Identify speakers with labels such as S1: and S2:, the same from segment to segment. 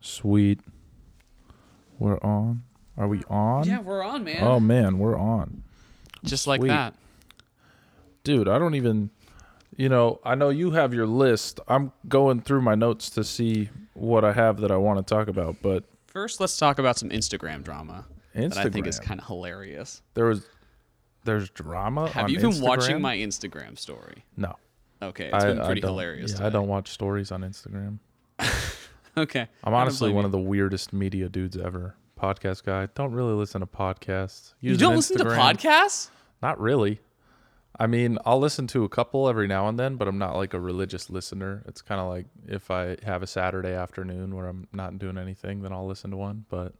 S1: Sweet. We're on. Are we on?
S2: Yeah, we're on, man.
S1: Oh man, we're on.
S2: Just like
S1: sweet.
S2: that.
S1: Dude, I don't even you know, I know you have your list. I'm going through my notes to see what I have that I want to talk about, but
S2: First, let's talk about some Instagram drama that I think is
S1: Instagram.
S2: kind of hilarious.
S1: there was there's drama
S2: Have
S1: on
S2: you been
S1: Instagram?
S2: watching my Instagram story?
S1: No.
S2: Okay, it's been pretty
S1: don't-
S2: hilarious.
S1: yeah, I
S2: today.
S1: don't watch stories on Instagram.
S2: Okay,
S1: I'm honestly one of the weirdest media dudes ever. Podcast guy. Don't really listen to podcasts.
S2: You
S1: Using
S2: don't listen to
S1: Instagram.
S2: podcasts?
S1: Not really. I mean, I'll listen to a couple every now and then, but I'm not like a religious listener. It's kind of like if I have a Saturday afternoon where I'm not doing anything, then I'll listen to one. But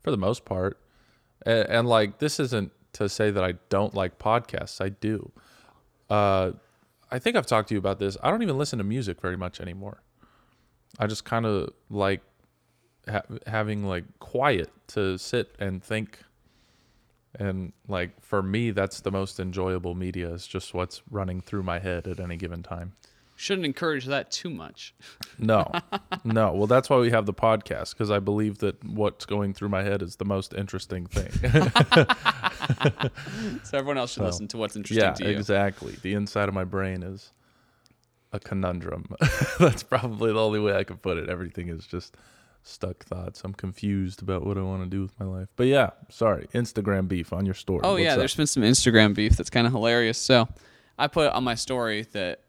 S1: for the most part, and, and like this isn't to say that I don't like podcasts. I do. Uh, I think I've talked to you about this. I don't even listen to music very much anymore. I just kind of like ha- having like quiet to sit and think and like for me that's the most enjoyable media is just what's running through my head at any given time
S2: Shouldn't encourage that too much.
S1: no no well that's why we have the podcast because i believe that what's going through my head is the most interesting thing
S2: So everyone else should listen to what's interesting
S1: yeah
S2: to you.
S1: exactly the inside of my brain is a conundrum that's probably the only way i could put it everything is just stuck thoughts i'm confused about what i want to do with my life but yeah sorry instagram beef on your story
S2: Oh
S1: What's
S2: yeah,
S1: up?
S2: there's been some Instagram beef that's kind of hilarious. So I put on my story that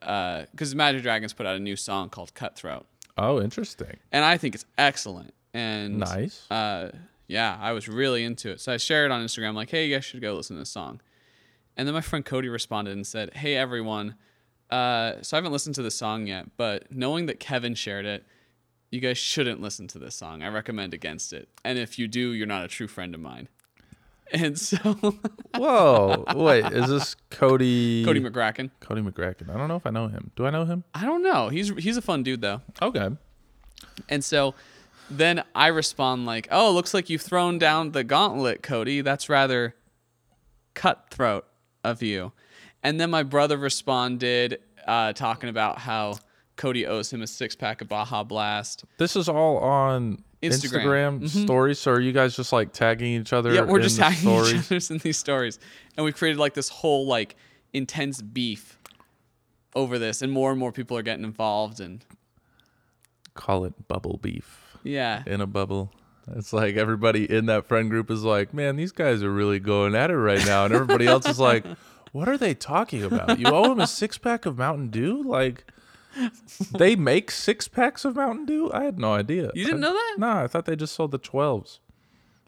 S2: because Magic Dragons put out a new song called Cutthroat,
S1: oh interesting
S2: and I think it's excellent. And
S1: nice
S2: uh, yeah, I was really into it. So I shared it on Instagram, like, hey, you guys should go listen to this song. And then my friend Cody responded and said, hey, everyone. Uh, so I haven't listened to this song yet, but knowing that Kevin shared it, you guys shouldn't listen to this song. I recommend against it. And if you do, you're not a true friend of mine. And so
S1: Whoa! Wait, is this Cody?
S2: Cody McCracken.
S1: Cody McCracken. I don't know if I know him. Do I know him?
S2: Hmm. I don't know. He's he's a fun dude though.
S1: Okay.
S2: And so then I respond like, "Oh, looks like you've thrown down the gauntlet, Cody. That's rather cutthroat of you." And then my brother responded uh, talking about how Cody owes him a six pack of Baja Blast.
S1: This is all on Instagram,
S2: Instagram. Mm-hmm.
S1: stories. So are you guys just like tagging each other?
S2: Yeah, we're
S1: in
S2: just
S1: the
S2: tagging
S1: stories?
S2: each other's in these stories, and we created like this whole like intense beef over this, and more and more people are getting involved, and
S1: Call it bubble beef
S2: yeah,
S1: in a bubble. It's like everybody in that friend group is like, man, these guys are really going at it right now, and everybody else is like, what are they talking about? You owe him a six pack of Mountain Dew, like. They make six packs of Mountain Dew? I had no idea.
S2: You didn't know that?
S1: No, I thought they just sold the 12s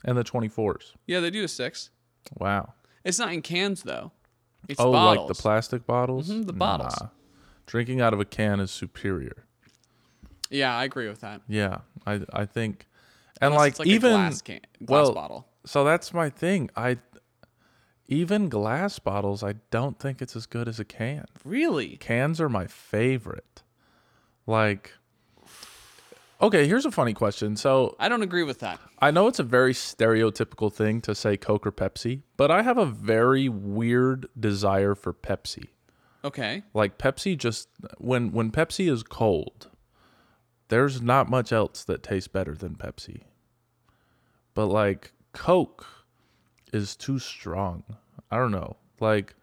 S1: and the 24s.
S2: yeah, they do a six.
S1: Wow.
S2: It's not in cans though. It's
S1: oh,
S2: bottles. Mm-hmm,
S1: like the plastic bottles?
S2: the bottles.
S1: Drinking out of a can is superior.
S2: Yeah, I agree with that.
S1: Yeah, I I think, and
S2: Unless
S1: like,
S2: it's like a
S1: even
S2: glass can- glass bottle.
S1: So that's my thing. I even glass bottles. I don't think it's as good as a can.
S2: Really?
S1: Cans are my favorite. Like, okay, here's a funny question. So
S2: I don't agree with that.
S1: I know it's a very stereotypical thing to say Coke or Pepsi, but I have a very weird desire for Pepsi.
S2: Okay.
S1: Like Pepsi just when when Pepsi is cold, there's not much else that tastes better than Pepsi. But like Coke is too strong. I don't know. Like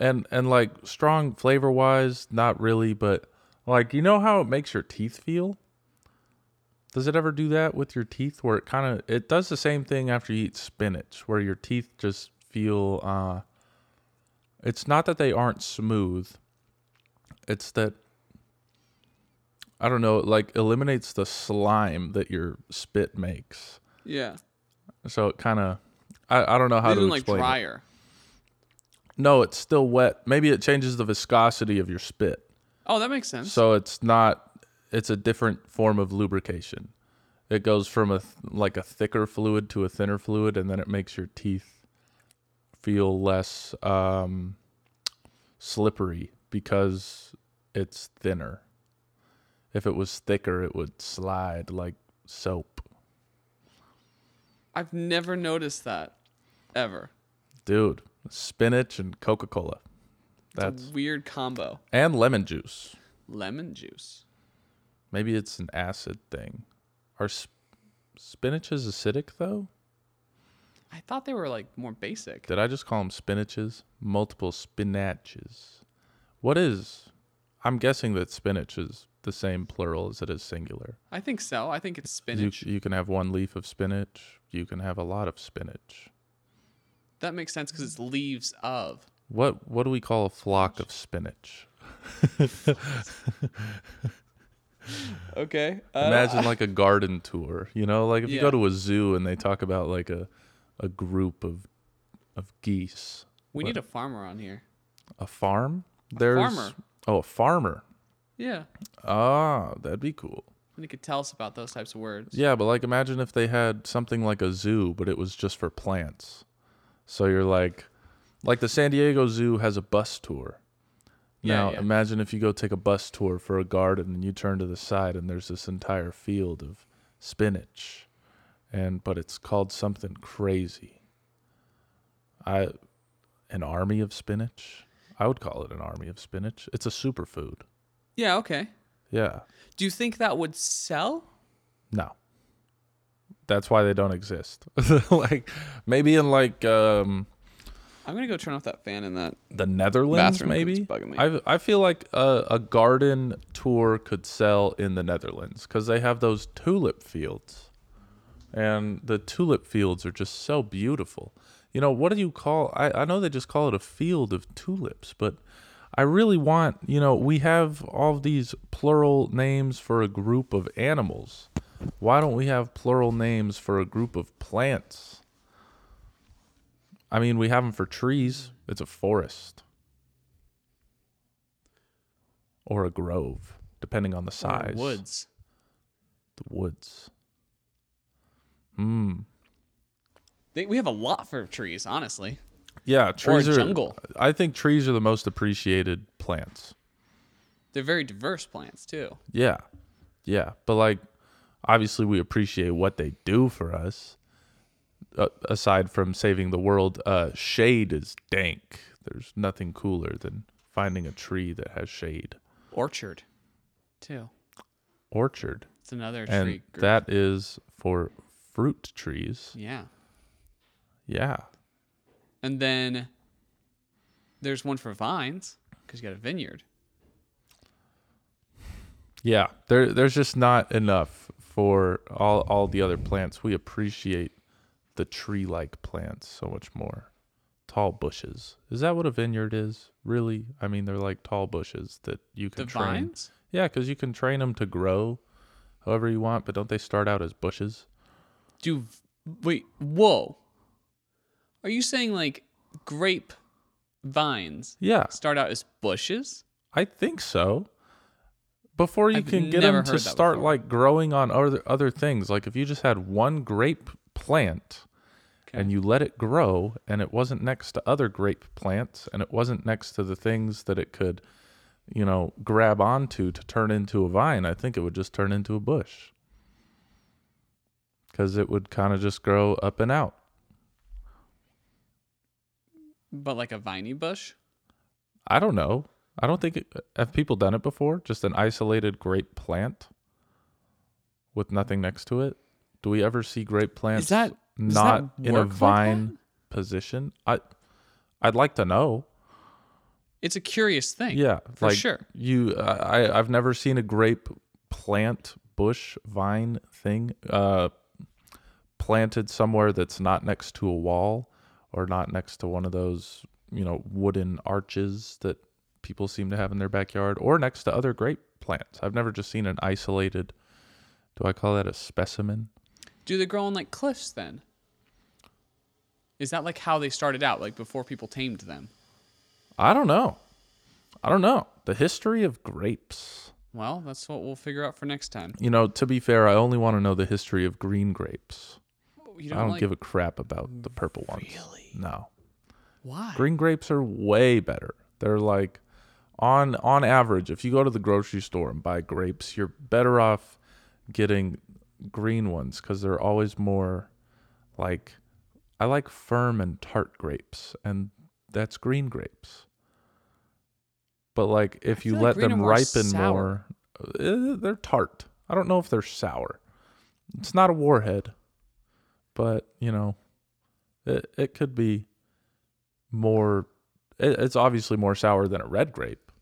S1: and and like strong flavor wise, not really, but like you know how it makes your teeth feel? Does it ever do that with your teeth where it kind of it does the same thing after you eat spinach where your teeth just feel uh it's not that they aren't smooth. It's that I don't know, it like eliminates the slime that your spit makes.
S2: Yeah.
S1: So it kind of I, I don't know how
S2: They
S1: to
S2: didn't like
S1: explain. it.
S2: drier.
S1: No, it's still wet. Maybe it changes the viscosity of your spit.
S2: Oh, that makes sense.
S1: So it's not it's a different form of lubrication. It goes from a th- like a thicker fluid to a thinner fluid and then it makes your teeth feel less um slippery because it's thinner. If it was thicker, it would slide like soap.
S2: I've never noticed that ever.
S1: Dude, spinach and Coca-Cola. That's
S2: It's a weird combo.
S1: and lemon juice.
S2: Lemon juice.
S1: Maybe it's an acid thing. Are sp- Spinach is acidic though?
S2: I thought they were like more basic.
S1: Did I just call them spinaches? Multiple spinaches. What is? I'm guessing that spinach is the same plural as it is singular.
S2: I think so. I think it's
S1: You,
S2: spinach.
S1: you can have one leaf of spinach. You can have a lot of spinach.
S2: that makes sense because it's leaves of.
S1: What what do we call a flock of spinach?
S2: Okay. uh,
S1: Imagine like a garden tour. You know, like if you
S2: Yeah.
S1: go to a zoo and they talk about like a a group of of geese.
S2: we need a farmer on here.
S1: A farm? There's
S2: farmer.
S1: Oh, a farmer.
S2: Yeah.
S1: Ah, that'd be cool.
S2: And he could tell us about those types of words.
S1: Yeah, but like imagine if they had something like a zoo, but it was just for plants. So you're like like the San Diego Zoo has a bus tour.
S2: Yeah,
S1: now
S2: yeah.
S1: imagine if you go take a bus tour for a garden and you turn to the side and there's this entire field of spinach. And but it's called something crazy. I an army of spinach? I would call it an army of spinach. It's a superfood.
S2: Yeah, okay.
S1: Yeah.
S2: Do you think that would sell?
S1: No. That's why they don't exist. like maybe in like um
S2: I'm going to go turn off that fan in that.
S1: the Netherlands
S2: Bathroom
S1: maybe.
S2: food's bugging me.
S1: I I feel like a, a garden tour could sell in the Netherlands cuz they have those tulip fields. And the tulip fields are just so beautiful. You know, what do you call I I know they just call it a field of tulips, but I really want, you know, we have all these plural names for a group of animals. Why don't we have plural names for a group of plants? I mean, we have them for trees. It's a forest or a grove, depending on the size.
S2: Woods.
S1: The woods.
S2: They, we have a lot for trees, honestly.
S1: Yeah, trees are.
S2: jungle.
S1: I think trees are the most appreciated plants.
S2: They're very diverse plants, too.
S1: Yeah. Yeah. But like obviously we appreciate what they do for us. Uh, aside from saving the world, uh shade is dank. There's nothing cooler than finding a tree that has shade.
S2: Orchard, too.
S1: Orchard.
S2: It's another
S1: And
S2: tree group.
S1: that is for fruit trees.
S2: yeah.
S1: Yeah.
S2: And then there's one for vines because you got a vineyard.
S1: Yeah. There there's just not enough for all all the other plants. We appreciate the tree-like plants so much more. Tall bushes. Is that what a vineyard is? Really? I mean, they're like tall bushes that you
S2: The
S1: can train.
S2: vines?
S1: Yeah, cuz you can train them to grow however you want, but don't they start out as bushes?
S2: Do wait, whoa. Are you saying like grape vines
S1: Yeah,
S2: start out as bushes?
S1: I think so. Before you
S2: I've
S1: can get
S2: never
S1: them to
S2: heard that
S1: start
S2: before.
S1: like growing on other other things, like if you just had one grape plant and you let it grow and it wasn't next to other grape plants and it wasn't next to the things that it could you know grab onto to turn into a vine i think it would just turn into a bush because it would kind of just grow up and out
S2: But like a viney bush?
S1: i don't know i don't think it, have people done it before just an isolated grape plant with nothing next to it do we ever see grape plants
S2: that- does that
S1: not in a
S2: work like
S1: vine
S2: that?
S1: position i i'd like to know
S2: It's a curious thing.
S1: Yeah,
S2: For
S1: like
S2: sure.
S1: You, I, I- I've never seen a grape plant, bush, vine thing, uh, planted somewhere that's not next to a wall or not next to one of those, you know, wooden arches that people seem to have in their backyard or next to other grape plants. I've never just seen an isolated. Do I call that a specimen?
S2: Do they grow on like cliffs then? Is that like how they started out, like before people tamed them?
S1: I don't know. I don't know. The history of grapes.
S2: Well, that's what we'll figure out for next time.
S1: You know, to be fair, I only want to know the history of green grapes.
S2: Oh, You
S1: I don't
S2: like,
S1: give a crap about the purple ones. Really? No.
S2: why?
S1: Green grapes are way better. They're like on on average, if you go to the grocery store and buy grapes, you're better off getting green ones cuz they're always more like I like firm and tart grapes and that's green grapes. But like if you
S2: feel like
S1: let
S2: green are
S1: them
S2: more
S1: ripen
S2: sour.
S1: more, uh, they're tart. I don't know if they're sour. It's not a warhead, but you know, it it could be more. It, it's obviously more sour than a red grape,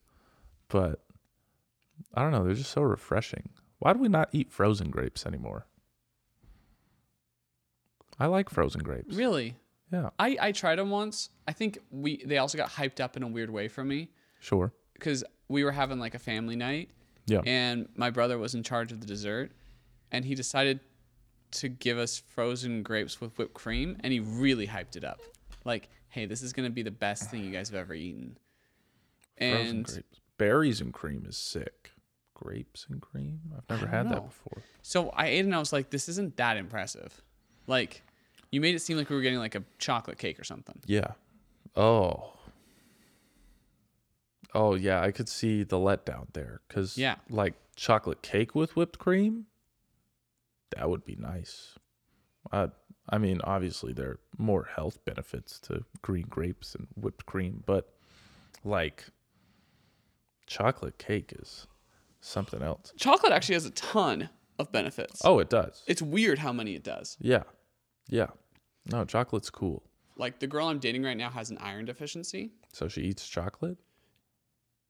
S1: but I don't know. They're just so refreshing. Why do we not eat frozen grapes anymore? I like frozen grapes.
S2: Really?
S1: Yeah,
S2: I, I tried them once. I think we they also got hyped up in a weird way for me
S1: sure.
S2: because we were having like a family night
S1: Yeah.
S2: and my brother was in charge of the dessert and he decided to give us frozen grapes with whipped cream and he really hyped it up like hey this is going to be the best thing you guys have ever eaten
S1: Frozen
S2: and
S1: grapes. Berries and cream is sick. Grapes and cream? I've never
S2: don't
S1: had that
S2: know.
S1: before.
S2: so i ate it and i was like this isn't that impressive like you made it seem like we were getting like a chocolate cake or something
S1: Yeah. Oh. Oh yeah, I could see the letdown there cuz
S2: Yeah.
S1: like chocolate cake with whipped cream that would be nice. I I mean, obviously there are more health benefits to green grapes and whipped cream, but like chocolate cake is something else.
S2: chocolate actually has a ton of benefits
S1: Oh, it does.
S2: it's weird how many it does
S1: Yeah. Yeah. No, chocolate's cool.
S2: like the girl i'm dating right now has an iron deficiency
S1: So she eats chocolate?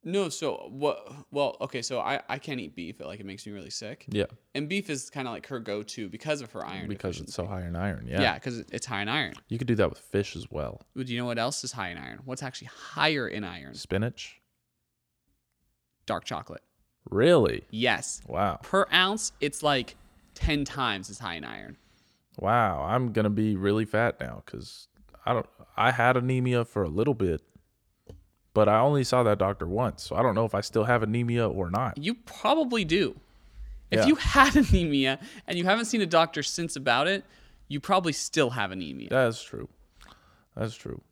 S2: No, so what? Well, okay, so I I can't eat beef. It, like it makes me really sick.
S1: Yeah.
S2: And beef is kind of like her go-to because of her iron.
S1: Because it's so high in iron.
S2: deficiency. yeah, because it's high in iron.
S1: You could do that with fish as well.
S2: Well, Do you know what else is high in iron? What's actually higher in iron?
S1: Spinach?
S2: Dark chocolate.
S1: Really?
S2: Yes,
S1: Wow.
S2: per ounce, it's like ten times as high in iron.
S1: Wow. I'm going to be really fat now cuz I don't I had anemia for a little bit, but I only saw that doctor once. So I don't know if I still have anemia or not.
S2: You probably do. If
S1: Yeah.
S2: you had anemia and you haven't seen a doctor since about it, you probably still have anemia.
S1: That's true. That's true.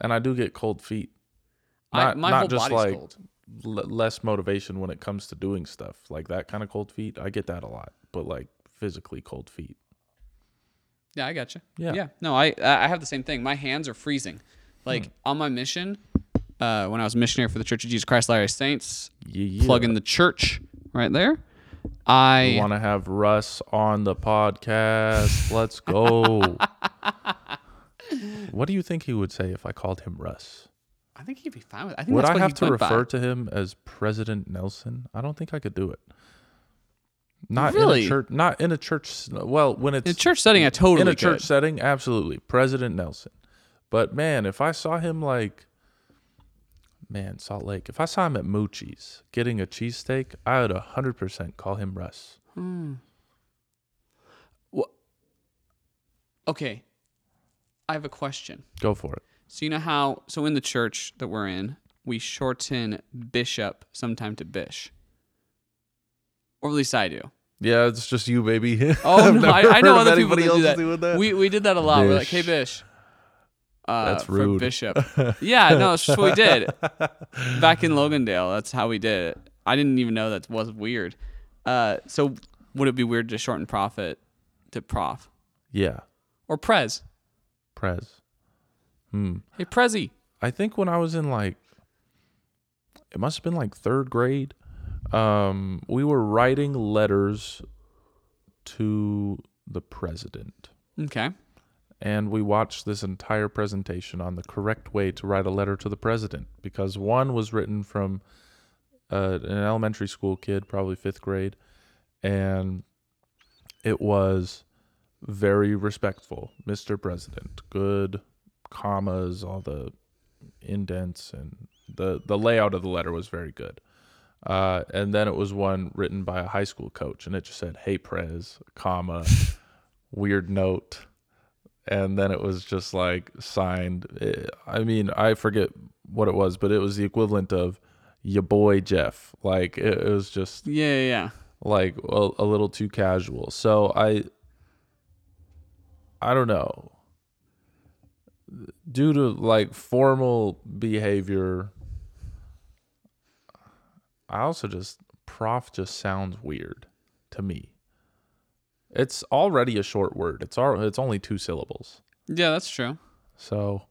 S1: And I do get cold feet.
S2: I-
S1: Not-
S2: my
S1: not
S2: whole
S1: just
S2: body's
S1: like-
S2: cold.
S1: L- less motivation when it comes to doing stuff. Like that kind of cold feet. I get that a lot, but like physically cold feet.
S2: Yeah, I gotcha.
S1: Yeah.
S2: Yeah. No, I I have the same thing. My hands are freezing.
S1: Hmm.
S2: Like on my mission, uh, when I was a missionary for the Church of Jesus Christ Latter-day Saints,
S1: Yeah.
S2: plug in the church right there. I
S1: want to have Russ on the podcast. Let's go. what do you think he would say if I called him Russ?
S2: I think he'd be fine with. I think
S1: Would
S2: that's
S1: I
S2: what
S1: have
S2: he'd
S1: to
S2: went by.
S1: refer to him as President Nelson? I don't think I could do it. Not in
S2: Really?
S1: a church. Not in a church. s- Well, when it's
S2: in a church setting. I totally
S1: in a
S2: could.
S1: church setting, absolutely, President Nelson. But man, if I saw him like, man, Salt Lake. If I saw him at Moochie's getting a cheesesteak, I would hundred percent call him Russ.
S2: Wha- Okay, I have a question.
S1: Go for it.
S2: So you know how? So in the church that we're in, we shorten bishop sometime to bish, or at least I do.
S1: Yeah, it's just you, baby.
S2: Oh
S1: I've
S2: no, I,
S1: never
S2: I know
S1: heard of
S2: other people that
S1: anybody
S2: do
S1: else
S2: that.
S1: doing that.
S2: We we did that a lot. We're like, hey
S1: Bish.
S2: Bish, uh,
S1: That's
S2: for
S1: rude.
S2: Bishop. yeah, no, that's just what we did back in Logandale. That's how we did it. I didn't even know that was weird. Uh, so would it be weird to shorten profit to prof
S1: yeah,
S2: or prez?
S1: Prez.
S2: Hey Prezi,
S1: I think when I was in like, it must have been like third grade. Um, we were writing letters to the president,
S2: okay,
S1: and we watched this entire presentation on the correct way to write a letter to the president because one was written from uh, an elementary school kid, probably fifth grade, and it was very respectful, Mr. President. Good commas, all the indents, and the the layout of the letter was very good. Uh, and then it was one written by a high school coach, and it just said, "Hey, Prez, comma, weird note." And then it was just like signed. eh, I mean, I forget what it was, but it was the equivalent of "your boy Jeff." Like it, it was just
S2: yeah, yeah, yeah.
S1: like a, a little too casual. So I I don't know. Due to like formal behavior I also just prof just sounds weird to me. It's already a short word. It's all, it's only two syllables.
S2: Yeah, that's true.
S1: So,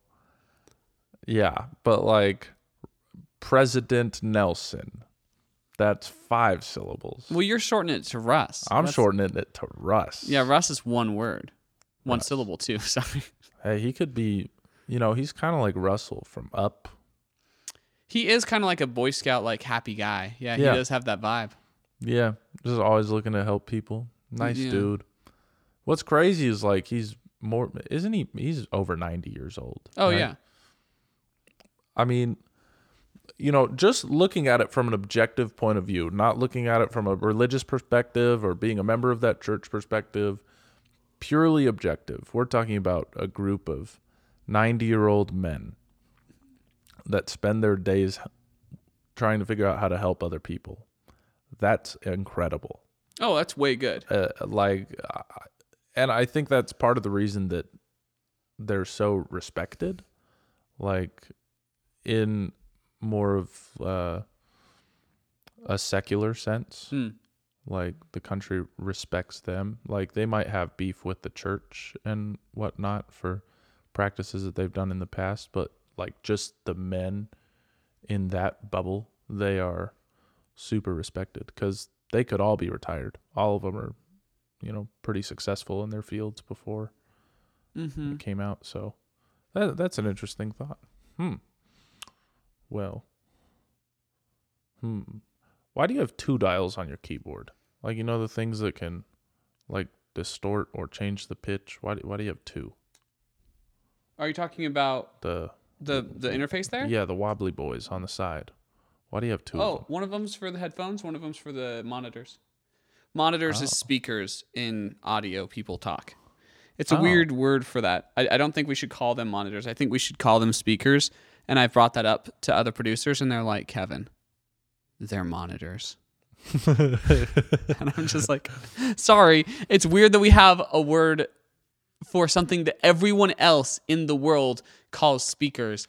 S1: yeah, but like President Nelson, That's five syllables.
S2: Well, you're shortening it to Russ.
S1: I'm
S2: That's-
S1: shortening it to Russ.
S2: Yeah, Russ is one word, one syllable too. Sorry.
S1: Hey, he could be, you know, he's kind of like Russell from Up.
S2: He is kind of like a Boy Scout, like happy guy. Yeah,
S1: Yeah.
S2: he does have that vibe.
S1: Yeah, just always looking to help people. Nice
S2: Yeah.
S1: dude. What's crazy is like he's more, isn't he? He's over 90 years old.
S2: Oh
S1: right?
S2: yeah,
S1: I mean, you know, just looking at it from an objective point of view, not looking at it from a religious perspective or being a member of that church perspective, purely objective. We're talking about a group of 90 year old men that spend their days trying to figure out how to help other people. That's incredible
S2: Oh, that's way good.
S1: uh, like uh, and i think that's part of the reason that they're so respected like in more of uh, a secular sense
S2: Hmm.
S1: like the country respects them like they might have beef with the church and whatnot for practices that they've done in the past but like just the men in that bubble they are super respected because they could all be retired all of them are you know pretty successful in their fields before
S2: Mm-hmm.
S1: it came out so that, that's an interesting thought hmm well hmm why do you have two dials on your keyboard like you know the things that can like distort or change the pitch why do, why do you have two
S2: Are you talking about
S1: the
S2: the the interface there?
S1: yeah the wobbly boys on the side why do you have two? of
S2: Oh,
S1: them?
S2: one of them's for the headphones. One of them's for the monitors. Monitors is speakers in audio. People talk. It's a
S1: Oh.
S2: weird word for that. I, I don't think we should call them monitors. I think we should call them speakers. And I've brought that up to other producers, and they're like, Kevin, they're monitors. and I'm just like, sorry. It's weird that we have a word for something that everyone else in the world calls speakers,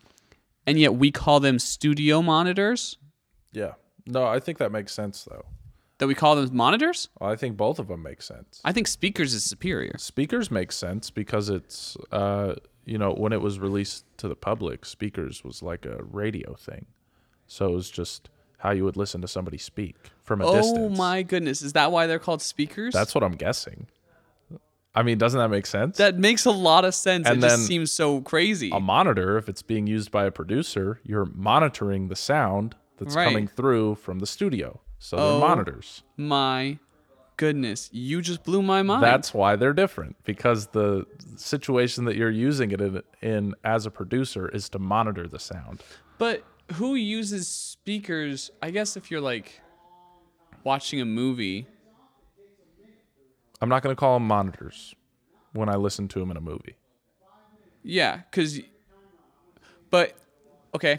S2: and yet we call them studio monitors.
S1: yeah no i think that makes sense though
S2: That we call them monitors.
S1: i think both of them make sense
S2: I think speakers is superior.
S1: speakers make sense because it's uh you know when it was released to the public speakers was like a radio thing so it was just how you would listen to somebody speak from a
S2: Oh
S1: distance
S2: my goodness, is that why they're called speakers?
S1: that's what i'm guessing i mean doesn't that make sense
S2: that makes a lot of sense.
S1: And
S2: it just
S1: then-
S2: seems so crazy.
S1: a monitor if it's being used by a producer you're monitoring the sound that's
S2: Right.
S1: coming through from the studio so
S2: Oh.
S1: they're monitors
S2: my goodness, you just blew my mind.
S1: That's why they're different because the situation that you're using it in, in as a producer is to monitor the sound.
S2: But who uses speakers? I guess if you're like watching a movie,
S1: I'm not going to call them monitors when I listen to them in a movie.
S2: yeah, because. But okay,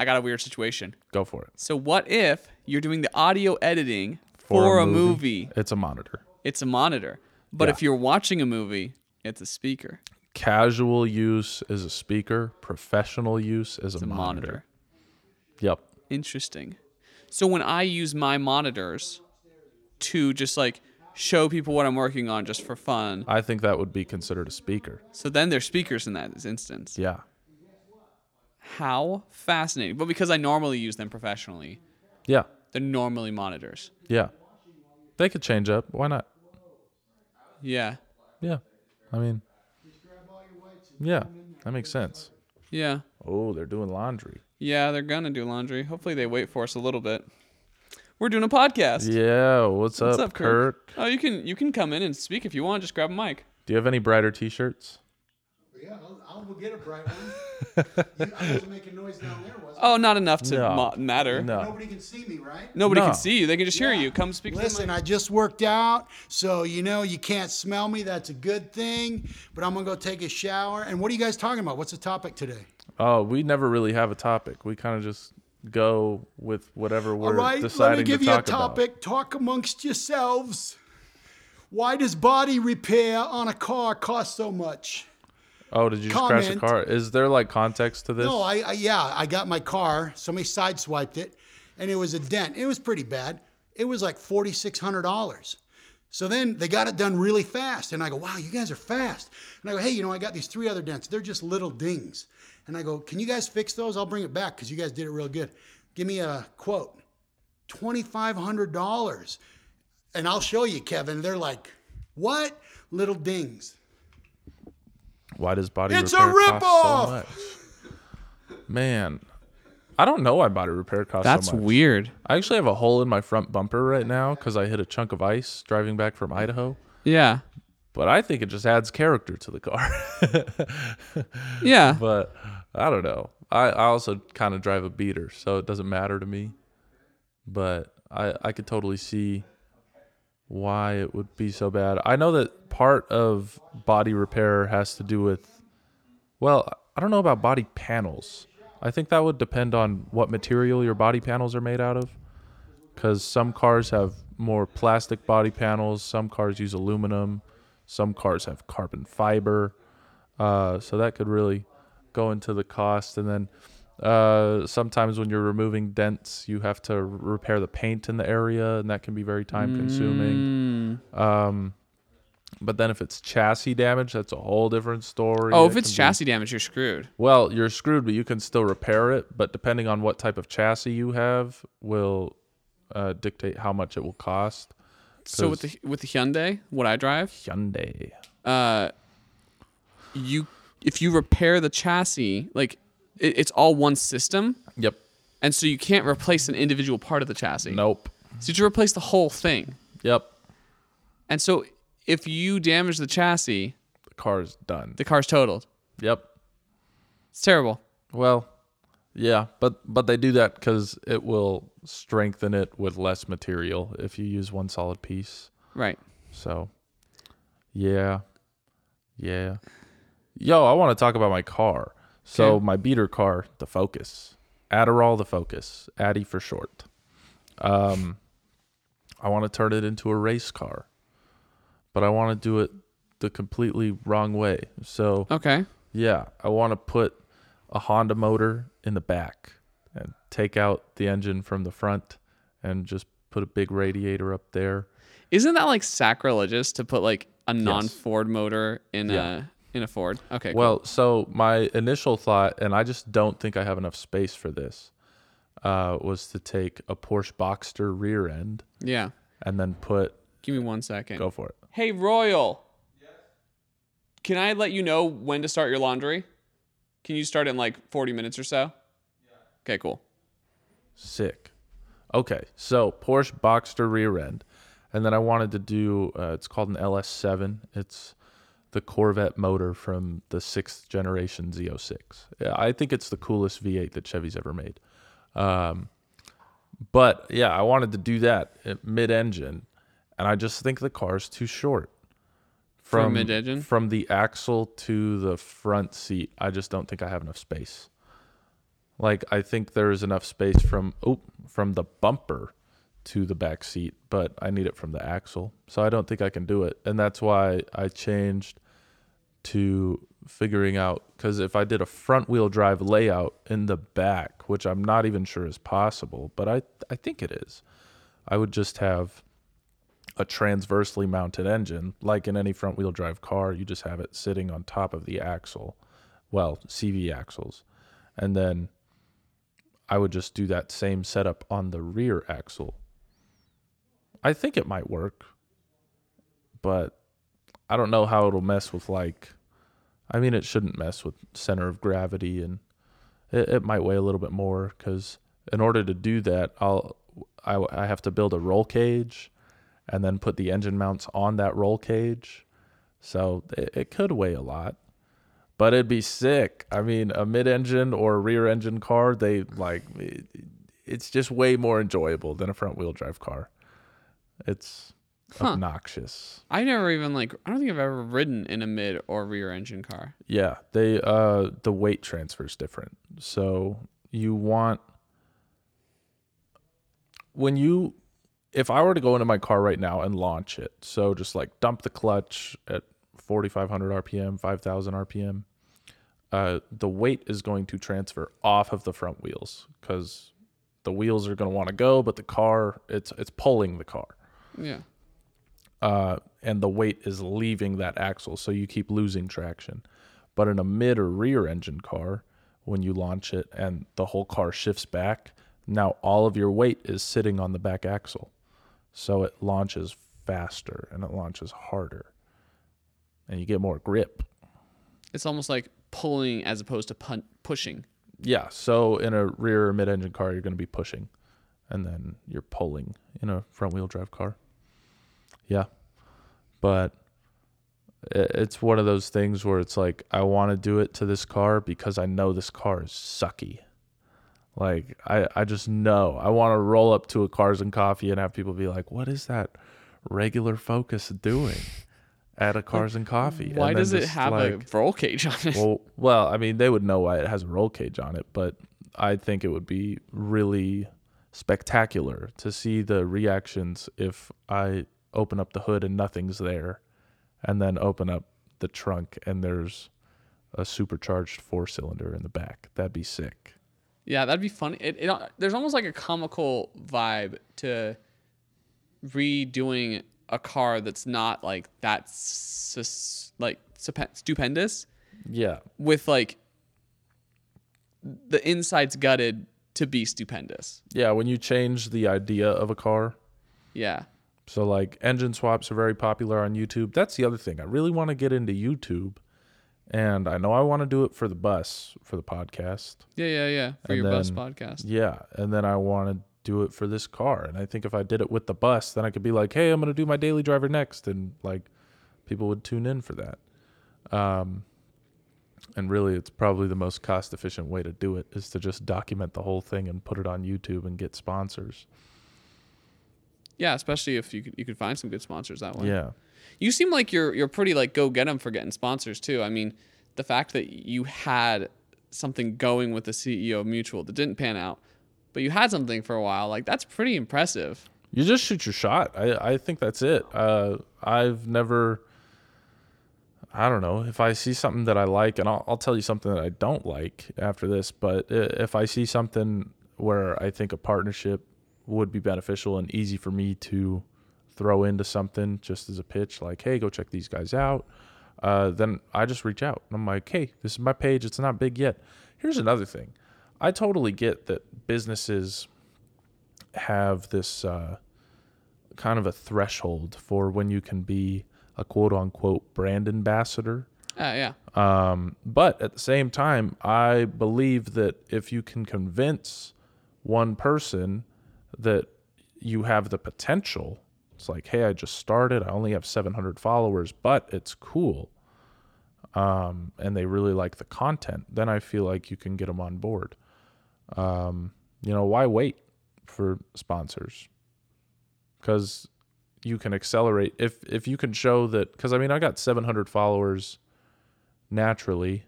S2: I got a weird situation.
S1: Go for it.
S2: So what if you're doing the audio editing for, a movie?
S1: It's a monitor.
S2: It's a monitor. But
S1: Yeah.
S2: if you're watching a movie, it's a speaker.
S1: Casual use is a speaker, professional use is a,
S2: the
S1: monitor.
S2: monitor.
S1: Yep.
S2: Interesting. So when I use my monitors to just like show people what I'm working on just for fun,
S1: I think that would be considered a speaker.
S2: so then they're speakers in that instance.
S1: Yeah.
S2: How fascinating. But because I normally use them professionally,
S1: Yeah.
S2: they're normally monitors.
S1: Yeah. They could change up. Why not?
S2: Yeah.
S1: Yeah. I mean, yeah. That makes sense.
S2: Yeah.
S1: Oh, they're doing laundry.
S2: Yeah, they're gonna do laundry. Hopefully they wait for us a little bit. We're doing a podcast.
S1: Yeah. What's,
S2: What's
S1: up,
S2: up, Kirk? Oh, you can you can come in and speak if you want, just grab a mic.
S1: Do you have any brighter t shirts?
S3: Yeah, I'll, I'll get a bright one. you, I was making noise down there, wasn't
S2: Oh, not enough to
S1: No.
S2: ma- matter.
S3: I?
S1: No.
S3: Nobody can see me, right?
S2: Nobody
S1: Uh. No.
S2: can see you. They can just hear
S3: Yeah.
S2: you. Come speak to the mic.
S3: Listen, I just worked out, so you know you can't smell me. That's a good thing. But I'm gonna go take a shower. And what are you guys talking about? What's the topic today?
S1: Oh, we never really have a topic. We kind of just go with whatever we're
S3: All right, let
S1: deciding
S3: me give
S1: to
S3: you a
S1: talk about.
S3: topic. Talk amongst yourselves. Why does body repair on a car cost so much?
S1: Oh, did you just crash a
S3: Comment.
S1: car? Is there like context to this?
S3: No, I, I yeah, I got my car. Somebody sideswiped it, and it was a dent. It was pretty bad. It was like forty six hundred dollars. So then they got it done really fast, and I go, "Wow, you guys are fast." And I go, "Hey, you know, I got these three other dents. They're just little dings." And I go, "Can you guys fix those? I'll bring it back because you guys did it real good. Give me a quote." $2,500. And I'll show you, Kevin. They're like, what? Little dings.
S1: Why does body
S3: It's a
S1: repair
S3: ripoff!
S1: cost so much? Man, I don't know why body repair costs
S2: That's
S1: so much.
S2: weird.
S1: I actually have a hole in my front bumper right now because I hit a chunk of ice driving back from Idaho.
S2: Yeah.
S1: But I think it just adds character to the car.
S2: Yeah.
S1: but I don't know. I, I also kind of drive a beater, so it doesn't matter to me. But I, I could totally see why it would be so bad. I know that part of body repair has to do with, well, I don't know about body panels. I think that would depend on what material your body panels are made out of. Because some cars have more plastic body panels, some cars use aluminum, some cars have carbon fiber. Uh, so that could really go into the cost. And then uh, sometimes when you're removing dents, you have to repair the paint in the area, and that can be very time consuming.
S2: Mm.
S1: Um, but then if it's chassis damage, that's a whole different story.
S2: Oh, if
S1: That
S2: it's
S1: can be-
S2: chassis damage, you're screwed.
S1: well, you're screwed, but you can still repair it. But depending on what type of chassis you have, will uh, dictate how much it will cost.
S2: So with the with the Hyundai, what I drive,
S1: Hyundai.
S2: uh, you if you repair the chassis, like it, it's all one system,
S1: Yep.
S2: and so you can't replace an individual part of the chassis.
S1: Nope.
S2: So you have to replace the whole thing,
S1: Yep.
S2: and so if you damage the chassis,
S1: The car's done.
S2: the car's totaled.
S1: Yep.
S2: It's terrible.
S1: Well, yeah, but but they do that because it will strengthen it with less material if you use one solid piece.
S2: Right.
S1: So, yeah, yeah. Yo, I want to talk about my car. So
S2: Okay.
S1: my beater car, the Focus, Adderall, the Focus, Addy for short. Um, I want to turn it into a race car, but I want to do it the completely wrong way. So
S2: Okay.
S1: yeah, I want to put a Honda motor in the back and take out the engine from the front and just put a big radiator up there.
S2: Isn't that like sacrilegious to put like a non-Ford motor in
S1: Yeah.
S2: a in a Ford? Okay. Well,
S1: Well, so my initial thought, and I just don't think I have enough space for this, uh, was to take a Porsche Boxster rear end
S2: yeah.
S1: and then put,
S2: Give me one second.
S1: go for it.
S2: Hey, Royal. Can I let you know when to start your laundry? Can you start in like 40 minutes or so? Okay, cool.
S1: Sick. Okay, so Porsche Boxster rear end, and then I wanted to do. Uh, it's called an LS7. It's the Corvette motor from the sixth generation Z06. Yeah, I think it's the coolest V8 that Chevy's ever made. Um, but yeah, I wanted to do that at mid-engine, and I just think the car's too short.
S2: For mid-engine?
S1: From the axle to the front seat, I just don't think I have enough space. Like I think there is enough space from oh, from the bumper to the back seat, but I need it from the axle. So I don't think I can do it. And that's why I changed to figuring out cuz if I did a front wheel drive layout in the back, which I'm not even sure is possible, but I I think it is. I would just have a transversely mounted engine, like in any front wheel drive car, you just have it sitting on top of the axle, well, CV axles. And then I would just do that same setup on the rear axle. I think it might work, but I don't know how it'll mess with like. I mean, it shouldn't mess with center of gravity, and it, it might weigh a little bit more because in order to do that, I'll I, I have to build a roll cage, and then put the engine mounts on that roll cage, so it, it could weigh a lot but it'd be sick. I mean, a mid-engine or a rear-engine car, they like it- it's just way more enjoyable than a front-wheel drive car. It's obnoxious.
S2: I never even like I don't think I've ever ridden in a mid or rear engine car.
S1: Yeah, they uh the weight transfer is different. So you want when you if I were to go into my car right now and launch it, so just like dump the clutch at 4500 RPM, 5000 RPM, uh the weight is going to transfer off of the front wheels cuz the wheels are going to want to go, but the car it's it's pulling the car
S2: Yeah.
S1: uh, and the weight is leaving that axle, so you keep losing traction. But in a mid or rear engine car, when you launch it and the whole car shifts back, Now all of your weight is sitting on the back axle. So it launches faster and it launches harder. And you get more grip.
S2: It's almost like pulling as opposed to pun- pushing.
S1: Yeah, so in a rear or mid-engine car, you're going to be pushing, and then you're pulling in a front-wheel drive car. Yeah, but i- it's one of those things where it's like I want to do it to this car because I know this car is sucky. Like I, I just know I want to roll up to a Cars and Coffee and have people be like, "What is that regular Focus doing at a Cars and Coffee?" And
S2: Why
S1: then
S2: does it
S1: just,
S2: have
S1: like,
S2: a roll cage on it?
S1: well, well, I mean, they would know why it has a roll cage on it, but I think it would be really spectacular to see the reactions if I open up the hood and nothing's there, and then open up the trunk and there's a supercharged four cylinder in the back. That'd be sick.
S2: Yeah, that'd be funny. It, it there's almost like a comical vibe to redoing a car that's not like that sus, like stupe- stupendous
S1: Yeah.
S2: with like the insides gutted to be stupendous.
S1: Yeah. When you change the idea of a car,
S2: Yeah.
S1: So like engine swaps are very popular on YouTube. That's the other thing. I really want to get into YouTube and I know I want to do it for the bus for the podcast.
S2: Yeah, yeah, yeah. For
S1: And
S2: your bus
S1: then-
S2: podcast.
S1: Yeah, and then I want to do it for this car. And I think if I did it with the bus, then I could be like, "Hey, I'm going to do my daily driver next." And like people would tune in for that. Um and really it's probably the most cost efficient way to do it is to just document the whole thing and put it on YouTube and get sponsors.
S2: Yeah, especially if you could, you could find some good sponsors that way.
S1: Yeah.
S2: You seem like you're you're pretty like go get them for getting sponsors too. I mean, the fact that you had something going with the CEO of Mutual that didn't pan out, but you had something for a while, like that's pretty impressive.
S1: You just shoot your shot. I, I think that's it. Uh, I've never, I don't know, if I see something that I like, and I'll, I'll tell you something that I don't like after this, but i- if I see something where I think a partnership would be beneficial and easy for me to throw into something just as a pitch, like, hey, go check these guys out, uh, then I just reach out. And I'm like, hey, this is my page. It's not big yet. Here's another thing I totally get that businesses have this. Uh, kind of a threshold for when you can be a quote unquote brand ambassador.
S2: Uh, yeah,
S1: Um, but at the same time, I believe that if you can convince one person that you have the potential, it's like, hey, I just started, I only have 700 followers, but it's cool. Um, and they really like the content, then I feel like you can get them on board. Um, you know, why wait for sponsors? Because you can accelerate if if you can show that. Because I mean, I got 700 followers naturally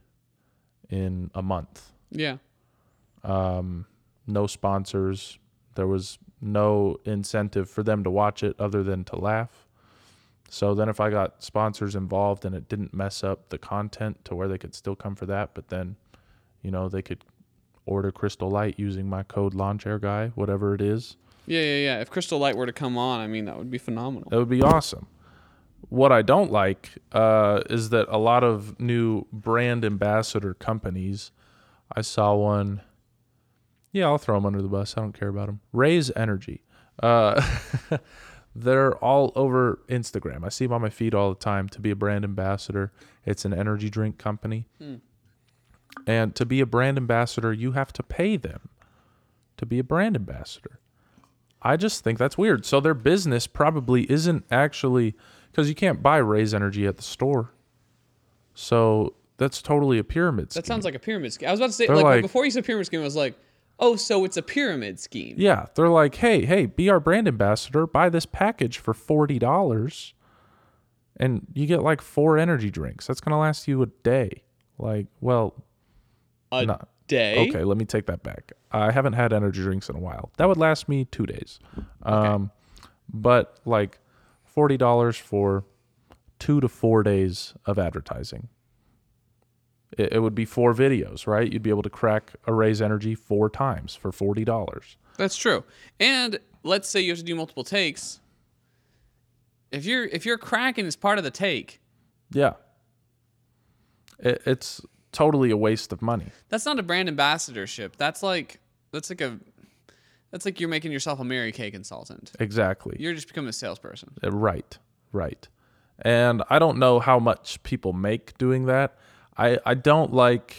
S1: in a month.
S2: yeah,
S1: Um, no sponsors. There was no incentive for them to watch it other than to laugh. So then, if I got sponsors involved and it didn't mess up the content to where they could still come for that, but then, you know, they could order Crystal Light using my code Lawn Chair Guy, whatever it is.
S2: yeah, yeah, yeah. If Crystal Light were to come on, I mean, that would be phenomenal.
S1: That would be awesome. What I don't like uh, is that a lot of new brand ambassador companies. I saw one. Yeah, I'll throw them under the bus. I don't care about them. Raise Energy. Uh, they're all over Instagram. I see them on my feed all the time. To be a brand ambassador, it's an energy drink company. And to be a brand ambassador, you have to pay them to be a brand ambassador. I just think that's weird. So their business probably isn't actually because you can't buy Raise Energy at the store. So that's totally a pyramid scheme.
S2: That sounds like a pyramid scheme. I was about to say,
S1: They're
S2: like,
S1: like-
S2: before you said pyramid scheme, I was like, oh, so it's a pyramid scheme.
S1: Yeah, they're like, hey, hey, be our brand ambassador. Buy this package for forty dollars, and you get like four energy drinks. That's gonna last you a day. Like, well,
S2: A
S1: No.
S2: day.
S1: okay, let me take that back. I haven't had energy drinks in a while. That would last me two days. Um, but like forty dollars for two to four days of advertising. It, it would be four videos, right? You'd be able to crack a raise energy four times for forty dollars.
S2: That's true. And let's say you have to do multiple takes. If you're if you're cracking is part of the take,
S1: Yeah. It, it's totally a waste of money.
S2: that's not a brand ambassadorship. That's like that's like a That's like you're making yourself a Mary Kay consultant.
S1: Exactly.
S2: You're just becoming a salesperson.
S1: Uh, Right, right. And I don't know how much people make doing that. I, I don't like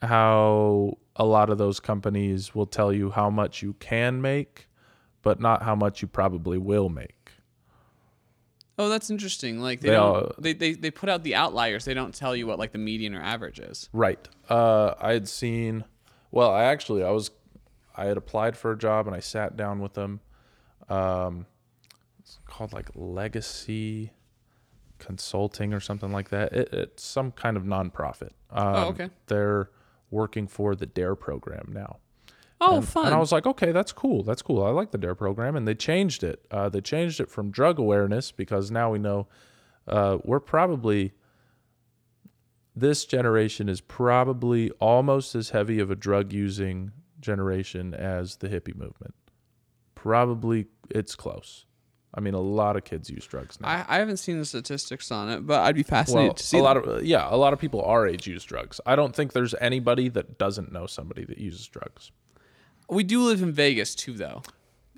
S1: how a lot of those companies will tell you how much you can make, but not how much you probably will make.
S2: Oh, that's interesting. Like they
S1: They
S2: don't,
S1: are-
S2: they, they they put out the outliers. They don't tell you what like the median or average is.
S1: Right. Uh, I had seen. Well, I actually I was I had applied for a job and I sat down with them. Um, it's called like Legacy Consulting or something like that. It, it's some kind of nonprofit. Um,
S2: okay.
S1: They're working for the Dare program now.
S2: Oh,
S1: And-
S2: fun.
S1: And I was like, okay, that's cool. That's cool. I like the DARE program. And they changed it. Uh, they changed it from drug awareness because now we know uh, we're probably, this generation is probably almost as heavy of a drug using generation as the hippie movement. Probably it's close. I mean, a lot of kids use drugs now.
S2: I, I haven't seen the statistics on it, but I'd be fascinated
S1: well,
S2: to
S1: a
S2: see.
S1: lot of yeah, a lot of people our age use drugs. I don't think there's anybody that doesn't know somebody that uses drugs.
S2: them. we do live in Vegas too, though.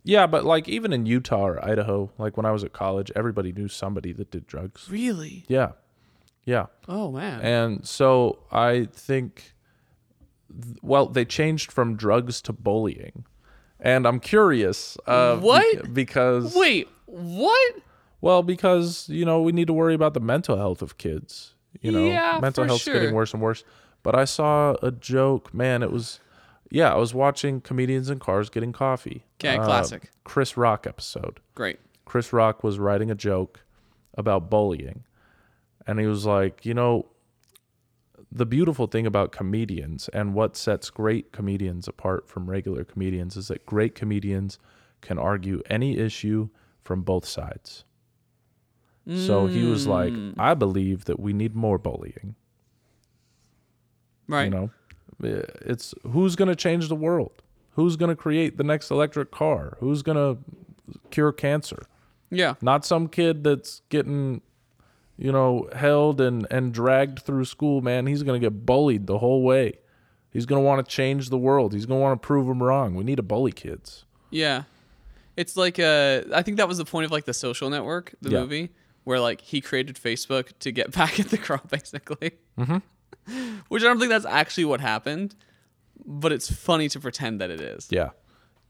S1: Yeah, but like even in Utah or Idaho, like when I was at college, everybody knew somebody that did drugs.
S2: Really?
S1: Yeah. Yeah.
S2: Oh man.
S1: And so I think, th- well, they changed from drugs to bullying. And I'm curious. Uh, be-
S2: What?
S1: because,
S2: Wait, what?
S1: well, because, you know, we need to worry about the mental health of kids. You know,
S2: Yeah,
S1: mental
S2: for
S1: health's
S2: sure.
S1: getting worse and worse. But I saw a joke, man, it was, yeah, I was watching Comedians in Cars Getting Coffee. Uh,
S2: Okay, classic.
S1: Chris Rock episode.
S2: Great.
S1: Chris Rock was writing a joke about bullying. And he was like, you know, the beautiful thing about comedians and what sets great comedians apart from regular comedians is that great comedians can argue any issue from both sides. So he was like, I believe that we need more bullying.
S2: Right.
S1: You know, Eh, it's who's going to change the world? Who's going to create the next electric car? Who's going to cure cancer?
S2: Yeah.
S1: not some kid that's getting you know held and and dragged through school man he's going to get bullied the whole way he's going to want to change the world he's going to want to prove them wrong we need to bully kids
S2: Yeah. It's like uh I think that was the point of like the social network, the
S1: Yeah.
S2: movie, where like he created Facebook to get back at the crowd basically. Which I don't think that's actually what happened, but it's funny to pretend that it is.
S1: yeah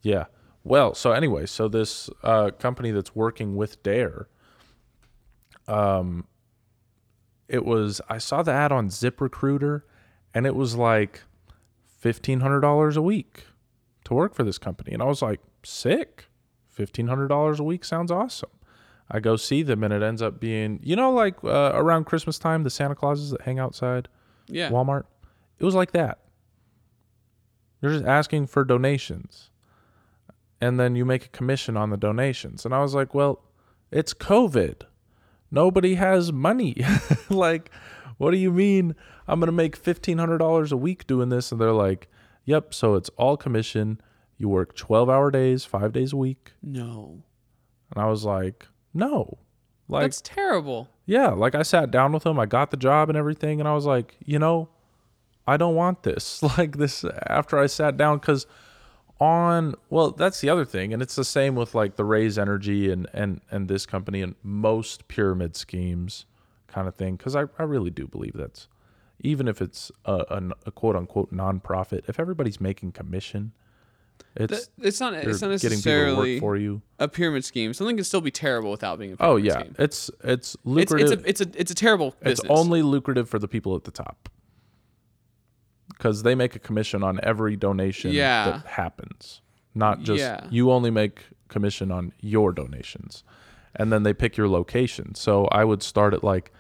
S1: yeah well so anyway so this uh, company that's working with dare um it was i saw the ad on ziprecruiter and it was like $1500 a week to work for this company. And I was like, sick. $1,500 a week sounds awesome. I go see them, and it ends up being, you know, like uh, around Christmas time, the Santa Clauses that hang outside
S2: Yeah.
S1: Walmart. It was like that. You're just asking for donations, and then you make a commission on the donations. And I was like, well, it's COVID. Nobody has money. like, what do you mean I'm going to make $1,500 a week doing this? And they're like, yep, so it's all commission. You work 12 hour days, five days a week.
S2: No.
S1: And I was like, no. Like,
S2: That's terrible.
S1: yeah, like I sat down with him, I got the job and everything, and I was like, you know, I don't want this. Like this after I sat down cuz on well, that's the other thing, and it's the same with like the Raise Energy and and and this company and most pyramid schemes kind of thing cuz I I really do believe that's even if it's a, a n- a quote unquote nonprofit, if everybody's making commission, it's
S2: That- It's not
S1: you're
S2: it's not
S1: getting people to
S2: necessarily
S1: work for you.
S2: a pyramid scheme. Something can still be terrible without being a pyramid
S1: Oh yeah,
S2: scheme.
S1: it's it's
S2: It's,
S1: lucrative.
S2: it's a it's a it's a terrible business.
S1: It's only lucrative for the people at the top because they make a commission on every donation
S2: Yeah.
S1: that happens. Not just
S2: Yeah.
S1: you only make commission on your donations, and then they pick your location. So I would start at like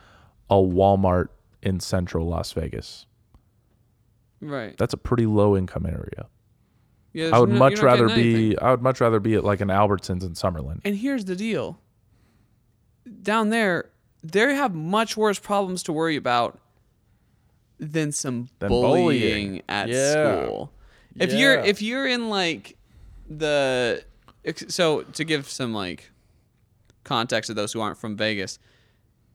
S1: a Walmart in central Las Vegas.
S2: right.
S1: That's a pretty low income area.
S2: Yeah,
S1: I
S2: there's
S1: would
S2: no- you're
S1: much
S2: not
S1: rather
S2: getting anything.
S1: be I would much rather be at like an Albertsons in Summerlin.
S2: And here's the deal. Down there, they have much worse problems to worry about than some
S1: Than
S2: bullying,
S1: bullying.
S2: at
S1: Yeah.
S2: school. If you're
S1: Yeah.
S2: if you're in like the ex- so to give some like context to those who aren't from Vegas,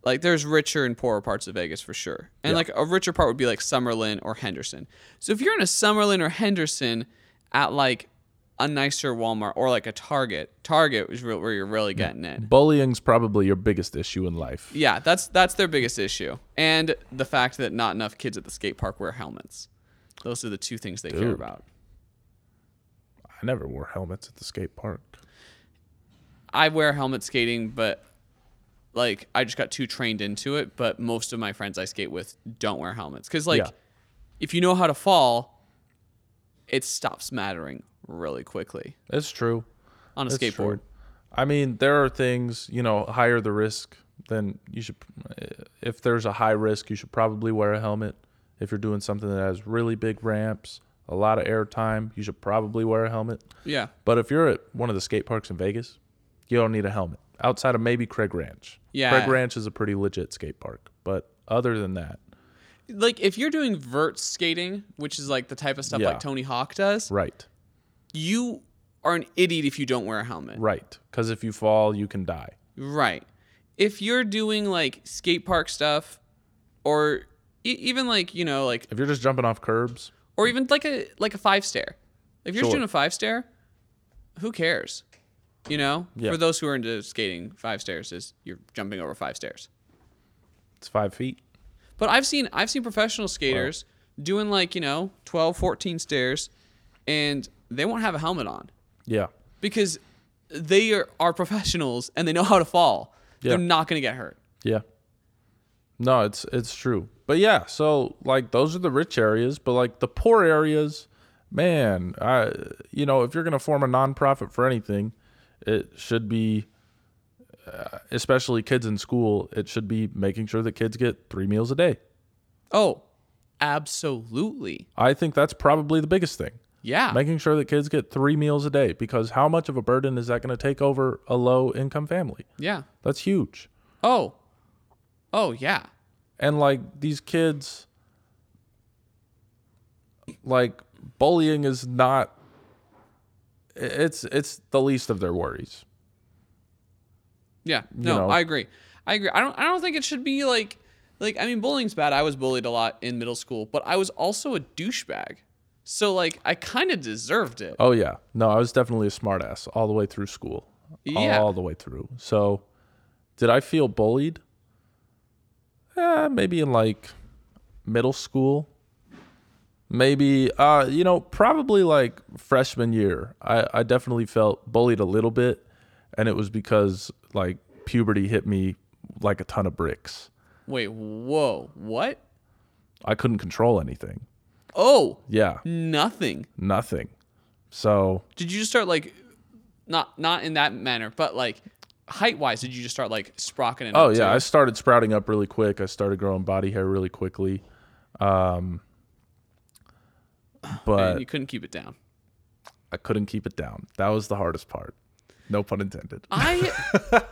S2: like there's richer and poorer parts of Vegas for sure. And like a richer part would be like Summerlin or Henderson. So if you're in a Summerlin or Henderson at like a nicer Walmart or like a Target. Target was real, where you're really getting it.
S1: Bullying's probably your biggest issue in life.
S2: Yeah, that's that's their biggest issue, and the fact that not enough kids at the skate park wear helmets. Those are the two things they care
S1: Dude.
S2: about.
S1: I never wore helmets at the skate park.
S2: I wear helmet skating, but like I just got too trained into it. But most of my friends I skate with don't wear helmets because like
S1: Yeah.
S2: if you know how to fall, it stops mattering really quickly
S1: It's true.
S2: on a
S1: That's
S2: skateboard.
S1: true. I mean, there are things, you know, higher the risk, then you should, if there's a high risk, you should probably wear a helmet. If you're doing something that has really big ramps, a lot of air time, you should probably wear a helmet.
S2: Yeah,
S1: But if you're at one of the skate parks in Vegas, you don't need a helmet outside of maybe Craig Ranch.
S2: Yeah.
S1: Craig Ranch is a pretty legit skate park. But other than that,
S2: like if you're doing vert skating, which is like the type of stuff
S1: Yeah.
S2: like Tony Hawk does,
S1: right,
S2: you are an idiot if you don't wear a helmet.
S1: right. Because if you fall, you can die.
S2: Right. If you're doing like skate park stuff or e- even like, you know, like
S1: If you're just jumping off curbs,
S2: or even like a like a five stair. If you're just
S1: Sure.
S2: doing a five stair, who cares? You know?
S1: Yeah.
S2: For those who are into skating, five stairs is you're jumping over five stairs.
S1: it's five feet.
S2: But I've seen I've seen professional skaters doing like, you know, 12, 14 stairs and they won't have a helmet on
S1: Yeah.
S2: because they are, are professionals and they know how to fall.
S1: Yeah.
S2: They're not going to get hurt.
S1: Yeah. No, it's it's true. But yeah, so like those are the rich areas, but like the poor areas, man, I you know, if you're going to form a nonprofit for anything, it should be uh, especially kids in school, it should be making sure that kids get 3 meals a day.
S2: Oh, absolutely.
S1: I think that's probably the biggest thing.
S2: Yeah.
S1: Making sure that kids get 3 meals a day because how much of a burden is that going to take over a low income family?
S2: yeah.
S1: That's huge.
S2: Oh. Oh, yeah.
S1: and like these kids like bullying is not i- it's it's the least of their worries
S2: Yeah. No,
S1: know.
S2: I agree. I agree. I don't I don't think it should be like like I mean bullying's bad. I was bullied a lot in middle school, but I was also a douchebag. So like I kind of deserved it.
S1: oh yeah no i was definitely a smartass all the way through school
S2: Yeah.
S1: all the way through so did i feel bullied eh, maybe in like middle school maybe uh you know probably like freshman year i i definitely felt bullied a little bit and it was because like puberty hit me like a ton of bricks
S2: Wait, whoa. What?
S1: i couldn't control anything
S2: Oh,
S1: yeah
S2: nothing.
S1: nothing so
S2: Did you just start like not not in that manner, but like height-wise did you just start like sprocketing it
S1: oh
S2: up,
S1: yeah i
S2: too?
S1: started sprouting up really quick i started growing body hair really quickly um but
S2: and you couldn't keep it down.
S1: i couldn't keep it down that was the hardest part no pun intended
S2: I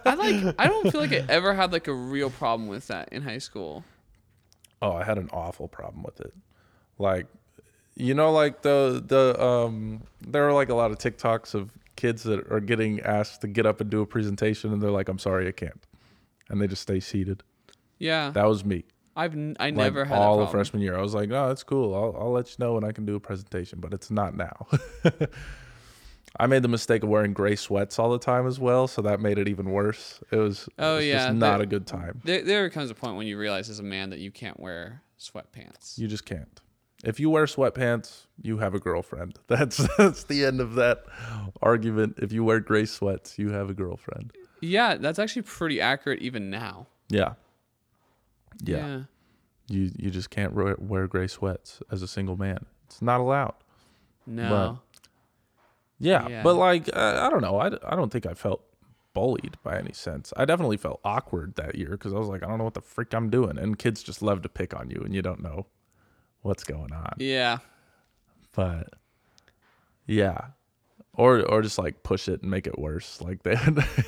S2: I like I don't feel like I ever had like a real problem with that in high school.
S1: Oh, I had an awful problem with it. Like, you know, like the the um, there are like a lot of TikToks of kids that are getting asked to get up and do a presentation, and they're like, "I'm sorry, I can't," and they just stay seated.
S2: Yeah.
S1: That was me.
S2: I've n- I
S1: Like,
S2: never had that
S1: all
S2: problem.
S1: of freshman year. I was like, "No, that's cool. I'll I'll let you know when I can do a presentation," but it's not now. I made the mistake of wearing gray sweats all the time as well, so that made it even worse. It was, it
S2: Oh,
S1: was
S2: yeah,
S1: just not
S2: the-
S1: a good time.
S2: There, there comes a point when you realize as a man that you can't wear sweatpants.
S1: You just can't. If you wear sweatpants, you have a girlfriend. That's that's the end of that argument. If you wear gray sweats, you have a girlfriend.
S2: Yeah, that's actually pretty accurate even now.
S1: Yeah. Yeah. You you just can't wear, wear gray sweats as a single man. It's not allowed.
S2: No.
S1: Yeah,
S2: Yeah.
S1: but like uh, I, I don't know. I, d- I don't think I felt bullied by any sense. I definitely felt awkward that year cuz I was like I don't know what the frick I'm doing and kids just love to pick on you and you don't know what's going on.
S2: Yeah.
S1: but yeah or or just like push it and make it worse like they,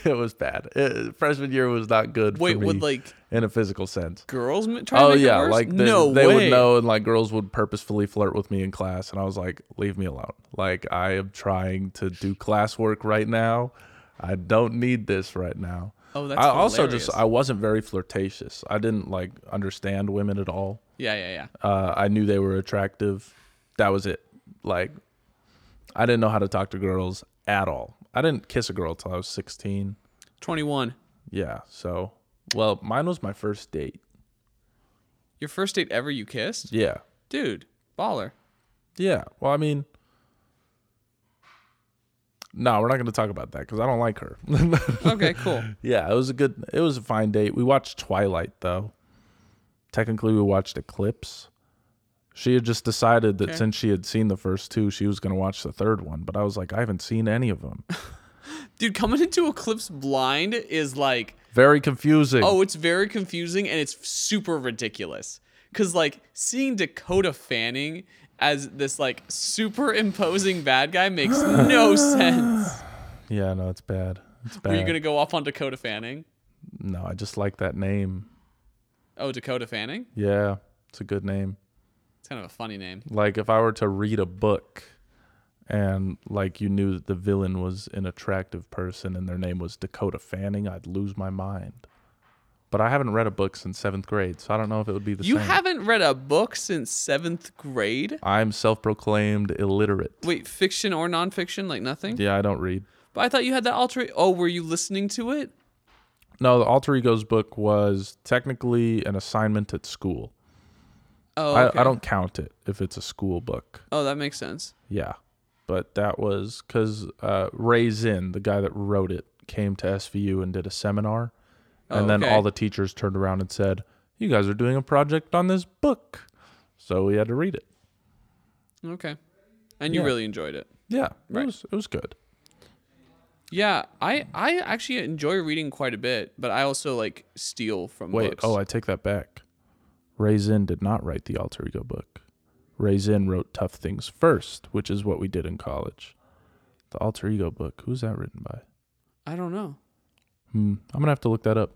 S1: it was bad It- freshman year was not good
S2: Wait,
S1: for me
S2: would like
S1: in a physical sense
S2: girls m- try
S1: oh
S2: to make
S1: yeah
S2: it worse?
S1: like they,
S2: no
S1: they
S2: way.
S1: would know and like girls would purposefully flirt with me in class and i was like leave me alone like i am trying to do classwork right now i don't need this right now
S2: Oh, that's
S1: i also just
S2: hilarious.
S1: i wasn't very flirtatious i didn't like understand women at all
S2: Yeah, yeah, yeah.
S1: uh, I knew they were attractive. That was it. Like, I didn't know how to talk to girls at all. I didn't kiss a girl till I was 16.
S2: 21.
S1: Yeah. So, well, mine was my first date.
S2: Your first date ever you kissed?
S1: Yeah.
S2: Dude, baller.
S1: Yeah. Well, I mean, no, we're not going to talk about that because I don't like her.
S2: Okay, cool.
S1: yeah, it was a good, it was a fine date. We watched Twilight though. Technically, we watched Eclipse. She had just decided that
S2: Okay.
S1: since she had seen the first two, she was going to watch the third one. But I was like, I haven't seen any of them.
S2: Dude, coming into Eclipse blind is like,
S1: Very confusing.
S2: oh, it's very confusing and it's super ridiculous. Cause like seeing Dakota Fanning as this like super imposing bad guy makes no sense.
S1: yeah, no, it's bad. It's bad.
S2: Were you gonna go off on Dakota Fanning?
S1: No, I just like that name.
S2: Oh, Dakota Fanning?
S1: Yeah, it's a good name.
S2: It's kind of a funny name.
S1: Like if I were to read a book and like you knew that the villain was an attractive person and their name was Dakota Fanning, I'd lose my mind. But I haven't read a book since seventh grade, so I don't know if it would be the
S2: You
S1: same.
S2: haven't read a book since seventh grade?
S1: I'm self proclaimed illiterate.
S2: Wait, fiction or nonfiction? Like nothing?
S1: Yeah, I don't read.
S2: But I thought you had that alter. Oh, were you listening to it?
S1: No, the alter egos book was technically an assignment at school.
S2: Oh, okay.
S1: I, I don't count it if it's a school book.
S2: Oh, that makes sense.
S1: Yeah. But that was because uh, Ray Zinn, the guy that wrote it, came to SVU and did a seminar. And
S2: Oh,
S1: then
S2: okay.
S1: all the teachers turned around and said, You guys are doing a project on this book. So we had to read it.
S2: Okay, and you
S1: Yeah.
S2: really enjoyed it.
S1: Yeah.
S2: Right.
S1: It, was, it was good.
S2: Yeah, I I actually enjoy reading quite a bit, but I also like steal from
S1: Wait.
S2: books.
S1: Oh, I take that back. Ray Zinn did not write the alter ego book. Ray Zinn wrote Tough Things First, which is what we did in college. The alter ego book. Who's that written by?
S2: I don't know.
S1: Hmm. I'm gonna have to look that up.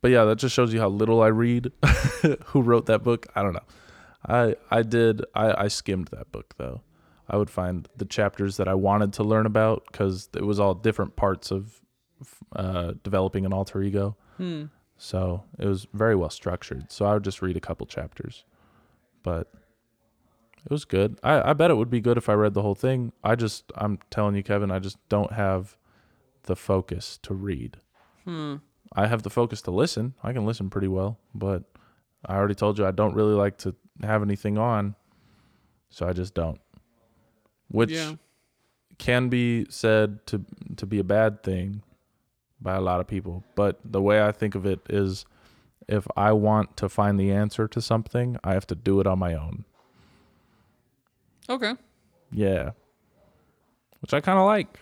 S1: But yeah, that just shows you how little I read. Who wrote that book? I don't know. I I did I, I skimmed that book though. I would find the chapters that I wanted to learn about because it was all different parts of uh, developing an alter ego. So it was very well structured. So I would just read a couple chapters, but it was good. I, I bet it would be good if I read the whole thing. I just I'm telling you, Kevin, I just don't have the focus to read. I have the focus to listen. I can listen pretty well, but I already told you I don't really like to have anything on, so I just don't. Which
S2: Yeah.
S1: can be said to to be a bad thing by a lot of people, but the way I think of it is if I want to find the answer to something, I have to do it on my own.
S2: Okay,
S1: Yeah. Which I kind of like.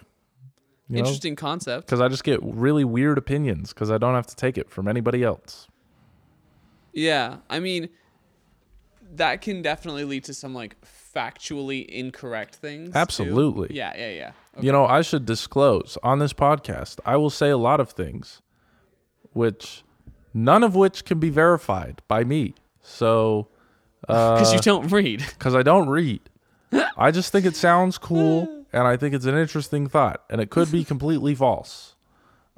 S1: You know?
S2: interesting concept.
S1: because I just get really weird opinions because I don't have to take it from anybody else.
S2: Yeah, I mean, that can definitely lead to some like factually incorrect things. too.
S1: Absolutely.
S2: Yeah, yeah, yeah. Okay.
S1: You know, I should disclose on this podcast, I will say a lot of things, which none of which can be verified by me. So, Uh,
S2: Because you don't read.
S1: because I don't read, I just think it sounds cool and I think it's an interesting thought, and it could be completely false.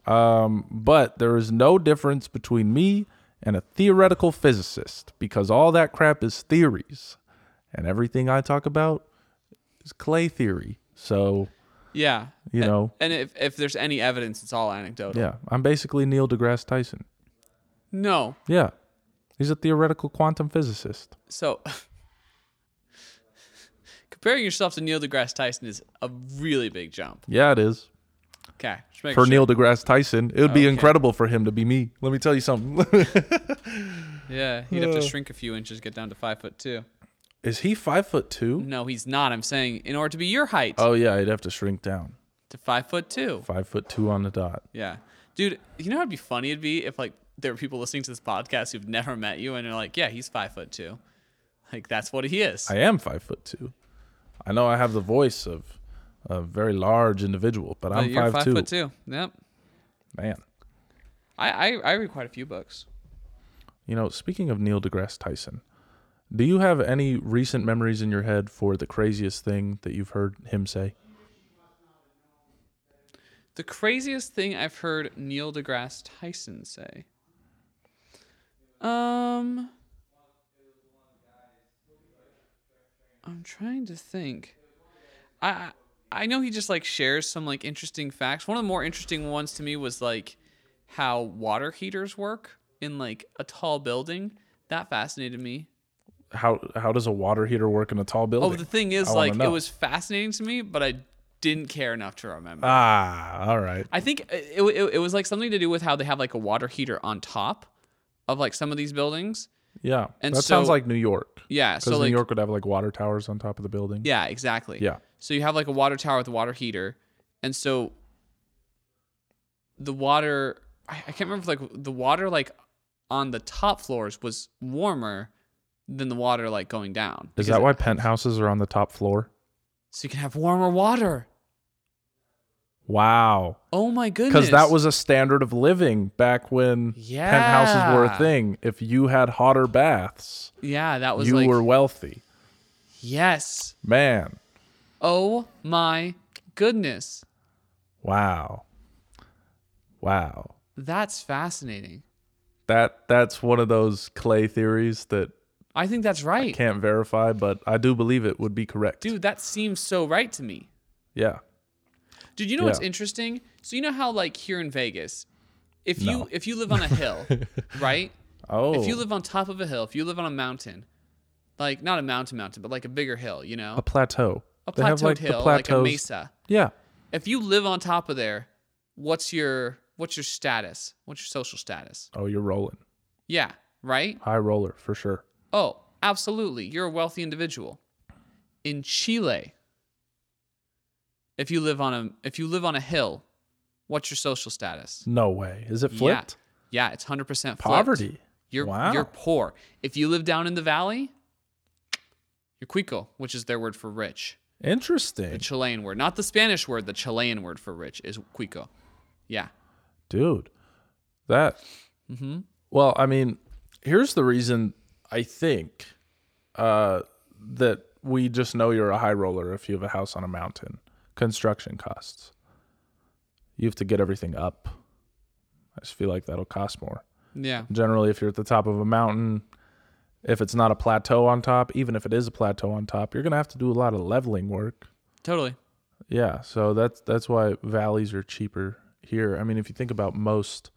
S1: Um, but there is no difference between me and a theoretical physicist because all that crap is theories, and everything I talk about is clay theory. So,
S2: yeah.
S1: you
S2: A-
S1: know.
S2: And if, if there's any evidence, it's all anecdotal.
S1: Yeah, I'm basically Neil deGrasse Tyson.
S2: No.
S1: Yeah, he's a theoretical quantum physicist.
S2: So comparing yourself to Neil deGrasse Tyson is a really big jump.
S1: Yeah, it is.
S2: Okay. just making
S1: For
S2: sure.
S1: Neil deGrasse Tyson, it would be
S2: Okay.
S1: incredible for him to be me. Let me tell you something.
S2: Yeah, he'd have to shrink a few inches, get down to five foot two.
S1: is he five foot two?
S2: No, he's not. I'm saying in order to be your height
S1: Oh yeah, he'd have to shrink down.
S2: to five foot two.
S1: Five foot two on the dot.
S2: Yeah. Dude, you know what'd be funny it'd be if like there were people listening to this podcast who've never met you and they're like, Yeah, he's five foot two. Like that's what he is.
S1: I am five foot two. I know I have the voice of a very large individual, but
S2: But
S1: I'm
S2: you're
S1: five, two.
S2: foot two. Yep.
S1: Man,
S2: I, I, I read quite a few books.
S1: you know, speaking of Neil deGrasse Tyson, do you have any recent memories in your head for the craziest thing that you've heard him say?
S2: The craziest thing I've heard Neil deGrasse Tyson say. Um, I'm trying to think. I I- I know he just like shares some like interesting facts. One of the more interesting ones to me was like how water heaters work in like a tall building. That fascinated me.
S1: How how does a water heater work in a tall building?
S2: Oh, the thing is,
S1: I wanna
S2: like, it
S1: know.
S2: was fascinating to me, but I didn't care enough to remember.
S1: ah, all right.
S2: I think uh, it, it, it was like something to do with how they have like a water heater on top of like some of these buildings.
S1: Yeah,
S2: and
S1: that sounds
S2: so-
S1: like New York.
S2: Yeah.
S1: because
S2: So, like,
S1: New York would have like water towers on top of the building.
S2: yeah, exactly.
S1: Yeah.
S2: So you have like a water tower with a water heater, and so the water I, I can't remember if, like the water like on the top floors was warmer than the water like going down.
S1: Is
S2: because
S1: that
S2: it-
S1: why penthouses are on the top floor?
S2: So you can have warmer water.
S1: Wow.
S2: Oh my goodness.
S1: Because that was a standard of living back when penthouses were a
S2: Yeah.
S1: thing. If you had hotter baths,
S2: yeah, that was
S1: you
S2: like
S1: were wealthy.
S2: yes.
S1: Man,
S2: Oh my goodness.
S1: wow. Wow.
S2: That's fascinating.
S1: That that's one of those clay theories that
S2: I think that's right.
S1: can't verify, but I do believe it would be correct.
S2: Dude, that seems so right to me.
S1: Yeah.
S2: Dude, you know what's
S1: Yeah.
S2: interesting? So you know how like here in Vegas, if
S1: No.
S2: you if you live on a hill, right?
S1: Oh.
S2: If you live on top of a hill, if you live on a mountain, like not a mountain mountain, but like a bigger hill, you know,
S1: a plateau.
S2: a
S1: They have,
S2: plateaued
S1: like, the
S2: hill, like a
S1: plateaus.
S2: mesa.
S1: Yeah.
S2: If you live on top of there, what's your what's your status? What's your social status?
S1: Oh, you're rolling.
S2: Yeah, right.
S1: High roller for sure.
S2: Oh, absolutely, you're a wealthy individual. In Chile, if you live on a if you live on a hill, what's your social status?
S1: No way. Is it flipped?
S2: Yeah, yeah it's hundred percent
S1: Poverty.
S2: You're
S1: Wow.
S2: you're poor. If you live down in the valley, you're cuico, which is their word for rich, the
S1: Interesting.
S2: Chilean word, not the Spanish word. The Chilean word for rich is cuico. Yeah,
S1: Dude. That
S2: mm-hmm.
S1: Well, I mean, here's the reason I think uh, that we just know you're a high roller if you have a house on a mountain. Construction costs. You have to get everything up. I just feel like that'll cost more.
S2: yeah,
S1: Generally, if you're at the top of a mountain, if it's not a plateau on top, even if it is a plateau on top, you're gonna have to do a lot of leveling work.
S2: totally.
S1: Yeah, so that's that's why valleys are cheaper here. I mean, if you think about most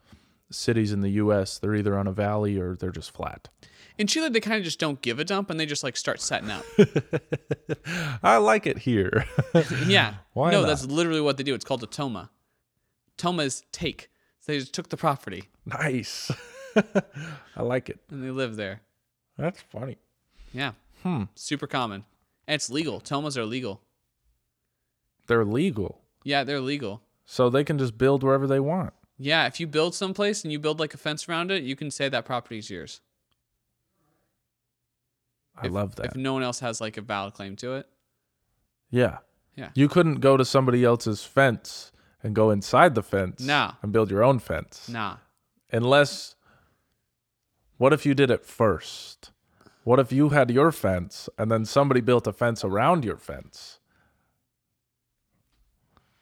S1: cities in the U.S., they're either on a valley or they're just flat.
S2: In Chile, they kind of just don't give a dump, and they just like start setting up.
S1: I like it here.
S2: yeah,
S1: Why
S2: no,
S1: not?
S2: that's literally what they do. It's called a toma. Toma is take. So they just took the property
S1: nice. I like it.
S2: and they live there.
S1: That's funny.
S2: Yeah, hmm. super common, and it's legal. Tomas are legal.
S1: They're legal,
S2: Yeah, they're legal.
S1: so they can just build wherever they want.
S2: Yeah, if you build someplace and you build like a fence around it, you can say that property's yours.
S1: I love that.
S2: If no one else has like a valid claim to it.
S1: yeah.
S2: Yeah.
S1: You couldn't go to somebody else's fence and go inside the fence
S2: Nah.
S1: and build your own fence.
S2: Nah.
S1: Unless what if you did it first? What if you had your fence and then somebody built a fence around your fence?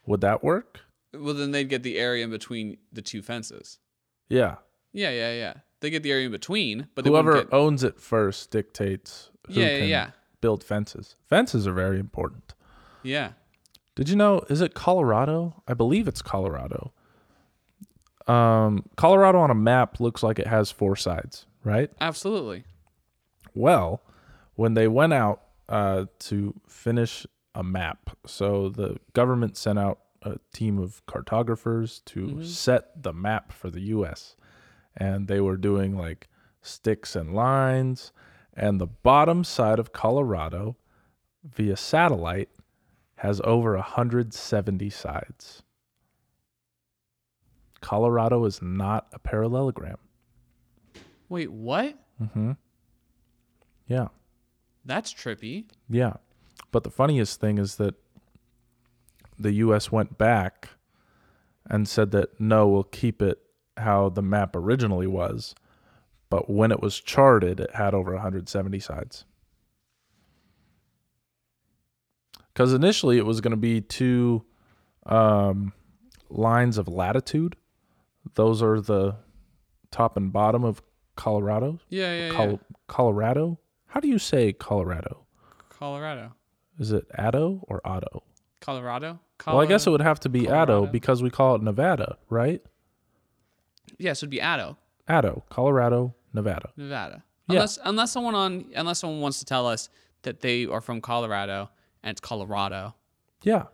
S1: Would that work?
S2: Well, then they'd get the area in between the two fences.
S1: Yeah.
S2: Yeah, yeah, yeah. They get the area in between, but they wouldn't
S1: whoever
S2: get-
S1: owns it first dictates who
S2: Yeah, yeah,
S1: can
S2: yeah.
S1: build fences. Fences are very important.
S2: yeah.
S1: Did you know? Is it Colorado? I believe it's Colorado. Um, Colorado on a map looks like it has four sides, right?
S2: Absolutely.
S1: Well, when they went out uh, to finish a map, so the government sent out a team of cartographers to set the map for the US. And they were doing like sticks and lines. And the bottom side of Colorado via satellite has over 170 sides. Colorado is not a parallelogram.
S2: Wait, what?
S1: Yeah.
S2: That's trippy.
S1: Yeah. But the funniest thing is that the US went back and said that no, we'll keep it how the map originally was. But when it was charted, it had over 170 sides. Because initially it was going to be two um, lines of latitude. Those are the top and bottom of Colorado.
S2: Yeah, yeah, yeah.
S1: Col- Colorado? How do you say Colorado?
S2: Colorado.
S1: Is it Addo or Otto?
S2: Colorado?
S1: Well, I guess it
S2: Colorado?
S1: would have to be Addo
S2: Oh, Colorado.
S1: because we call it Nevada, right?
S2: yeah, so it'd be Addo,
S1: Addo, Colorado, Nevada.
S2: Nevada.
S1: Yeah.
S2: Unless unless someone on unless someone wants to tell us that they are from Colorado and it's Colorado.
S1: Yeah.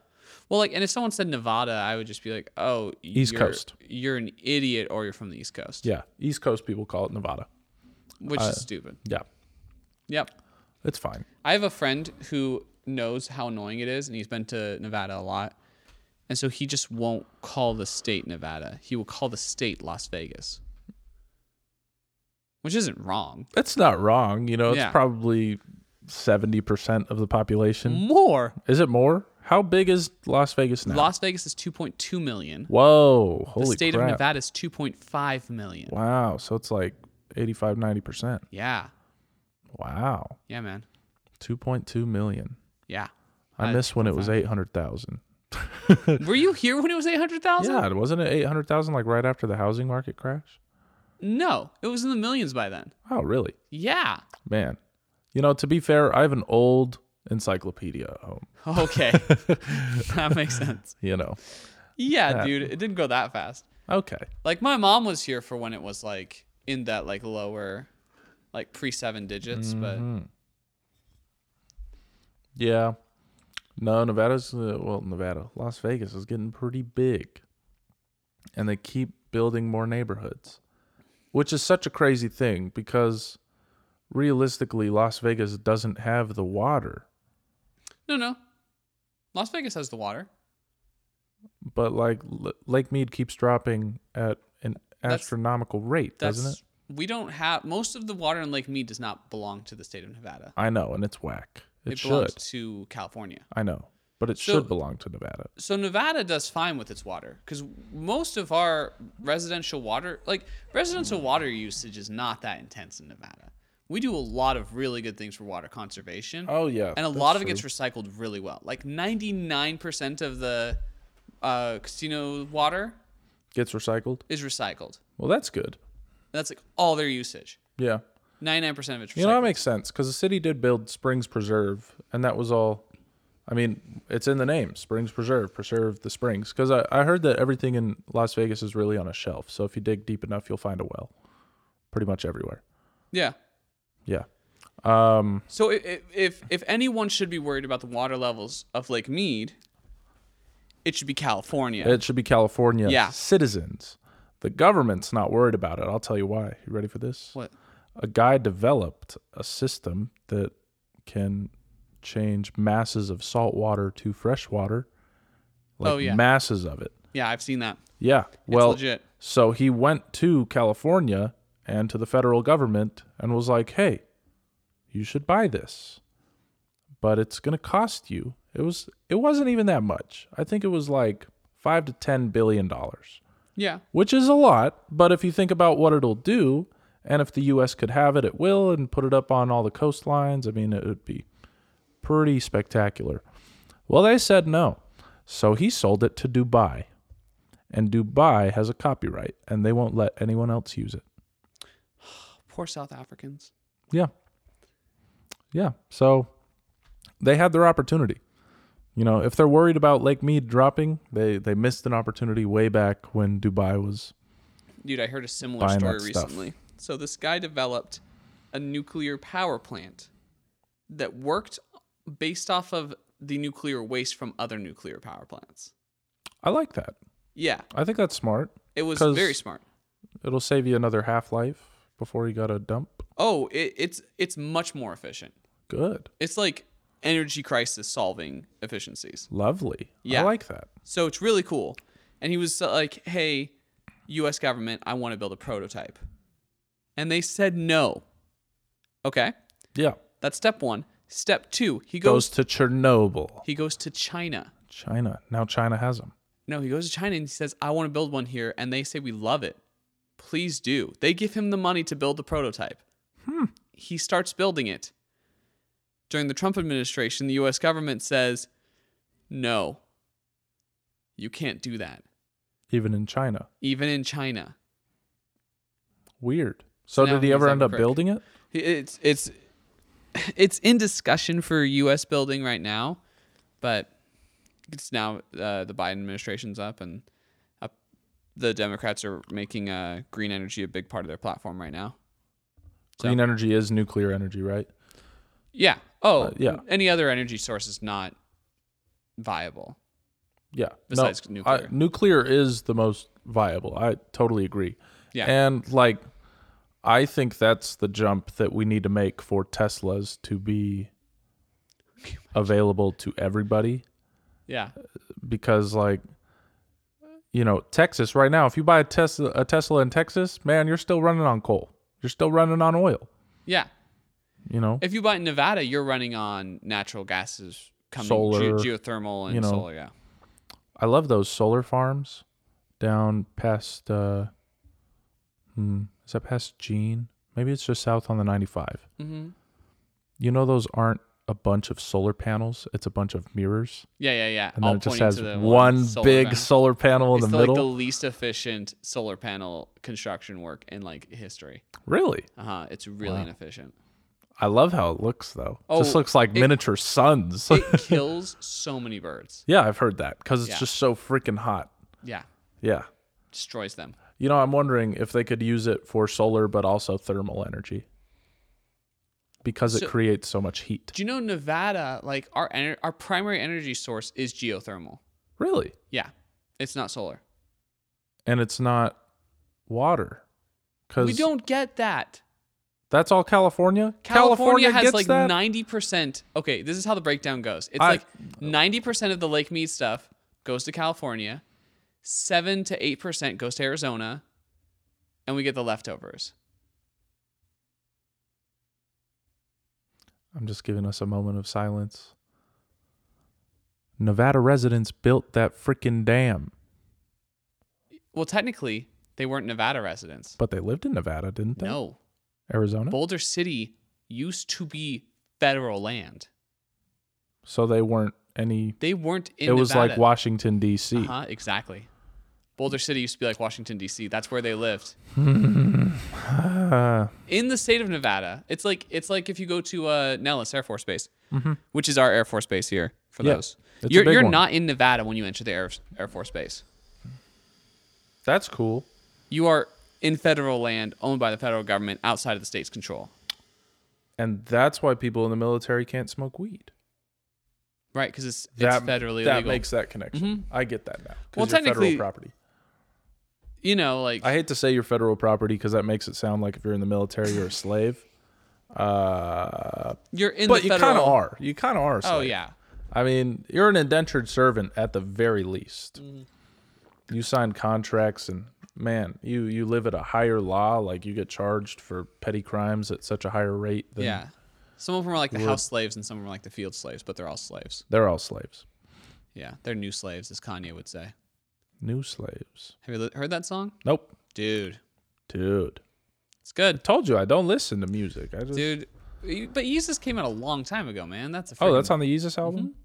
S2: Well, like, and if someone said Nevada, I would just be like, "Oh,
S1: East
S2: you're-
S1: Coast.
S2: You're an idiot, or you're from the East Coast."
S1: Yeah. East Coast people call it Nevada.
S2: which is stupid.
S1: Yeah.
S2: Yep.
S1: It's fine.
S2: I have a friend who knows how annoying it is, and he's been to Nevada a lot, and so he just won't call the state Nevada. He will call the state Las Vegas, which isn't wrong.
S1: It's not wrong. You know, it's
S2: Yeah.
S1: probably 70% of the
S2: Mm-hmm.
S1: population.
S2: More.
S1: Is it more? How big is Las Vegas now?
S2: Las Vegas is 2.2 million.
S1: Whoa. Holy
S2: the state
S1: crap.
S2: of Nevada is 2.5 million.
S1: Wow. So it's like 85, 90%.
S2: Yeah.
S1: Wow.
S2: Yeah, man.
S1: 2.2 million.
S2: Yeah.
S1: I
S2: Uh,
S1: miss when it was 800,000.
S2: Were you here when it was 800,000?
S1: Yeah. Wasn't it 800,000 like right after the housing market crash?
S2: No, it was in the millions by then.
S1: Oh, really?
S2: Yeah.
S1: Man. You know, to be fair, I have an old encyclopedia at home,
S2: Okay. that makes sense.
S1: you know.
S2: Yeah, dude, it didn't go that fast.
S1: Okay.
S2: Like my mom was here for when it was like in that like lower like pre 7 digits,
S1: Mm-hmm.
S2: but
S1: Yeah. No, Nevada's uh, well, Nevada, Las Vegas is getting pretty big, and they keep building more neighborhoods, which is such a crazy thing because realistically, Las Vegas doesn't have the water,
S2: No, no. Las Vegas has the water.
S1: but like L- Lake Mead keeps dropping at an
S2: That's-
S1: astronomical rate,
S2: That's
S1: doesn't it?
S2: we don't have most of the water in Lake Mead does not belong to the state of Nevada.
S1: I know, and it's whack. It,
S2: It belongs
S1: should.
S2: to California.
S1: I know, but it
S2: So-
S1: should belong to Nevada.
S2: so Nevada does fine with its water because most of our residential water, like residential water usage, is not that intense in Nevada. We do a lot of really good things for water conservation.
S1: Oh, yeah,
S2: and a
S1: that's
S2: lot of it gets
S1: true.
S2: recycled really well. Like ninety nine percent of the uh, casino water
S1: Gets recycled.
S2: is recycled.
S1: Well, that's good.
S2: That's like all their usage.
S1: Yeah.
S2: Ninety nine percent of it's recycled.
S1: You know, that makes sense because the city did build Springs Preserve, and that was all. I mean, it's in the name Springs Preserve, preserve the springs. Because I, I heard that everything in Las Vegas is really on a shelf. So if you dig deep enough, you'll find a well pretty much everywhere.
S2: yeah.
S1: Yeah.
S2: So i- i- if if anyone should be worried about the water levels of Lake Mead, it should be California.
S1: It should be California
S2: Yeah.
S1: citizens. The government's not worried about it. I'll tell you why. You ready for this?
S2: what?
S1: A guy developed a system that can change masses of salt water to fresh water. Like
S2: Oh, yeah.
S1: masses of it.
S2: Yeah, I've seen that.
S1: Yeah. Well,
S2: legit.
S1: so he went to California and to the federal government and was like, "Hey, you should buy this, but it's going to cost you." It was it wasn't even that much. I think it was like 5 to 10 billion dollars,
S2: Yeah.
S1: which is a lot, but if you think about what it'll do and if the US could have it, it will and put it up on all the coastlines, I mean, it would be pretty spectacular. Well, they said no. So he sold it to Dubai. And Dubai has a copyright and they won't let anyone else use it.
S2: Poor South Africans.
S1: Yeah. Yeah. So they had their opportunity. You know, if they're worried about Lake Mead dropping, they they missed an opportunity way back when Dubai was
S2: Dude, I heard a similar
S1: Buying
S2: story
S1: that stuff.
S2: recently. So this guy developed a nuclear power plant that worked based off of the nuclear waste from other nuclear power plants.
S1: I like that.
S2: Yeah.
S1: I think that's smart.
S2: It was
S1: 'Cause-
S2: very smart.
S1: It'll save you another half life before you got to dump.
S2: Oh, it, it's it's much more efficient.
S1: Good.
S2: It's like energy crisis solving efficiencies.
S1: Lovely.
S2: Yeah.
S1: I like that.
S2: So it's really cool. And he was uh, like, "Hey, U.S. government, I want to build a prototype," and they said no. Okay,
S1: Yeah.
S2: that's step one. Step two, he goes.
S1: Goes to Chernobyl,
S2: he goes to China.
S1: China. Now China has them.
S2: No, he goes to China and he says, "I want to build one here," and they say, "We love it. Please do." They give him the money to build the prototype. He starts building it. During the Trump administration, the U.S. government says, "No, you can't do that."
S1: Even in China.
S2: Even in China.
S1: Weird. So
S2: Now
S1: did he
S2: he's
S1: ever
S2: on
S1: end
S2: the
S1: up
S2: crick.
S1: building it?
S2: it's it's it's in discussion for U.S. building right now, but it's now uh, the Biden administration's up, and uh, the Democrats are making uh, green energy a big part of their platform right now.
S1: Green energy is nuclear energy, right?
S2: Yeah. Oh,
S1: Uh, yeah.
S2: Any other energy source is not viable.
S1: Yeah.
S2: Besides
S1: no,
S2: nuclear.
S1: I- nuclear is the most viable. I totally agree.
S2: Yeah.
S1: And like, I think that's the jump that we need to make for Teslas to be available to everybody
S2: Yeah.
S1: because like you know Texas right now if you buy a Tesla a Tesla in Texas man you're still running on coal you're still running on oil
S2: Yeah.
S1: you know
S2: If you buy in Nevada, you're running on natural gases coming
S1: Solar,
S2: ge- geothermal and
S1: you know.
S2: solar. Yeah.
S1: I love those solar farms down past uh hmm, is that past Gene? Maybe it's just south on the 95.
S2: Mm-hmm.
S1: You know those aren't a bunch of solar panels, it's a bunch of mirrors
S2: Yeah, yeah, yeah.
S1: and
S2: All
S1: then it just
S2: pointing
S1: has
S2: to the
S1: one
S2: solar
S1: big
S2: panel.
S1: solar panel in
S2: it's
S1: the
S2: like
S1: middle.
S2: the least efficient solar panel construction work in like history.
S1: Really?
S2: Uh huh. It's really inefficient.
S1: I love how it looks though. just
S2: Oh,
S1: looks like miniature suns.
S2: It kills so many birds.
S1: yeah, I've heard that cuz it's
S2: Yeah.
S1: just so freaking hot.
S2: Yeah,
S1: Yeah.
S2: destroys them.
S1: You know, I'm wondering if they could use it for solar but also thermal energy because
S2: So-
S1: it creates so much heat.
S2: Do you know Nevada? Like our ener- our primary energy source is geothermal.
S1: Really?
S2: Yeah, it's not solar.
S1: and it's not water
S2: We
S1: because
S2: don't get that.
S1: that's all california
S2: California, has
S1: gets
S2: like
S1: that?
S2: ninety percent. Okay, this is how the breakdown goes. It's
S1: I-
S2: like ninety percent of the Lake Mead stuff goes to California, seven to eight percent goes to Arizona, and we get the leftovers.
S1: i'm just giving us a moment of silence nevada residents built that freaking dam
S2: Well, technically, they weren't Nevada residents.
S1: but they lived in nevada didn't they
S2: No,
S1: arizona
S2: Boulder City used to be federal land.
S1: so they weren't any
S2: They weren't in.
S1: it was like
S2: Nevada.
S1: washington d.c
S2: Uh-huh, exactly. Boulder City used to be like Washington D.C. That's where they lived. In the state of Nevada, it's like it's like if you go to uh, Nellis Air Force Base, which is our Air Force Base here. For
S1: Mm-hmm. Yeah,
S2: those,
S1: it's a
S2: you're
S1: big
S2: you're
S1: one.
S2: not in Nevada when you enter the Air, Air Force Base.
S1: that's cool
S2: You are in federal land owned by the federal government outside of the state's control.
S1: and that's why people in the military can't smoke weed
S2: Right, because it's, it's
S1: that,
S2: federally
S1: that
S2: legal.
S1: makes that connection i get that now 'cause
S2: Well,
S1: you're
S2: technically-
S1: federal property
S2: you know, like
S1: I hate to say you're federal property because that makes it sound like if you're in the military you're a slave. Uh,
S2: you're in
S1: but
S2: the
S1: you
S2: federal.
S1: kind of are. You kind of are. A slave.
S2: Oh yeah,
S1: I mean, you're an indentured servant at the very least.
S2: Mm-hmm.
S1: You sign contracts, and man, you you live at a higher law. Like you get charged for petty crimes at such a higher rate. Than
S2: yeah. Some of them are like the house slaves, and some of them are like the field slaves, but they're all slaves.
S1: They're all slaves.
S2: Yeah, they're new slaves, as Kanye would say.
S1: New slaves.
S2: Have you li- heard that song?
S1: Nope,
S2: Dude,
S1: dude.
S2: it's good.
S1: Told you I don't listen to music. I just.
S2: Dude, you- but Jesus came out a long time ago, man. That's a
S1: Oh,
S2: freaking- Mm-hmm.
S1: that's on the Yeezus album?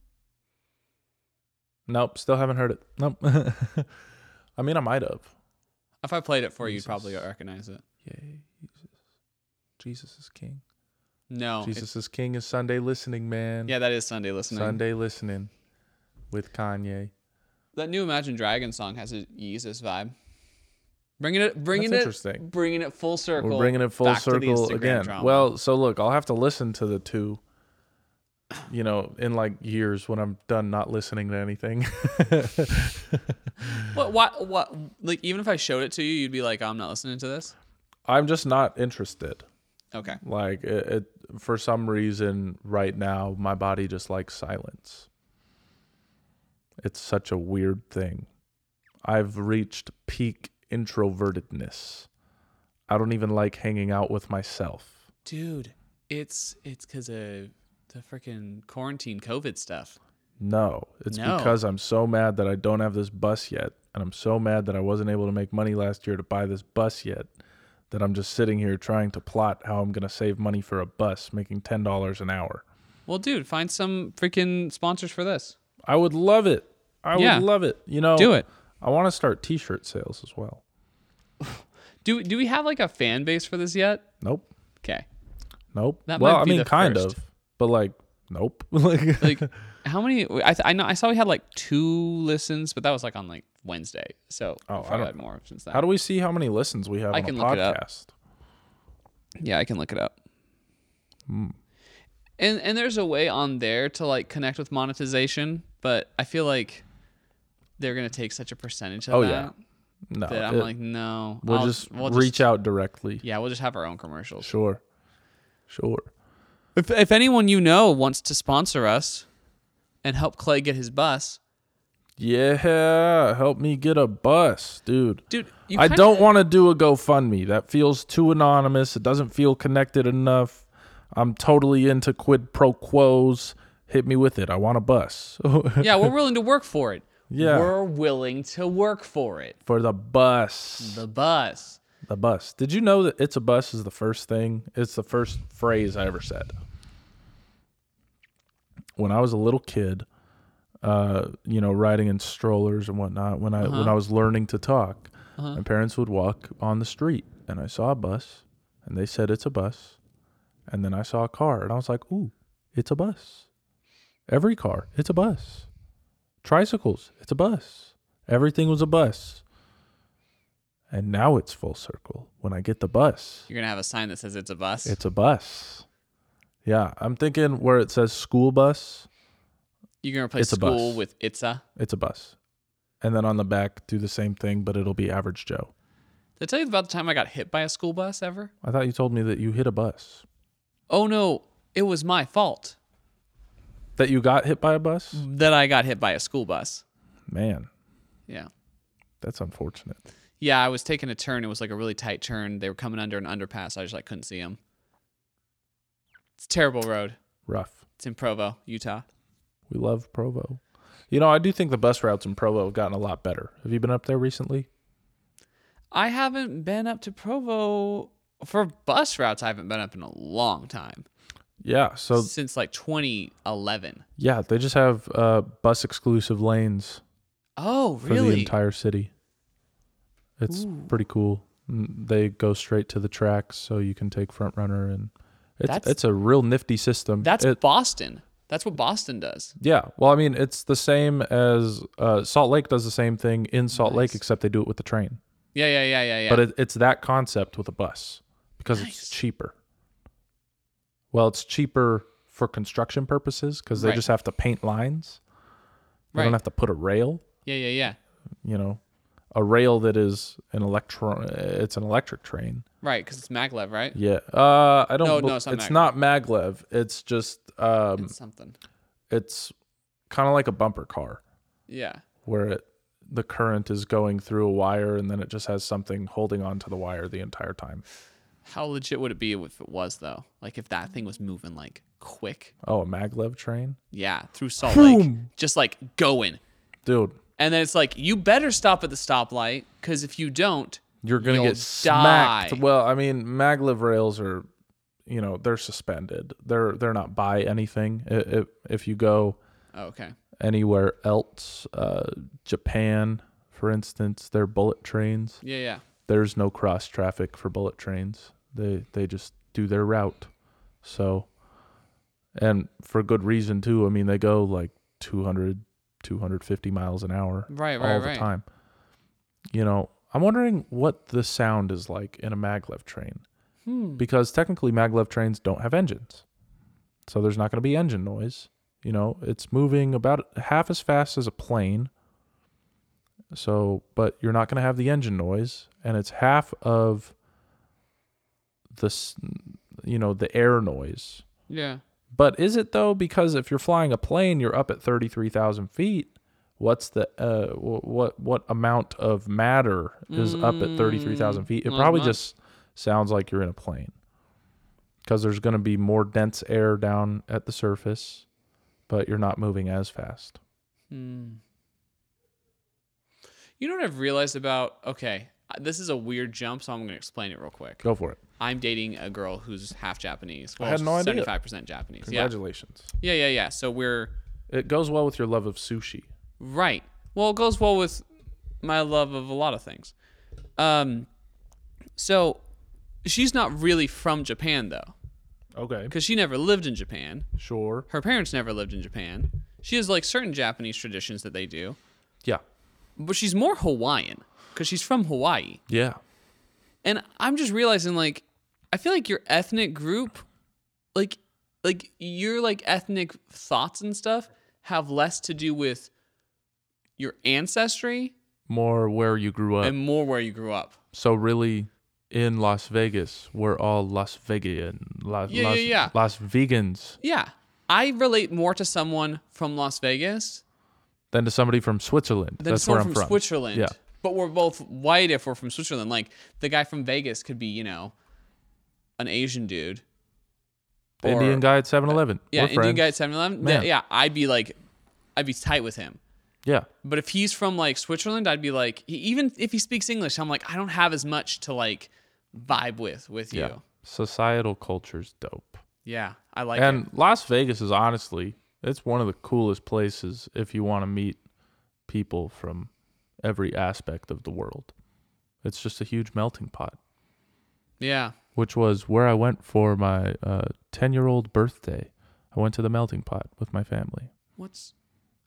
S1: Nope, still haven't heard it. Nope. I mean, I might have.
S2: If I played it for you, you'd probably recognize it.
S1: Yay, Jesus. Jesus is King.
S2: No. it-
S1: Jesus is King is Sunday listening, man.
S2: yeah, that is Sunday listening.
S1: Sunday listening with Kanye.
S2: That new Imagine Dragon song has a Yeezus vibe. Bringing it, bringing
S1: That's
S2: it,
S1: interesting.
S2: bringing it full circle.
S1: We're bringing it full
S2: back to the
S1: circle
S2: Instagram
S1: again.
S2: drama.
S1: Well, so look, I'll have to listen to the two, you know, in like years when I'm done not listening to anything.
S2: what, what, what? Like, even if I showed it to you, you'd be like, "I'm not listening to this."
S1: I'm just not interested.
S2: Okay.
S1: Like it, it for some reason right now my body just likes silence. It's such a weird thing. I've reached peak introvertedness. I don't even like hanging out with myself.
S2: Dude, it's it's because of the freaking quarantine COVID stuff.
S1: No, it's
S2: No.
S1: because I'm so mad that I don't have this bus yet and I'm so mad that I wasn't able to make money last year to buy this bus yet that I'm just sitting here trying to plot how I'm going to save money for a bus making $10 an hour.
S2: Well, dude, find some freaking sponsors for this.
S1: I would love it. I
S2: Yeah.
S1: would love it. You know,
S2: Do it.
S1: I want to start T-shirt sales as well.
S2: Do do we have like a fan base for this yet?
S1: Nope,
S2: Okay.
S1: nope.
S2: That
S1: well,
S2: might
S1: I
S2: be
S1: mean,
S2: the
S1: kind
S2: first.
S1: of, but like Nope. like,
S2: Like, how many? I, th- I know I saw we had like two listens, but that was like on like Wednesday. So
S1: Oh, I
S2: probably
S1: don't-
S2: had more since then.
S1: how do we see how many listens we have
S2: I
S1: on
S2: can
S1: a
S2: look it up.
S1: podcast?
S2: Yeah, I can look it up. And and there's a way on there to like connect with monetization, but I feel like they're gonna take such a percentage of
S1: Oh,
S2: that
S1: yeah. No,
S2: that I'm
S1: it-
S2: like, no.
S1: we'll
S2: I'll-
S1: just
S2: we'll
S1: reach out directly.
S2: Yeah, we'll just have our own commercials.
S1: Sure, sure.
S2: If if anyone you know wants to sponsor us and help Clay get his bus,
S1: Yeah, help me get a bus, dude.
S2: dude, you
S1: I
S2: kinda-
S1: don't want to do a GoFundMe. That feels too anonymous. It doesn't feel connected enough. I'm totally into quid pro quos. Hit me with it. I want a bus
S2: Yeah, we're willing to work for it.
S1: Yeah.
S2: We're willing to work for it.
S1: for the bus.
S2: The bus.
S1: The bus. Did you know that it's a bus is the first thing? It's the first phrase I ever said. When I was a little kid, uh, you know, riding in strollers and whatnot, when I when I was learning to talk, my parents would walk on the street and I saw a bus and they said it's a bus. And then I saw a car and I was like, ooh, it's a bus. Every car, it's a bus. Tricycles, it's a bus. Everything was a bus. And now it's full circle. When I get the bus,
S2: You're gonna have a sign that says it's a bus.
S1: it's a bus. Yeah, I'm thinking where it says school bus,
S2: You're gonna replace
S1: it's a
S2: school
S1: bus.
S2: with it's a.
S1: it's a bus. And then on the back, do the same thing, but it'll be average Joe.
S2: Did I tell you about the time I got hit by a school bus ever?
S1: I thought you told me that you hit a bus.
S2: Oh no, it was my fault
S1: That you got hit by a bus?
S2: that I got hit by a school bus.
S1: Man,
S2: Yeah.
S1: that's unfortunate.
S2: Yeah, I was taking a turn. It was like a really tight turn. They were coming under an underpass. I just like couldn't see them. It's a terrible road.
S1: Rough.
S2: It's in Provo, Utah.
S1: We love Provo. You know, I do think the bus routes in Provo have gotten a lot better. Have you been up there recently?
S2: I haven't been up to Provo for bus routes. I haven't been up in a long time
S1: Yeah. So,
S2: since like 2011.
S1: yeah, they just have uh, bus exclusive lanes
S2: Oh,
S1: for the
S2: really?
S1: entire city. It's pretty cool. Mm, They go straight to the tracks so you can take front runner and it's
S2: That's-
S1: it's a real nifty system.
S2: That's
S1: It-
S2: Boston. That's what Boston does.
S1: yeah. Well, I mean, it's the same as uh, Salt Lake does the same thing in Salt Lake except they do it with the train.
S2: Yeah, yeah, yeah, yeah, yeah.
S1: But it, it's that concept with a bus because it's cheaper. Well, it's cheaper for construction purposes because they
S2: Right.
S1: just have to paint lines. They
S2: Right.
S1: don't have to put a rail.
S2: yeah, yeah, yeah.
S1: You know, a rail that is an electro. It's an electric train.
S2: Right, because it's maglev, right?
S1: Yeah. Uh, I don't.
S2: No,
S1: bel-
S2: no, it's not
S1: it's not maglev. It's just. Um,
S2: It's something.
S1: it's kind of like a bumper car
S2: Yeah.
S1: where it the current is going through a wire and then it just has something holding onto the wire the entire time.
S2: How legit would it be if it was though? Like if that thing was moving like quick,
S1: Oh, a maglev train,
S2: yeah, through Salt Lake,
S1: Boom.
S2: just like going,
S1: dude.
S2: and then it's like you better stop at the stoplight because if you don't,
S1: you're gonna
S2: You'll
S1: get smacked.
S2: die.
S1: Well, I mean, maglev rails are, you know, they're suspended. They're they're not by anything. If if you go
S2: oh, okay,
S1: anywhere else, uh, Japan, for instance, they're bullet trains.
S2: yeah, yeah,
S1: There's no cross traffic for bullet trains. They they just do their route. So, and for good reason too. I mean, they go like 200, 250 miles an hour
S2: right, right,
S1: all
S2: right.
S1: the time. You know, I'm wondering what the sound is like in a maglev train
S2: Hmm.
S1: because technically maglev trains don't have engines. So there's not going to be engine noise. You know, it's moving about half as fast as a plane. So, but you're not going to have the engine noise and it's half of the s- you know, the air noise.
S2: Yeah,
S1: But is it though? Because if you're flying a plane, you're up at thirty-three thousand feet. What's the uh, wh- what what amount of matter is up at thirty-three thousand feet? It probably just sounds like you're in a plane because there's going to be more dense air down at the surface, but you're not moving as fast.
S2: you know what I've realized about? Okay, uh, this is a weird jump, so I'm gonna explain it real quick.
S1: Go for it!
S2: I'm dating a girl who's half Japanese. Well,
S1: had no idea.
S2: Seventy-five percent Japanese. Yeah,
S1: Congratulations!
S2: yeah, yeah, yeah. So we're
S1: It goes well with your love of sushi.
S2: Right. Well, it goes well with my love of a lot of things. Um, so she's not really from Japan though.
S1: Okay.
S2: because she never lived in Japan.
S1: Sure.
S2: Her parents never lived in Japan. She has like certain Japanese traditions that they do,
S1: Yeah.
S2: but she's more Hawaiian because she's from Hawaii.
S1: Yeah.
S2: And I'm just realizing like I feel like your ethnic group like like your like ethnic thoughts and stuff have less to do with your ancestry
S1: More where you grew up.
S2: and more where you grew up.
S1: so really in Las Vegas, we're all Las Vegan Las
S2: Yeah, yeah,
S1: Las,
S2: yeah.
S1: Las vegans
S2: Yeah. I relate more to someone from Las Vegas
S1: than to somebody from Switzerland.
S2: than
S1: That's where
S2: someone
S1: I'm
S2: from,
S1: from.
S2: Switzerland.
S1: Yeah.
S2: But we're both white if we're from Switzerland. Like the guy from Vegas could be, you know, an Asian dude.
S1: The Indian
S2: Or- Uh,
S1: guy at 7-Eleven.
S2: Yeah,
S1: we're
S2: Indian
S1: friends.
S2: guy at 7 Eleven.
S1: Man.
S2: Yeah, I'd be like, I'd be tight with him.
S1: Yeah.
S2: But if he's from like Switzerland, I'd be like, he- even if he speaks English, I'm like, I don't have as much to like vibe with with you.
S1: Yeah. Societal culture's dope.
S2: Yeah, I like it.
S1: And Las Vegas is honestly, it's one of the coolest places if you want to meet people from every aspect of the world. It's just a huge melting pot,
S2: Yeah,
S1: which was where I went for my 10 year old birthday. I went to the melting pot with my family.
S2: what's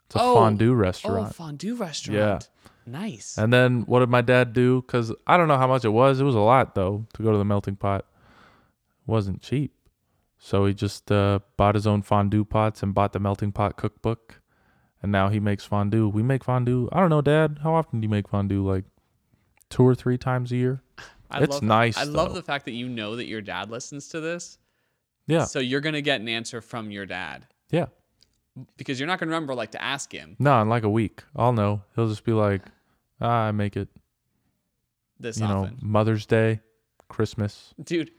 S1: It's a
S2: Oh.
S1: fondue
S2: oh
S1: restaurant.
S2: fondue restaurant? nice.
S1: and then what did my dad do? Because I don't know how much it was. It was a lot, though, to go to the melting pot. It wasn't cheap. So he just uh, bought his own fondue pots and bought the melting pot cookbook. And now he makes fondue. We make fondue. I don't know, Dad. How often do you make fondue? Like two or three times a year?
S2: I
S1: it's
S2: love,
S1: nice,
S2: I love
S1: though.
S2: the fact that you know that your dad listens to this,
S1: Yeah.
S2: so you're gonna get an answer from your dad
S1: yeah.
S2: because you're not gonna remember like to ask him
S1: No, in like a week. I'll know. He'll just be like, ah, I make it,
S2: this
S1: you know,
S2: often,
S1: Mother's Day, Christmas,
S2: dude.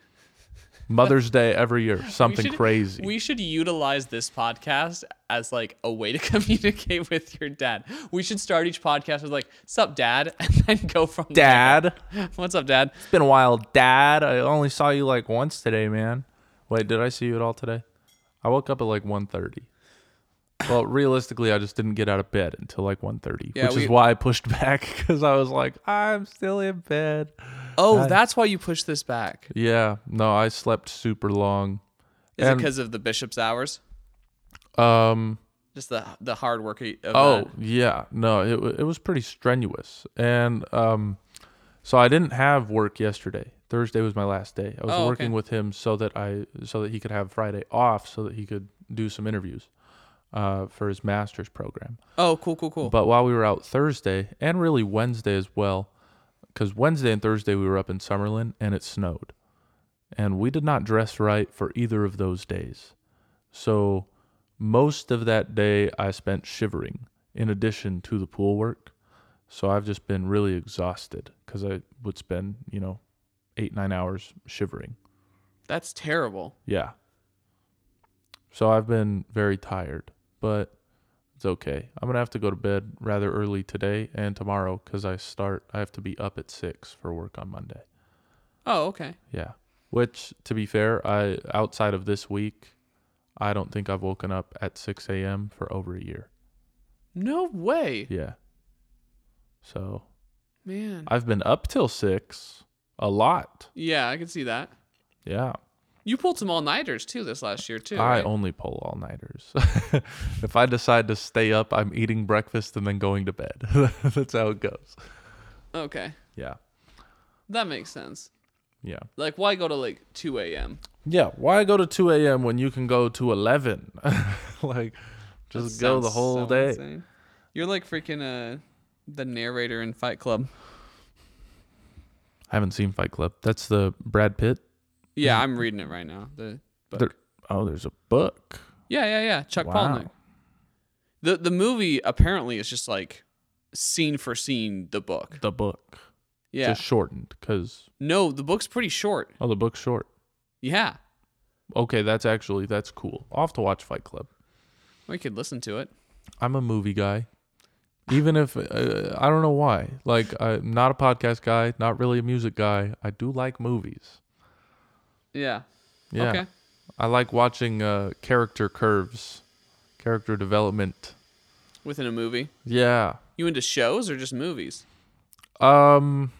S1: Mother's Day every year. Something
S2: should-
S1: crazy.
S2: We should utilize this podcast as like a way to communicate with your dad. We should start each podcast with like, "Sup, dad," and then go from
S1: Dad.
S2: there. What's up, dad?
S1: It's been a while, Dad. I only saw you like once today, man. Wait, did I see you at all today? I woke up at like 1.30. Well, realistically, I just didn't get out of bed until like 1.30,
S2: Yeah,
S1: which
S2: we-
S1: is why I pushed back because I was like, I'm still in bed.
S2: Oh, that's why you push this back.
S1: Yeah, no, I slept super long.
S2: Is it
S1: And-
S2: because of the bishop's hours?
S1: Um,
S2: Just the the hard work of
S1: oh
S2: that?
S1: yeah, no, it wa- it was pretty strenuous, and um, so I didn't have work yesterday. Thursday was my last day. I was
S2: Oh, okay.
S1: working with him so that I so that he could have Friday off, so that he could do some interviews uh, for his master's program.
S2: oh, cool, cool, cool.
S1: But while we were out Thursday and really Wednesday as well, because Wednesday and Thursday we were up in Summerlin and it snowed. And we did not dress right for either of those days. So most of that day I spent shivering in addition to the pool work. So I've just been really exhausted because I would spend, you know, eight, nine hours shivering.
S2: that's terrible.
S1: Yeah. So I've been very tired, but it's okay. I'm going to have to go to bed rather early today and tomorrow cuz I start I have to be up at 6 for work on Monday.
S2: Oh, okay.
S1: Yeah. Which to be fair, I outside of this week, I don't think I've woken up at 6 a.m. for over a year.
S2: No way,
S1: Yeah. So,
S2: man.
S1: I've been up till 6 a lot.
S2: Yeah, I can see that.
S1: Yeah.
S2: You pulled some all nighters too this last year too.
S1: I
S2: right?
S1: only pull all nighters. if I decide to stay up, I'm eating breakfast and then going to bed. That's how it goes.
S2: okay,
S1: Yeah.
S2: that makes sense.
S1: Yeah.
S2: Like, why go to like two a.m.
S1: Yeah. Why go to 2 a.m. when you can go to 11? like, just
S2: That
S1: go the
S2: sounds
S1: whole
S2: so
S1: day.
S2: insane. You're like freaking uh, the narrator in Fight Club.
S1: I haven't seen Fight Club. That's the Brad Pitt.
S2: Yeah, I'm reading it right now. The book.
S1: There- oh, there's a book.
S2: yeah, yeah, yeah. Chuck
S1: Wow.
S2: Palahniuk. The the movie apparently is just like scene for scene the book.
S1: The book.
S2: Yeah.
S1: Just shortened because,
S2: no, the book's pretty short.
S1: oh, the book's short.
S2: Yeah.
S1: Okay. That's actually, that's cool. I'll have to watch Fight Club.
S2: We could listen to it.
S1: I'm a movie guy. Even if uh, I don't know why, like I'm not a podcast guy, not really a music guy. I do like movies.
S2: Yeah.
S1: Yeah,
S2: Okay.
S1: I like watching uh, character curves, character development.
S2: Within a movie.
S1: Yeah,
S2: You into shows or just movies?
S1: um,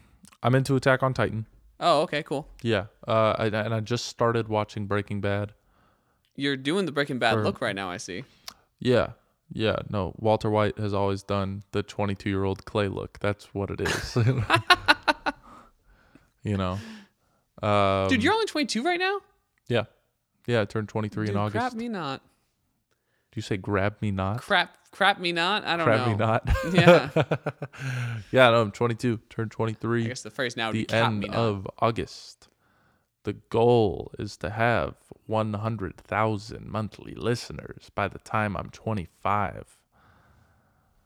S1: I'm into Attack on Titan.
S2: Oh, okay, cool.
S1: Yeah, uh, I, and I just started watching Breaking Bad.
S2: You're doing the Breaking Bad look right now. I
S1: Um,
S2: see.
S1: Yeah. Yeah. No, Walter White has always done the 22 year old Clay look. That's what it is. you know? Um,
S2: Dude, you're only 22 right now.
S1: yeah. Yeah. I turned 23 in
S2: Dude,
S1: August.
S2: Crap me not.
S1: Do you say grab me not?
S2: Crap, crap me not. I don't
S1: Grab me
S2: know.
S1: not.
S2: Yeah.
S1: yeah. No, I'm 22. Turned
S2: I
S1: 23
S2: guess the phrase now would be
S1: the
S2: cap me
S1: end
S2: not.
S1: of August. The goal is to have 100,000 monthly listeners by the time I'm 25.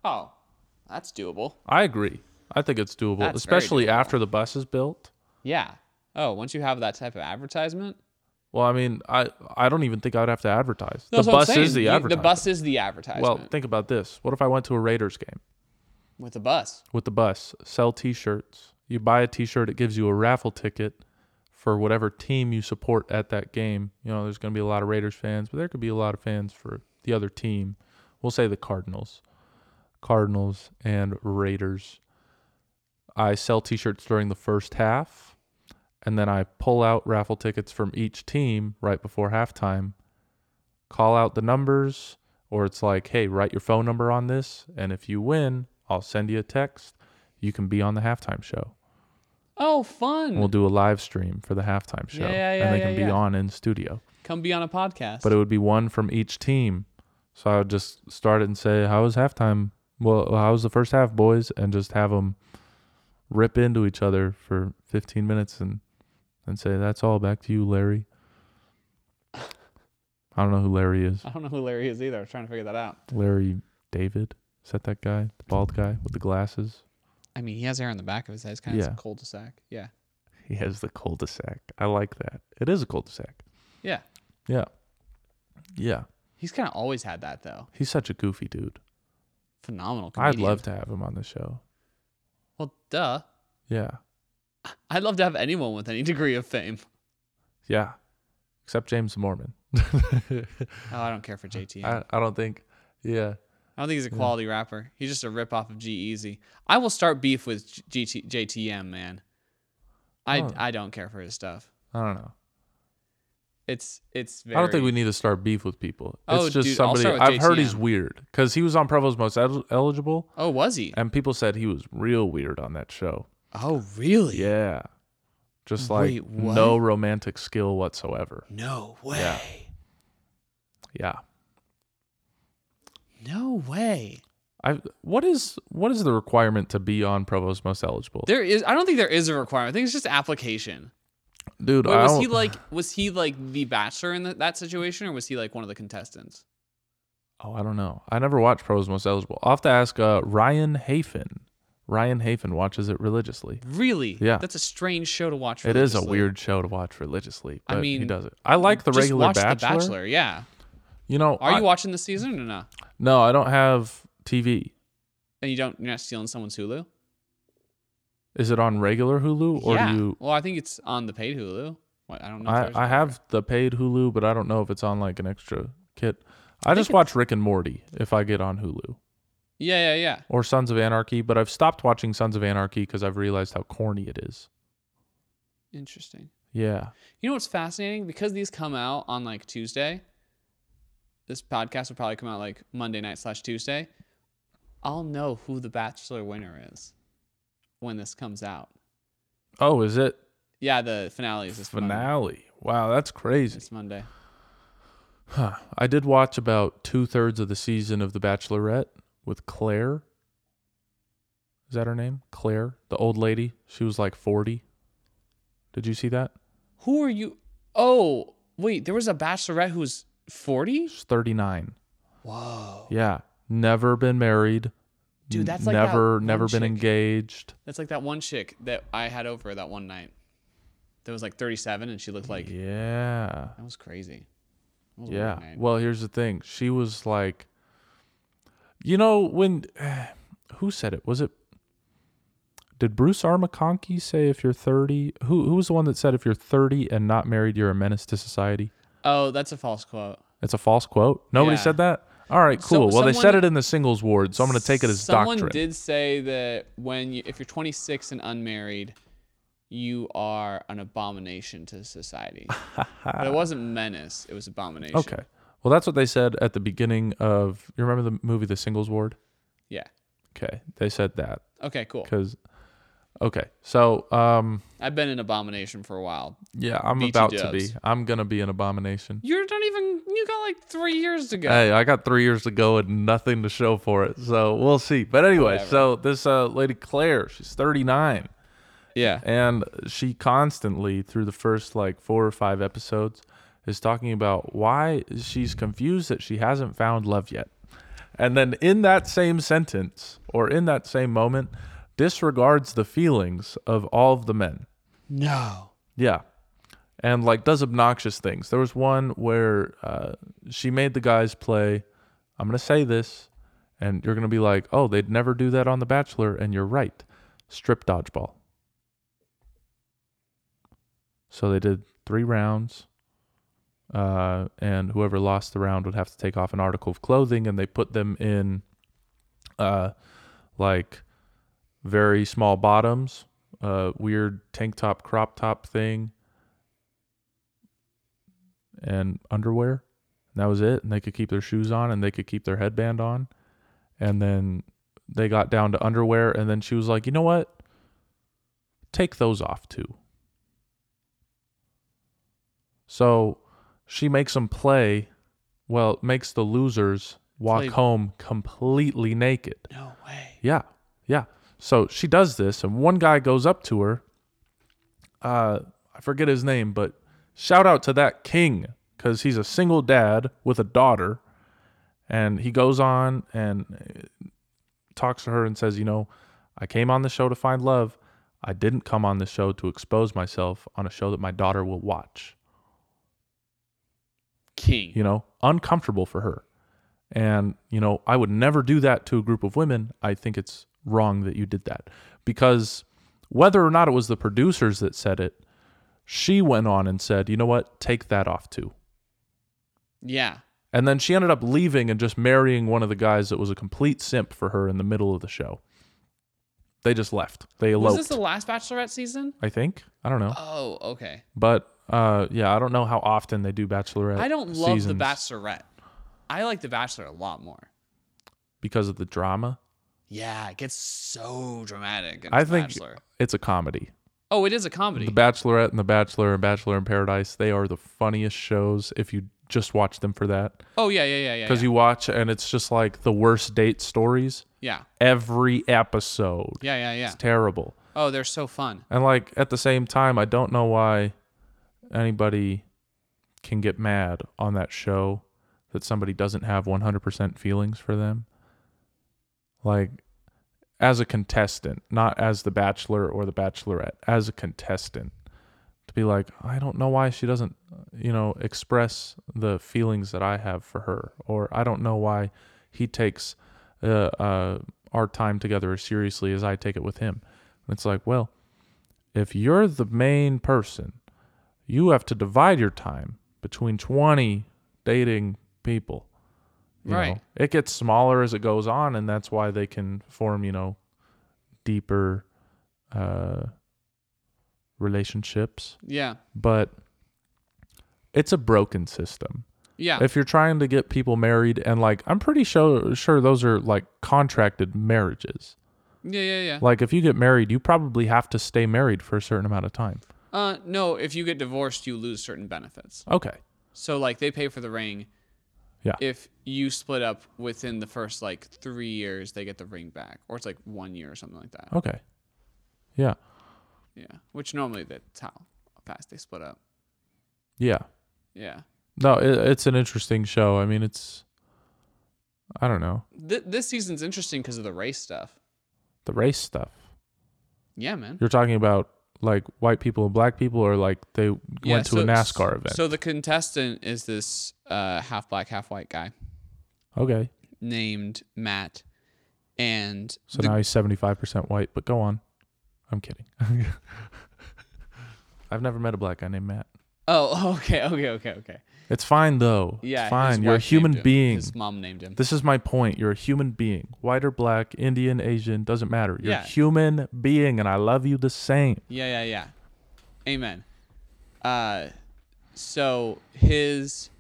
S2: oh, that's doable.
S1: I agree. I think it's doable,
S2: That's very
S1: especially
S2: doable.
S1: after the bus is built.
S2: Yeah. Oh, once you have that type of advertisement,
S1: Well, I mean, I I don't even think I'd have to advertise.
S2: That's what
S1: the
S2: I'm
S1: bus is
S2: saying.
S1: the
S2: You- The
S1: advertisement.
S2: bus is the advertisement.
S1: Well, think about this. What if I went to a Raiders game
S2: with the bus.
S1: with the bus? Sell T-shirts. You buy a T-shirt, it gives you a raffle ticket for whatever team you support at that game. You know, there's going to be a lot of Raiders fans, but there could be a lot of fans for the other team. We'll say the Cardinals. Cardinals and Raiders. I sell T-shirts during the first half, and then I pull out raffle tickets from each team right before halftime. Call out the numbers, or it's like, hey, write your phone number on this, and if you win, I'll send you a text. You can be on the halftime show.
S2: Oh, fun.
S1: We'll do a live stream for the halftime show,
S2: Yeah, yeah,
S1: and they
S2: yeah,
S1: can
S2: yeah,
S1: be
S2: yeah.
S1: on in studio.
S2: Come be on a podcast.
S1: But it would be one from each team. So I would just start it and say, "How was halftime? Well, how was the first half, boys?" And just have them rip into each other for 15 minutes and and say, "That's all. Back to you, Larry." I don't know who Larry is.
S2: I don't know who Larry is either. I was trying to figure that out.
S1: Larry David. Is that that guy? The bald guy with the glasses?
S2: I mean, he has hair on the back of his head. It's kind of
S1: Yeah.
S2: cul-de-sac. Yeah.
S1: He has the cul-de-sac. I like that. It is a cul-de-sac.
S2: Yeah.
S1: Yeah. Yeah.
S2: He's kind of always had that though.
S1: He's such a goofy dude.
S2: Phenomenal.
S1: I'd
S2: Comedian.
S1: love to have him on the show.
S2: Well, duh.
S1: Yeah.
S2: I'd love to have anyone with any degree of fame.
S1: Yeah. Except James Mormon.
S2: Oh, I don't care for JTM. I,
S1: I, I don't think. Yeah.
S2: don't think he's a quality rapper. He's just a ripoff of G Easy. I will start beef with G- GT- JTM, man. I
S1: Oh.
S2: I don't care for his stuff.
S1: I don't know.
S2: It's it's very
S1: I don't think we need to start beef with people.
S2: Oh,
S1: it's just
S2: dude, I'll
S1: somebody
S2: start with
S1: I've heard he's
S2: JTM.
S1: weird because he was on Provo's Most Ed- Eligible,
S2: Oh, was he?
S1: and people said he was real weird on that show.
S2: Oh, really?
S1: Yeah. Just like
S2: Wait, what?
S1: no romantic skill whatsoever.
S2: No way.
S1: Yeah. Yeah.
S2: No way.
S1: I what is what is the requirement to be on Provo's Most Eligible?
S2: There is. I don't think there is a requirement. I think it's just application.
S1: Dude,
S2: Wait,
S1: I
S2: was
S1: don't,
S2: he like? Was he like the bachelor in the, that situation, or was he like one of the contestants?
S1: Oh, I don't know. I never watched Pro's Most Eligible. I'll have to ask uh, Ryan Hafen. Ryan Hafen watches it religiously.
S2: Really?
S1: Yeah.
S2: That's a strange show to watch.
S1: It is a
S2: religiously.
S1: weird show to watch religiously.
S2: I
S1: But he
S2: mean,
S1: does it. I like the
S2: Just
S1: regular
S2: watch
S1: Bachelor.
S2: The Bachelor. Yeah.
S1: You know,
S2: Are
S1: I-
S2: you watching this season or not?
S1: no, I don't have TV.
S2: And you don't. You're not stealing someone's Hulu.
S1: Is it on regular Hulu or
S2: yeah.
S1: do you?
S2: Well, I think it's on the paid Hulu. What, I don't know. if there's-
S1: I, I have the paid Hulu, but I don't know if it's on like an extra kit. I, just
S2: think
S1: watch Rick and Morty if I get on Hulu
S2: Yeah, yeah, yeah.
S1: or Sons of Anarchy, but I've stopped watching Sons of Anarchy because I've realized how corny it is.
S2: Interesting.
S1: Yeah.
S2: You know what's fascinating? Because these come out on like Tuesday, this podcast will probably come out like Monday night slash Tuesday. I'll know who the Bachelor winner is when this comes out.
S1: Oh, is it
S2: Yeah, the finale is this Monday.
S1: finale? Wow, that's crazy.
S2: It's Monday.
S1: Huh. I did watch about two thirds of the season of The Bachelorette with Claire. Is that her name? Claire, the old lady. She was like 40. Did you see that?
S2: Who are you? Oh, wait, there was a Bachelorette who was 40?
S1: She's 39.
S2: Whoa.
S1: Yeah. Never been married.
S2: Dude, that's
S1: N-
S2: like that
S1: never,
S2: one
S1: never been
S2: chick.
S1: engaged.
S2: That's like that one chick that I had over that one night that was like 37 and she looked like,
S1: Yeah.
S2: that was crazy. That was a weird
S1: Yeah.
S2: night.
S1: Well, here's the thing. She was like, you know, when who said it? Was it? Did Bruce R. McConkie say if you're 30? Who who was the one that said if you're 30 and not married, you're a menace to society?
S2: Oh, that's a false quote.
S1: It's a false quote. Nobody
S2: Yeah.
S1: said that. All right, cool. well, they said
S2: someone-
S1: it in the singles ward, so I'm going to take it as
S2: Someone
S1: doctrine.
S2: did say that when you, if you're 26 and unmarried, you are an abomination to society. but it wasn't menace, it was abomination.
S1: Okay. Well, that's what they said at the beginning of. You remember the movie The Singles Ward?
S2: Yeah.
S1: Okay, they said that
S2: Okay, cool.
S1: because. Okay, so um,
S2: I've been an abomination for a while.
S1: yeah, I'm
S2: BT
S1: about to be.
S2: dubs.
S1: I'm gonna be an abomination.
S2: You're not even you got like three years to go.
S1: Hey, I got three years to go and nothing to show for it, so we'll see. But anyway,
S2: Whatever.
S1: so this uh, lady Claire, she's 39,
S2: yeah.
S1: and she constantly through the first like four or five episodes is talking about why she's confused that she hasn't found love yet. And then in that same sentence or in that same moment, disregards the feelings of all of the men.
S2: No.
S1: Yeah. And like does obnoxious things. There was one where uh, she made the guys play, I'm going to say this, and you're going to be like, oh, they'd never do that on The Bachelor. And you're right. Strip dodgeball. So they did three rounds. Uh, and whoever lost the round would have to take off an article of clothing and they put them in uh, like very small bottoms, uh, weird tank top, crop top thing, and underwear. And that was it. And they could keep their shoes on and they could keep their headband on. And then they got down to underwear. And then she was like, you know what? Take those off too. So she makes them play, well, makes the losers walk
S2: Play-
S1: home completely naked.
S2: No way.
S1: Yeah, yeah. So she does this, and one guy goes up to her. Uh, I forget his name, but shout out to that king because he's a single dad with a daughter, and he goes on and uh, talks to her and says, "You know, I came on the show to find love. I didn't come on the show to expose myself on a show that my daughter will watch."
S2: King.
S1: you know, uncomfortable for her. And, you know, I would never do that to a group of women. I think it's wrong that you did that because whether or not it was the producers that said it, she went on and said, you know what, take that off too.
S2: Yeah.
S1: And then she ended up leaving and just marrying one of the guys that was a complete simp for her in the middle of the show. They just left. They
S2: Was
S1: eloped.
S2: this the last Bachelorette season?
S1: I think. I don't know.
S2: Oh, okay.
S1: But uh, yeah, I don't know how often they do Bachelorette.
S2: I don't love
S1: seasons
S2: the Bachelorette. I like the Bachelor a lot more.
S1: because of the drama.
S2: Yeah, it gets so dramatic. in
S1: I
S2: The
S1: think
S2: Bachelor.
S1: it's a comedy.
S2: Oh, it is a comedy.
S1: The Bachelorette and The Bachelor and Bachelor in Paradise, they are the funniest shows if you just watch them for that.
S2: oh yeah, yeah, yeah, yeah.
S1: Because
S2: yeah.
S1: you watch and it's just like the worst date stories
S2: yeah,
S1: every episode.
S2: yeah, yeah, yeah.
S1: It's terrible.
S2: Oh, they're so fun.
S1: And like at the same time, I don't know why anybody can get mad on that show that somebody doesn't have 100% feelings for them. Like as a contestant, not as the bachelor or the bachelorette, as a contestant to be like, I don't know why she doesn't, you know, express the feelings that I have for her or I don't know why he takes uh, uh, our time together as seriously as I take it with him. And it's like, well, if you're the main person, you have to divide your time between 20 dating people. you
S2: Right.
S1: know. It gets smaller as it goes on, and that's why they can form, you know, deeper uh, relationships.
S2: Yeah,
S1: But it's a broken system.
S2: yeah.
S1: If you're trying to get people married, and like, I'm pretty sure, sure those are like contracted marriages.
S2: yeah, yeah, yeah.
S1: Like, if you get married, you probably have to stay married for a certain amount of time.
S2: Uh, no, if you get divorced, you lose certain benefits.
S1: Okay.
S2: So like they pay for the ring.
S1: Yeah.
S2: If you split up within the first like three years, they get the ring back, or it's like one year or something like that.
S1: Okay. Yeah.
S2: Yeah, which normally that's how fast they split up.
S1: Yeah.
S2: Yeah.
S1: No, it, it's an interesting show. I mean, it's. I don't know
S2: Th- this season's interesting because of the race stuff.
S1: the race stuff.
S2: Yeah, man.
S1: You're talking about like white people and black people, or like they
S2: Yeah,
S1: went to a
S2: so-
S1: NASCAR event.
S2: So the contestant is this uh, half black, half white guy
S1: okay,
S2: named Matt, and
S1: so now he's seventy five percent white. But go on. I'm kidding. I've never met a black guy named Matt.
S2: oh, okay, okay, okay, okay.
S1: It's fine though.
S2: Yeah, his
S1: it's fine. You're a
S2: wife named
S1: human
S2: him.
S1: being.
S2: His mom named him.
S1: This is my point. You're a human being. White or black, Indian, Asian, doesn't matter. You're
S2: Yeah.
S1: a human being and I love you the same.
S2: Yeah, yeah, yeah. Amen. Uh, so his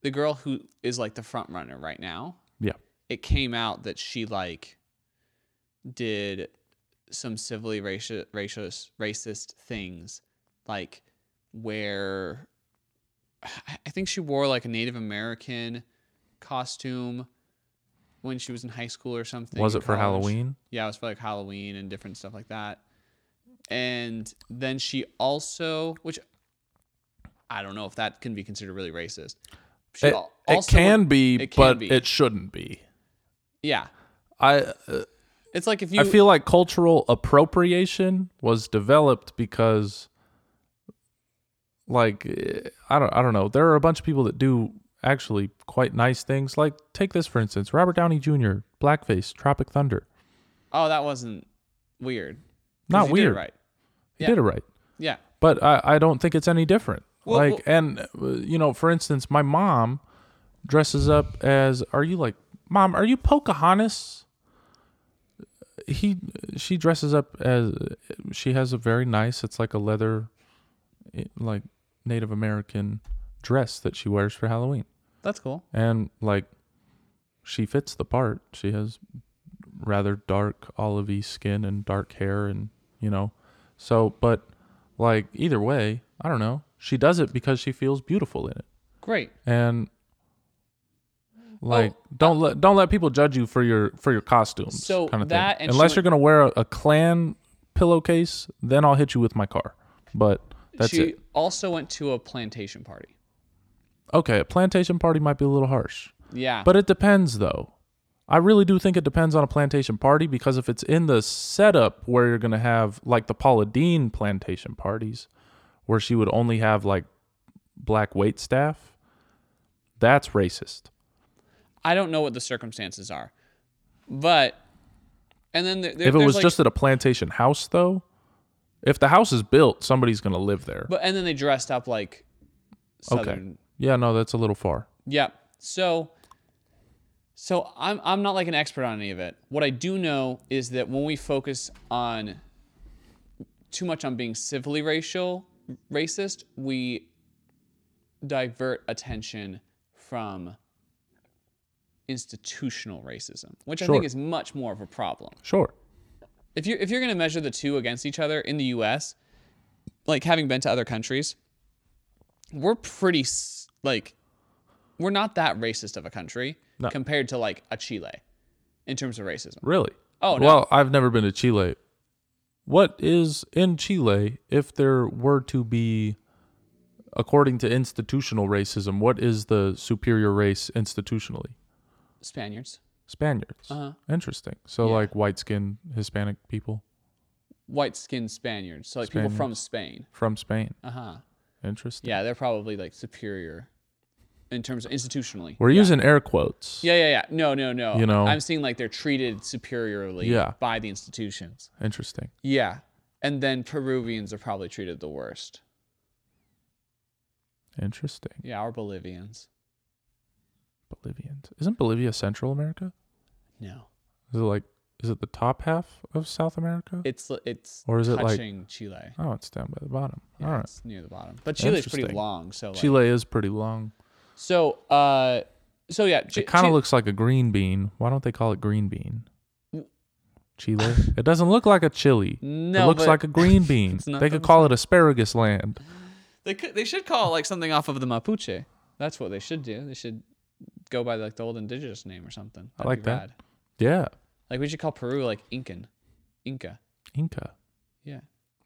S2: the girl who is like the front runner right now.
S1: Yeah.
S2: It came out that she like did some civilly racist, racist, racist things, like where I I think she wore like a Native American costume when she was in high school or something.
S1: Was
S2: in
S1: it for
S2: college.
S1: Halloween?
S2: Yeah, it was for like Halloween and different stuff like that. And then she also, which I don't know if that can be considered really racist. She
S1: It,
S2: al-
S1: it
S2: also-
S1: can be,
S2: it can
S1: but
S2: be.
S1: it shouldn't be.
S2: yeah.
S1: I
S2: It's like if you
S1: I feel like cultural appropriation was developed because like eh, I don't I don't know. There are a bunch of people that do actually quite nice things. Like take this for instance, Robert Downey Jr., Blackface, Tropic Thunder.
S2: oh that wasn't weird. 'Cause
S1: Not
S2: you did it
S1: weird.
S2: right?
S1: He
S2: Yeah.
S1: did it right.
S2: Yeah,
S1: But I, I don't think it's any different.
S2: Well,
S1: like and uh, you know, for instance, my mom dresses up as are you like mom, are you Pocahontas? He she dresses up as she has a very nice it's like a leather eh, like Native American dress that she wears for Halloween.
S2: that's cool.
S1: And like she fits the part. She has rather dark olivey skin and dark hair and you know. So but like either way, I don't know. She does it because she feels beautiful in it.
S2: Great.
S1: And like don't let don't let people judge you for your for your costumes
S2: So
S1: kind of
S2: that
S1: thing.
S2: and she
S1: Unless
S2: went-
S1: you're gonna wear a, a clan pillowcase, then I'll hit you with my car. But that's
S2: she
S1: it.
S2: also went to a plantation party.
S1: Okay, a plantation party might be a little harsh.
S2: Yeah,
S1: But it depends, though. I really do think it depends on a plantation party because if it's in the setup where you're going to have like the Paula Dean plantation parties, where she would only have like black wait staff, that's racist.
S2: I don't know what the circumstances are, but and then there, there-
S1: if it
S2: there's,
S1: was
S2: like-
S1: just at a plantation house, though, if the house is built, somebody's going to live there.
S2: but and then they dressed up like southern
S1: Yeah, no, that's a little far.
S2: Yeah. So so I'm I'm not like an expert on any of it. What I do know is that when we focus on too much on being civilly racial racist, we divert attention from institutional racism, which I think
S1: Sure.
S2: is much more of a problem
S1: Sure.
S2: if you're if you're gonna measure the two against each other in the U.S., like having been to other countries, we're pretty s- like we're not that racist of a country compared to like a Chile in terms of racism.
S1: Really?
S2: Oh, no.
S1: Well, I've never been to Chile. What is in Chile if there were to be, according to institutional racism, what is the superior race institutionally?
S2: Spaniards,
S1: Spaniards. Interesting. So,
S2: Uh-huh. Yeah.
S1: like white skinned Hispanic people
S2: white skinned Spaniards, so like people from Spain.
S1: from Spain.
S2: Uh huh.
S1: Interesting.
S2: Yeah, they're probably like superior in terms of institutionally.
S1: We're using air quotes.
S2: yeah, yeah, yeah. No, no, no.
S1: You know.
S2: I'm seeing like they're treated superiorly
S1: Yeah.
S2: by the institutions.
S1: Interesting.
S2: Yeah. And then Peruvians are probably treated the worst.
S1: Interesting.
S2: Yeah, or Bolivians.
S1: Bolivians. Isn't Bolivia Central America?
S2: No.
S1: Is it like, is it the top half of South America?
S2: It's it's
S1: Or is it like-
S2: touching Chile.
S1: oh, it's down by the bottom.
S2: Yeah,
S1: All right.
S2: It's near the bottom. But Chile's pretty
S1: Interesting.
S2: long, so like,
S1: Chile is pretty long.
S2: So uh so yeah, Chi-
S1: It kind
S2: Chi-
S1: of looks like a green bean. Why don't they call it green bean? Chile. it doesn't look like a chili.
S2: No,
S1: it looks
S2: but-
S1: like a green bean.
S2: not
S1: they
S2: the
S1: could call it asparagus land.
S2: they could they should call it like something off of the Mapuche. That's what they should do. They should go by like the old indigenous name or something. That'd
S1: like
S2: be
S1: that.
S2: rad.
S1: Yeah,
S2: Like we should call Peru like Incan. Inca.
S1: Inca.
S2: Yeah.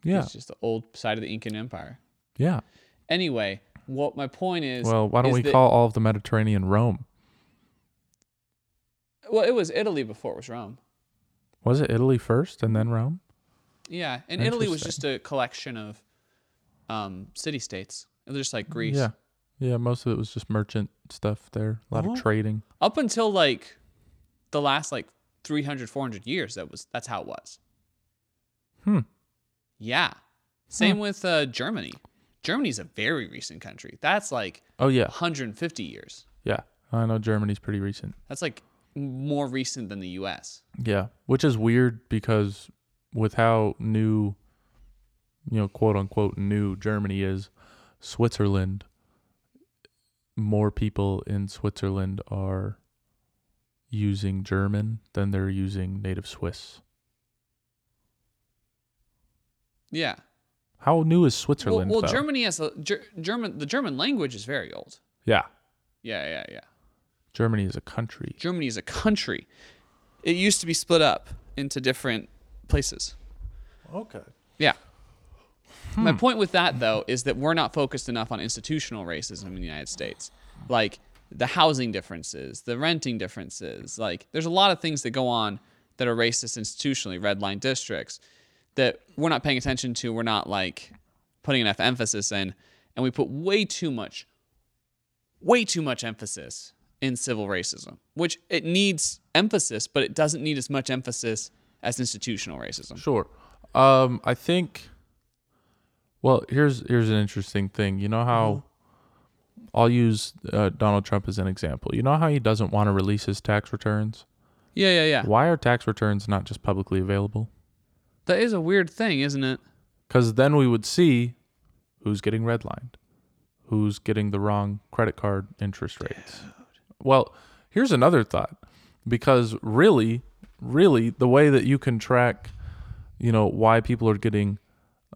S1: Yeah,
S2: It's just the old side of the Incan Empire.
S1: yeah.
S2: Anyway, what my point is
S1: Well, why don't
S2: is
S1: we
S2: that-
S1: call all of the Mediterranean Rome?
S2: Well, it was Italy before it was Rome.
S1: Was it Italy first and then Rome?
S2: Yeah, and Italy was just
S1: Interesting.
S2: a collection of um, city states. It was just like Greece.
S1: Yeah, yeah. Most of it was just merchant stuff there. A lot
S2: Oh.
S1: of trading.
S2: Up until like the last like 300 400 years that was that's how it was.
S1: Hmm.
S2: Yeah. Same with uh, Germany. Germany's a very recent country. That's like
S1: Oh yeah,
S2: 150 years.
S1: yeah. I know Germany's pretty recent.
S2: That's like more recent than the U.S.
S1: Yeah, which is weird because with how new, you know, quote unquote new Germany is, Switzerland, more people in Switzerland are using German than they're using native Swiss.
S2: Yeah.
S1: How new is
S2: Well,
S1: Switzerland?
S2: well
S1: though?
S2: Germany has a Ger- German. The German language is very old.
S1: Yeah,
S2: Yeah, yeah, yeah.
S1: Germany is a country.
S2: Germany is a country. It used to be split up into different places.
S1: Okay.
S2: Yeah. My point with that though is that we're not focused enough on institutional racism in the United States. Like the housing differences, the renting differences, like there's a lot of things that go on that are racist institutionally, red line districts that we're not paying attention to, we're not like putting enough emphasis in and we put way too much way too much emphasis in civil racism, which it needs emphasis, but it doesn't need as much emphasis as institutional racism.
S1: Sure. Um, I think. Well, here's here's an interesting thing. You know how. I'll use uh, Donald Trump as an example. You know how he doesn't want to release his tax returns.
S2: Yeah, yeah, yeah.
S1: Why are tax returns not just publicly available?
S2: That is a weird thing, isn't it?
S1: Because then we would see who's getting redlined, who's getting the wrong credit card interest rates. Well, here's another thought because really, really, the way that you can track, you know, why people are getting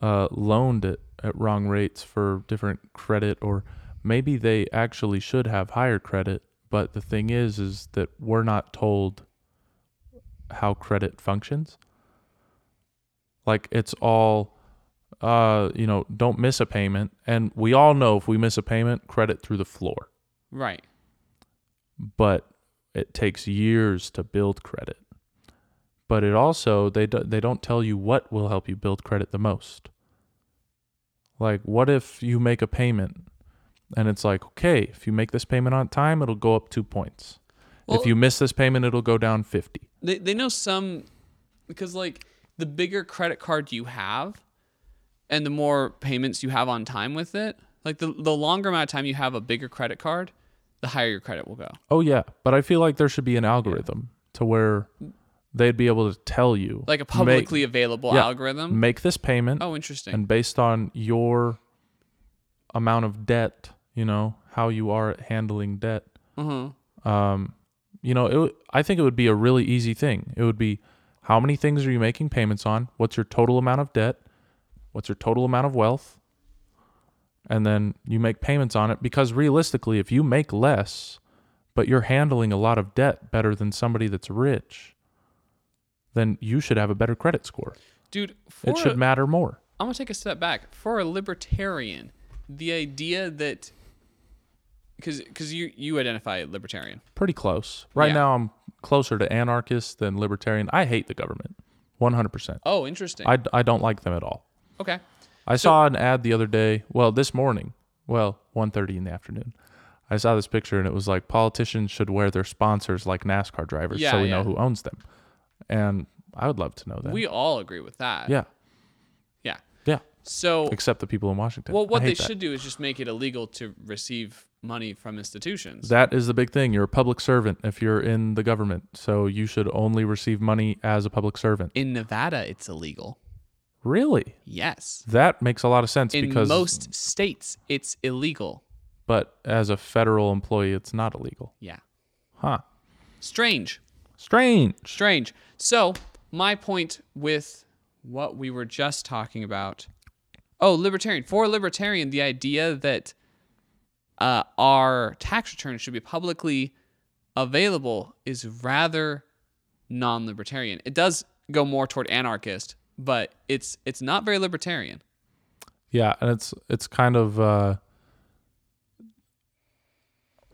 S1: uh, loaned at, at wrong rates for different credit, or maybe they actually should have higher credit. But the thing is, is that we're not told how credit functions. Like it's all uh, you know, don't miss a payment. And we all know if we miss a payment, credit through the floor.
S2: Right.
S1: But it takes years to build credit. But it also they do, they don't tell you what will help you build credit the most. Like what if you make a payment and it's like, okay, if you make this payment on time, it'll go up 2 points.
S2: Well-
S1: if you miss this payment, it'll go down 50.
S2: They they know some because like the bigger credit card you have and the more payments you have on time with it, like the the longer amount of time you have a bigger credit card, the higher your credit will go.
S1: Oh yeah, but I feel like there should be an algorithm to where they'd be able to tell you
S2: Like a
S1: make-
S2: publicly available
S1: yeah,
S2: algorithm.
S1: Make this payment.
S2: Oh, interesting.
S1: and based on your amount of debt, you know how you are at handling debt. Um, you know, it, w- I think it would be a really easy thing. It would be how many things are you making payments on? What's your total amount of debt? What's your total amount of wealth? And then you make payments on it because realistically, if you make less, but you're handling a lot of debt better than somebody that's rich, then you should have a better credit score.
S2: Dude, for
S1: It should matter more.
S2: I'm gonna take a step back. For a libertarian, the idea that because because you you identify libertarian.
S1: pretty close. Right
S2: Yeah.
S1: now, I'm closer to anarchist than libertarian. I hate the government, 100%.
S2: Oh, interesting.
S1: I, I don't like them at all.
S2: okay.
S1: I saw an ad the other day. Well, this morning, well, 1.30 in the afternoon. I saw this picture and it was like politicians should wear their sponsors like NASCAR drivers
S2: Yeah,
S1: so we
S2: yeah.
S1: know who owns them. And I would love to know that.
S2: We all agree with that.
S1: yeah.
S2: Yeah.
S1: Yeah.
S2: So
S1: Except the people in Washington.
S2: Well, what
S1: I
S2: they
S1: hate that.
S2: should do is just make it illegal to receive money from institutions.
S1: That is the big thing. You're a public servant if you're in the government. So you should only receive money as a public servant.
S2: in Nevada, it's illegal.
S1: Really?
S2: Yes.
S1: That makes a lot of sense
S2: In
S1: because
S2: most states, it's illegal.
S1: but as a federal employee, it's not illegal.
S2: Yeah.
S1: Huh.
S2: Strange.
S1: Strange.
S2: Strange. So, my point with what we were just talking about oh, libertarian. For a libertarian, the idea that uh, our tax returns should be publicly available is rather non libertarian. It does go more toward anarchist, but it's it's not very libertarian.
S1: Yeah, and it's it's kind of uh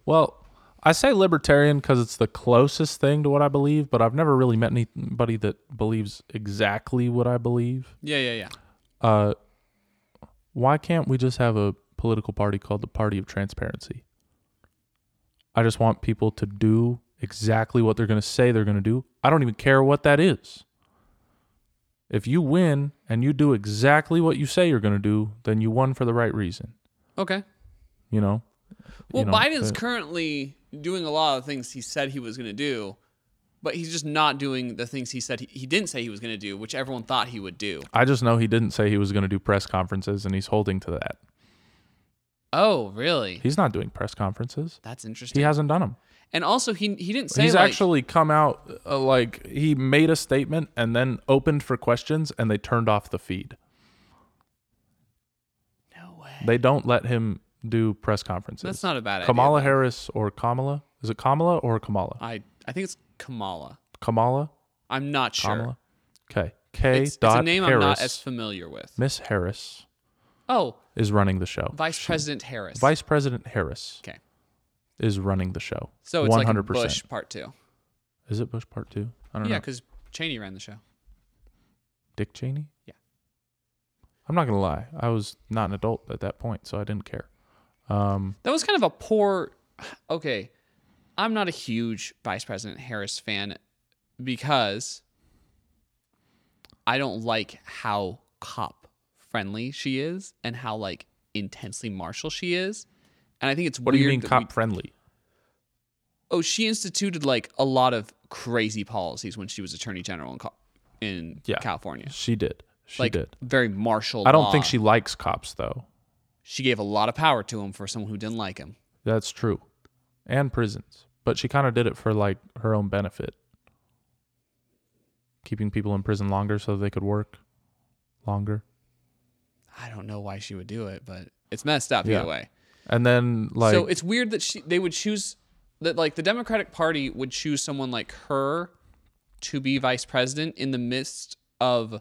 S1: well, I say libertarian because it's the closest thing to what I believe, but I've never really met anybody that believes exactly what I believe.
S2: Yeah, yeah, yeah.
S1: Uh, why can't we just have a political party called the Party of Transparency? I just want people to do exactly what they're going to say they're going to do. I don't even care what that is. If you win and you do exactly what you say you're going to do, then you won for the right reason.
S2: Okay.
S1: You know?
S2: Well,
S1: know,
S2: Biden's
S1: but-
S2: currently doing a lot of things he said he was going to do, but he's just not doing the things he said he, he didn't say he was going to do, which everyone thought he would do.
S1: I just know he didn't say he was going to do press conferences, and he's holding to that.
S2: Oh, really?
S1: He's not doing press conferences.
S2: That's
S1: He
S2: interesting.
S1: hasn't done them.
S2: and also, he he didn't say
S1: He's
S2: like,
S1: actually come out uh, like he made a statement and then opened for questions, and they turned off the feed.
S2: No way.
S1: They don't let him do press conferences.
S2: That's not a bad idea,
S1: Kamala
S2: though.
S1: Harris or Kamala? Is it Kamala or Kamala?
S2: I I think it's Kamala.
S1: Kamala.
S2: I'm not sure.
S1: Kamala. Okay. K.
S2: It's, it's
S1: dot
S2: a name
S1: Harris.
S2: I'm not as familiar with.
S1: Miss Harris
S2: Oh,
S1: is running the show.
S2: Vice President Harris.
S1: Vice President Harris
S2: Okay.
S1: is running the show.
S2: So it's like a
S1: 100%.
S2: Bush part two.
S1: Is it Bush Part Two? I don't
S2: Yeah,
S1: know.
S2: because Cheney ran the show.
S1: Dick Cheney.
S2: Yeah.
S1: I'm not gonna lie. I was not an adult at that point, so I didn't care. Um,
S2: That was kind of a poor. Okay, I'm not a huge Vice President Harris fan because I don't like how cop friendly she is and how like intensely martial she is, and I think it's
S1: what do
S2: weird
S1: you mean
S2: that
S1: cop
S2: we-
S1: friendly?
S2: oh, she instituted like a lot of crazy policies when she was Attorney General in, Cal- in
S1: Yeah.
S2: California.
S1: She did. She
S2: like
S1: did.
S2: very martial.
S1: I don't think
S2: law.
S1: she likes cops though.
S2: she gave a lot of power to him for someone who didn't like him.
S1: That's true. And prisons. But she kind of did it for like her own benefit. Keeping people in prison longer so they could work longer.
S2: I don't know why she would do it, but it's messed up
S1: Yeah.
S2: either way.
S1: And then like
S2: so it's weird that she they would choose that like the Democratic Party would choose someone like her to be vice president in the midst of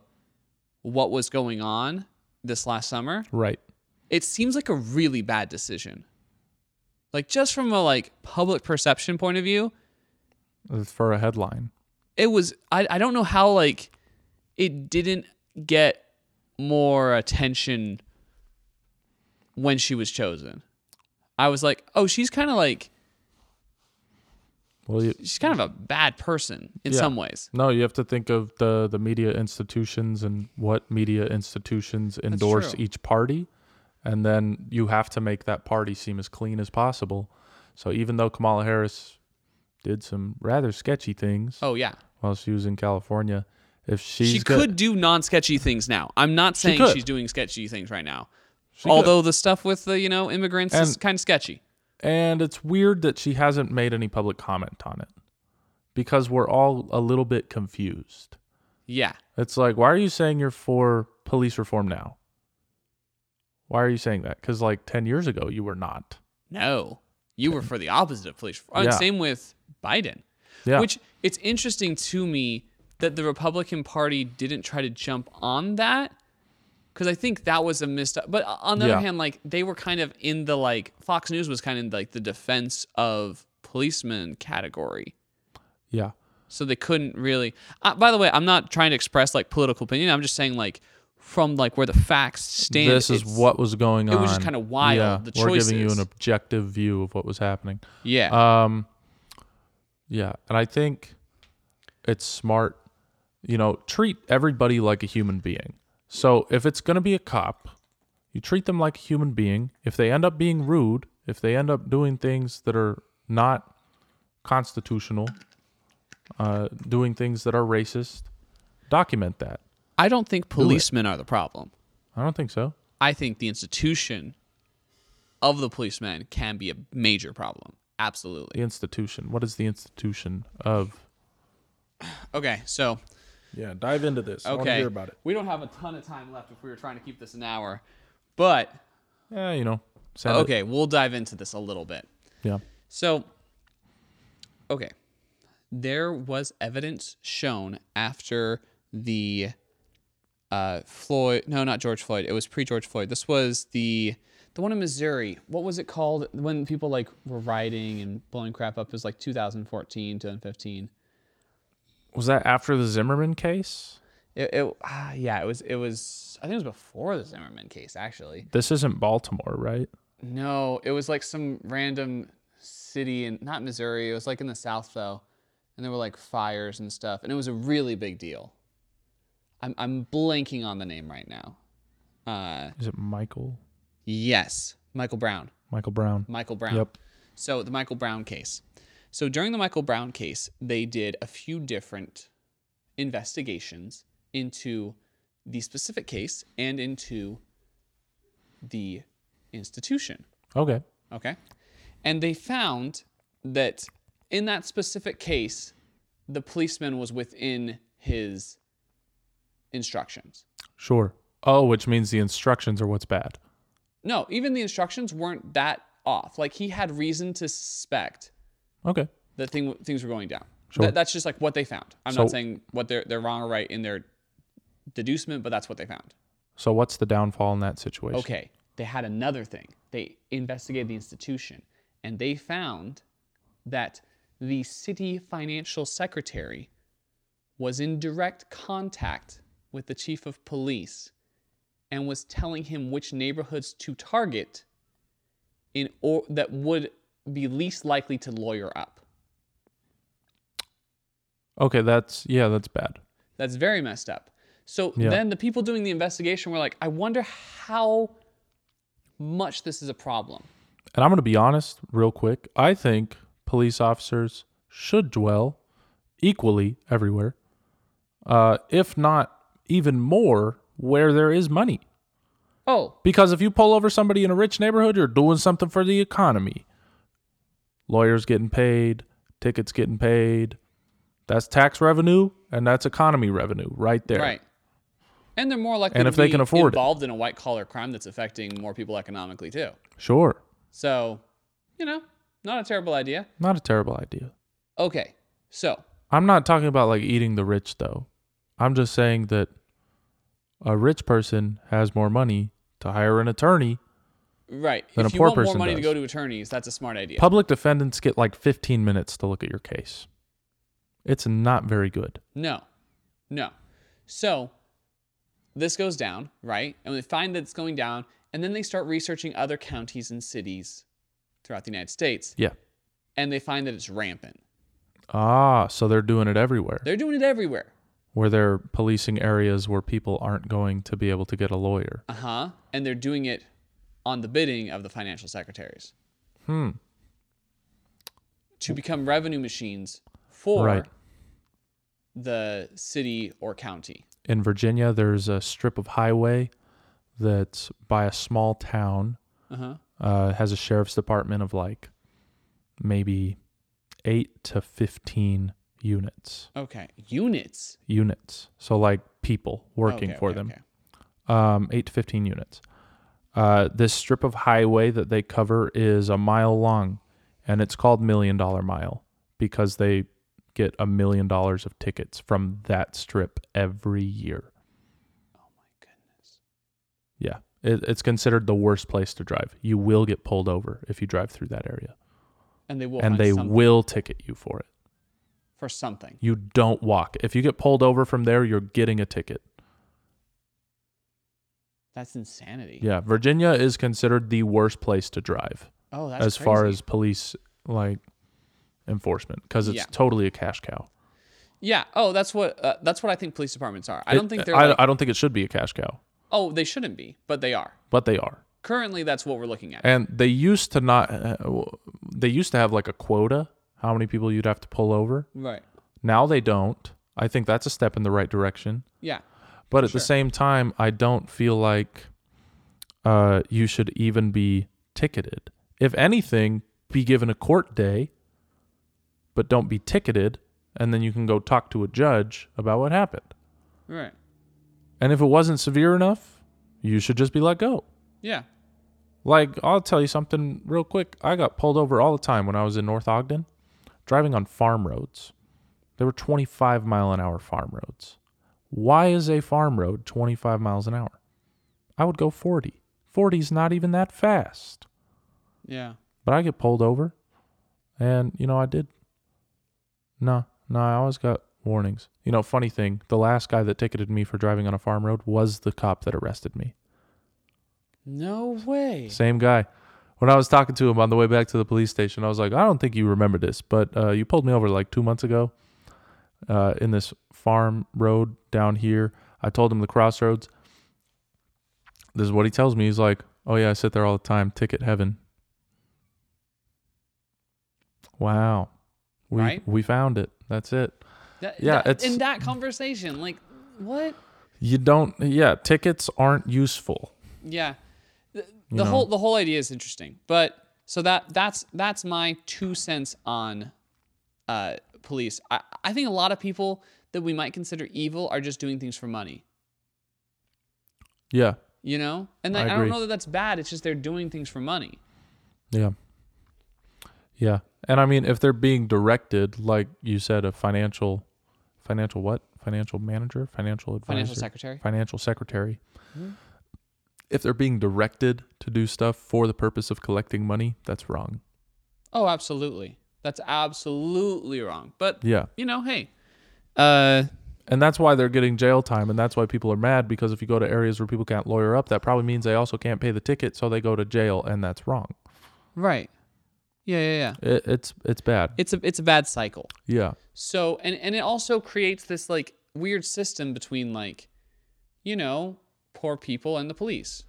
S2: what was going on this last summer.
S1: right.
S2: It seems like a really bad decision. Like just from a like public perception point of view,
S1: For a headline.
S2: it was I, I don't know how like it didn't get more attention when she was chosen. I was like, oh, she's kind of like
S1: Well you
S2: she's kind of a bad person in
S1: Yeah.
S2: some ways.
S1: no, you have to think of the the media institutions and what media institutions endorse
S2: true.
S1: each party, and then you have to make that party seem as clean as possible. So even though Kamala Harris did some rather sketchy things,
S2: Oh yeah,
S1: while she was in California. If she's
S2: she
S1: go-
S2: could do non-sketchy things now. I'm not saying
S1: could.
S2: she's doing sketchy things right now.
S1: she could.
S2: Although the stuff with the you know immigrants is
S1: And-
S2: kind of sketchy.
S1: and it's weird that she hasn't made any public comment on it because we're all a little bit confused.
S2: Yeah,
S1: It's like, why are you saying you're for police reform now? Why are you saying that? Because like ten years ago, you were not.
S2: no, you were for the opposite of police. reform.
S1: Yeah.
S2: Same with Biden.
S1: Yeah,
S2: Which it's interesting to me that the Republican Party didn't try to jump on that because I think that was a missed. But on the
S1: Yeah.
S2: other hand, like they were kind of in the like Fox News was kind of like the defense of policemen category.
S1: yeah,
S2: so they couldn't really uh, by the way i'm not trying to express like political opinion i'm just saying like from like where the facts stand
S1: this is
S2: it's-
S1: what was going on.
S2: was just kinda wild,
S1: Yeah,
S2: the
S1: we're giving you
S2: choices.
S1: an objective view of what was happening.
S2: yeah
S1: Um, yeah, and I think it's smart. You know, treat everybody like a human being. So if it's gonna be a cop, you treat them like a human being. If they end up being rude, if they end up doing things that are not constitutional, uh, doing things that are racist, document that.
S2: i don't think policemen are the problem
S1: I don't think so.
S2: i think the institution of the policeman can be a major problem absolutely
S1: The institution. What is the institution of?
S2: okay so
S1: Yeah, dive into this.
S2: okay we don't have a ton of time left if we were trying to keep this an hour but
S1: Yeah, you know. send it.
S2: okay we'll dive into this a little bit
S1: Yeah.
S2: So, okay. There was evidence shown after the uh, Floyd. No, not George Floyd. It was pre George Floyd. This was the the one in Missouri. What was it called when people like were rioting and blowing crap up? It was like 2014, 2015.
S1: Was that after the Zimmerman case?
S2: It, it ah, yeah. It was it was. I think it was before the Zimmerman case actually.
S1: This isn't Baltimore, right?
S2: No, it was like some random city in not Missouri. It was like in the South though, and there were like fires and stuff, and it was a really big deal. I'm I'm blanking on the name right now. Uh,
S1: Is it Michael?
S2: yes, Michael Brown.
S1: Michael Brown.
S2: Michael Brown.
S1: Yep.
S2: So the Michael Brown case. So during the Michael Brown case, they did a few different investigations into the specific case and into the institution.
S1: Okay.
S2: Okay. And they found that in that specific case, the policeman was within his instructions.
S1: Sure. Oh, which means the instructions are what's bad.
S2: No, even the instructions weren't that off. Like he had reason to suspect
S1: Okay.
S2: that thing things were going down.
S1: Sure.
S2: That, that's just like what they found. I'm
S1: So-
S2: not saying what they're they're wrong or right in their deducement, but that's what they found.
S1: So what's the downfall in that situation?
S2: Okay. They had another thing. They investigated the institution and they found that the city financial secretary was in direct contact with the chief of police and was telling him which neighborhoods to target in or that would be least likely to lawyer up.
S1: Okay, that's yeah, that's bad.
S2: That's very messed up. So
S1: Yeah.
S2: then the people doing the investigation were like, I wonder how much this is a problem.
S1: And I'm going to be honest real quick. I think police officers should dwell equally everywhere, uh, if not even more where there is money.
S2: Oh,
S1: Because if you pull over somebody in a rich neighborhood, you're doing something for the economy. Lawyers getting paid, tickets getting paid. That's tax revenue and that's economy revenue right there.
S2: Right. And they're more likely
S1: And
S2: to
S1: if they
S2: be
S1: can afford it.
S2: involved in a white collar crime that's affecting more people economically too.
S1: Sure.
S2: So, you know, not a terrible idea.
S1: Not a terrible idea.
S2: Okay. So,
S1: I'm not talking about like eating the rich though. I'm just saying that a rich person has more money to hire an attorney.
S2: right.
S1: Then
S2: if
S1: a
S2: you
S1: poor
S2: want more
S1: person
S2: money to
S1: does.
S2: go to attorneys, that's a smart idea.
S1: Public defendants get like 15 minutes to look at your case. It's not very good.
S2: No, no. So this goes down, right? And they find that it's going down, and then they start researching other counties and cities throughout the United States,
S1: Yeah.
S2: and they find that it's rampant.
S1: Ah, so they're doing it everywhere.
S2: They're doing it everywhere.
S1: where they're policing areas where people aren't going to be able to get a lawyer.
S2: Uh huh. And they're doing it on the bidding of the financial secretaries. Hmm. To become revenue machines for
S1: Right.
S2: the city or county.
S1: In Virginia, there's a strip of highway that's by a small town.
S2: Uh huh.
S1: Uh, has a sheriff's department of like maybe eight to fifteen units.
S2: Okay. Units
S1: Units. So like people working
S2: Okay,
S1: for
S2: okay,
S1: them.
S2: okay.
S1: um, 8 to 15 units. Uh, this strip of highway that they cover is a mile long, and it's called Million Dollar Mile because they get a million dollars of tickets from that strip every year.
S2: Oh
S1: Yeah, it, it's considered the worst place to drive. You will get pulled over if you drive through that area,
S2: And they will. find
S1: and they
S2: something
S1: will ticket you for it.
S2: for something.
S1: You don't walk. If you get pulled over from there, you're getting a ticket.
S2: That's insanity.
S1: Yeah, Virginia is considered the worst place to drive.
S2: Oh, that's
S1: as far
S2: crazy.
S1: as police like enforcement because it's
S2: Yeah.
S1: totally a cash cow.
S2: yeah. Oh, that's what uh, that's what I think police departments are. I don't
S1: It- uh,
S2: think they're.
S1: I,
S2: like,
S1: I don't think it should be a cash cow,
S2: oh, they shouldn't be, but they are.
S1: but they are.
S2: Currently, that's what we're looking at.
S1: And they used to not. uh, w- They used to have like a quota, how many people you'd have to pull over.
S2: right.
S1: Now they don't. I think that's a step in the right direction.
S2: Yeah.
S1: But at the same time, I don't feel like uh, you should even be ticketed. If anything, be given a court day, but don't be ticketed, and then you can go talk to a judge about what happened.
S2: Right.
S1: And if it wasn't severe enough, you should just be let go.
S2: Yeah.
S1: Like, I'll tell you something real quick. I got pulled over all the time when I was in North Ogden, driving on farm roads. They were 25 mile an hour farm roads. Why is a farm road 25 miles an hour? I would go 40. 40's not even that fast.
S2: Yeah.
S1: But I get pulled over, and, you know, I did. No, no, I always got warnings. You know, funny thing the last guy that ticketed me for driving on a farm road was the cop that arrested me.
S2: No way.
S1: Same guy. When I was talking to him on the way back to the police station, I was like, I don't think you remember this, but uh, you pulled me over like two months ago uh, in this farm road down here. I told him the crossroads. This is what he tells me. He's like, "Oh yeah, I sit there all the time. Ticket heaven." Wow, we
S2: Right?
S1: we found it. That's it.
S2: That-
S1: Yeah,
S2: that-
S1: it's-
S2: in that conversation, like what?
S1: You don't. Yeah, tickets aren't useful.
S2: Yeah, the, the whole the whole idea is interesting, but so that that's that's my two cents on uh, police. I, I think a lot of people that we might consider evil are just doing things for money.
S1: Yeah,
S2: You know, and I,
S1: I
S2: I don't
S1: agree.
S2: know that that's bad. It's just they're doing things for money.
S1: yeah, yeah. And I mean, if they're being directed, like you said, a financial, financial what? Financial manager, financial advisor,
S2: Financial secretary. Mm-hmm.
S1: financial secretary. If they're being directed to do stuff for the purpose of collecting money, that's wrong.
S2: Oh, absolutely. That's absolutely wrong. But
S1: Yeah.
S2: you know, hey, uh,
S1: And that's why they're getting jail time. And that's why people are mad because if you go to areas where people can't lawyer up, that probably means they also can't pay the ticket. So they go to jail. And that's wrong.
S2: right? Yeah, yeah, yeah.
S1: It, it's, it's bad.
S2: It's a it's a bad cycle.
S1: yeah.
S2: So and and it also creates this like weird system between like, you know, poor people and the police,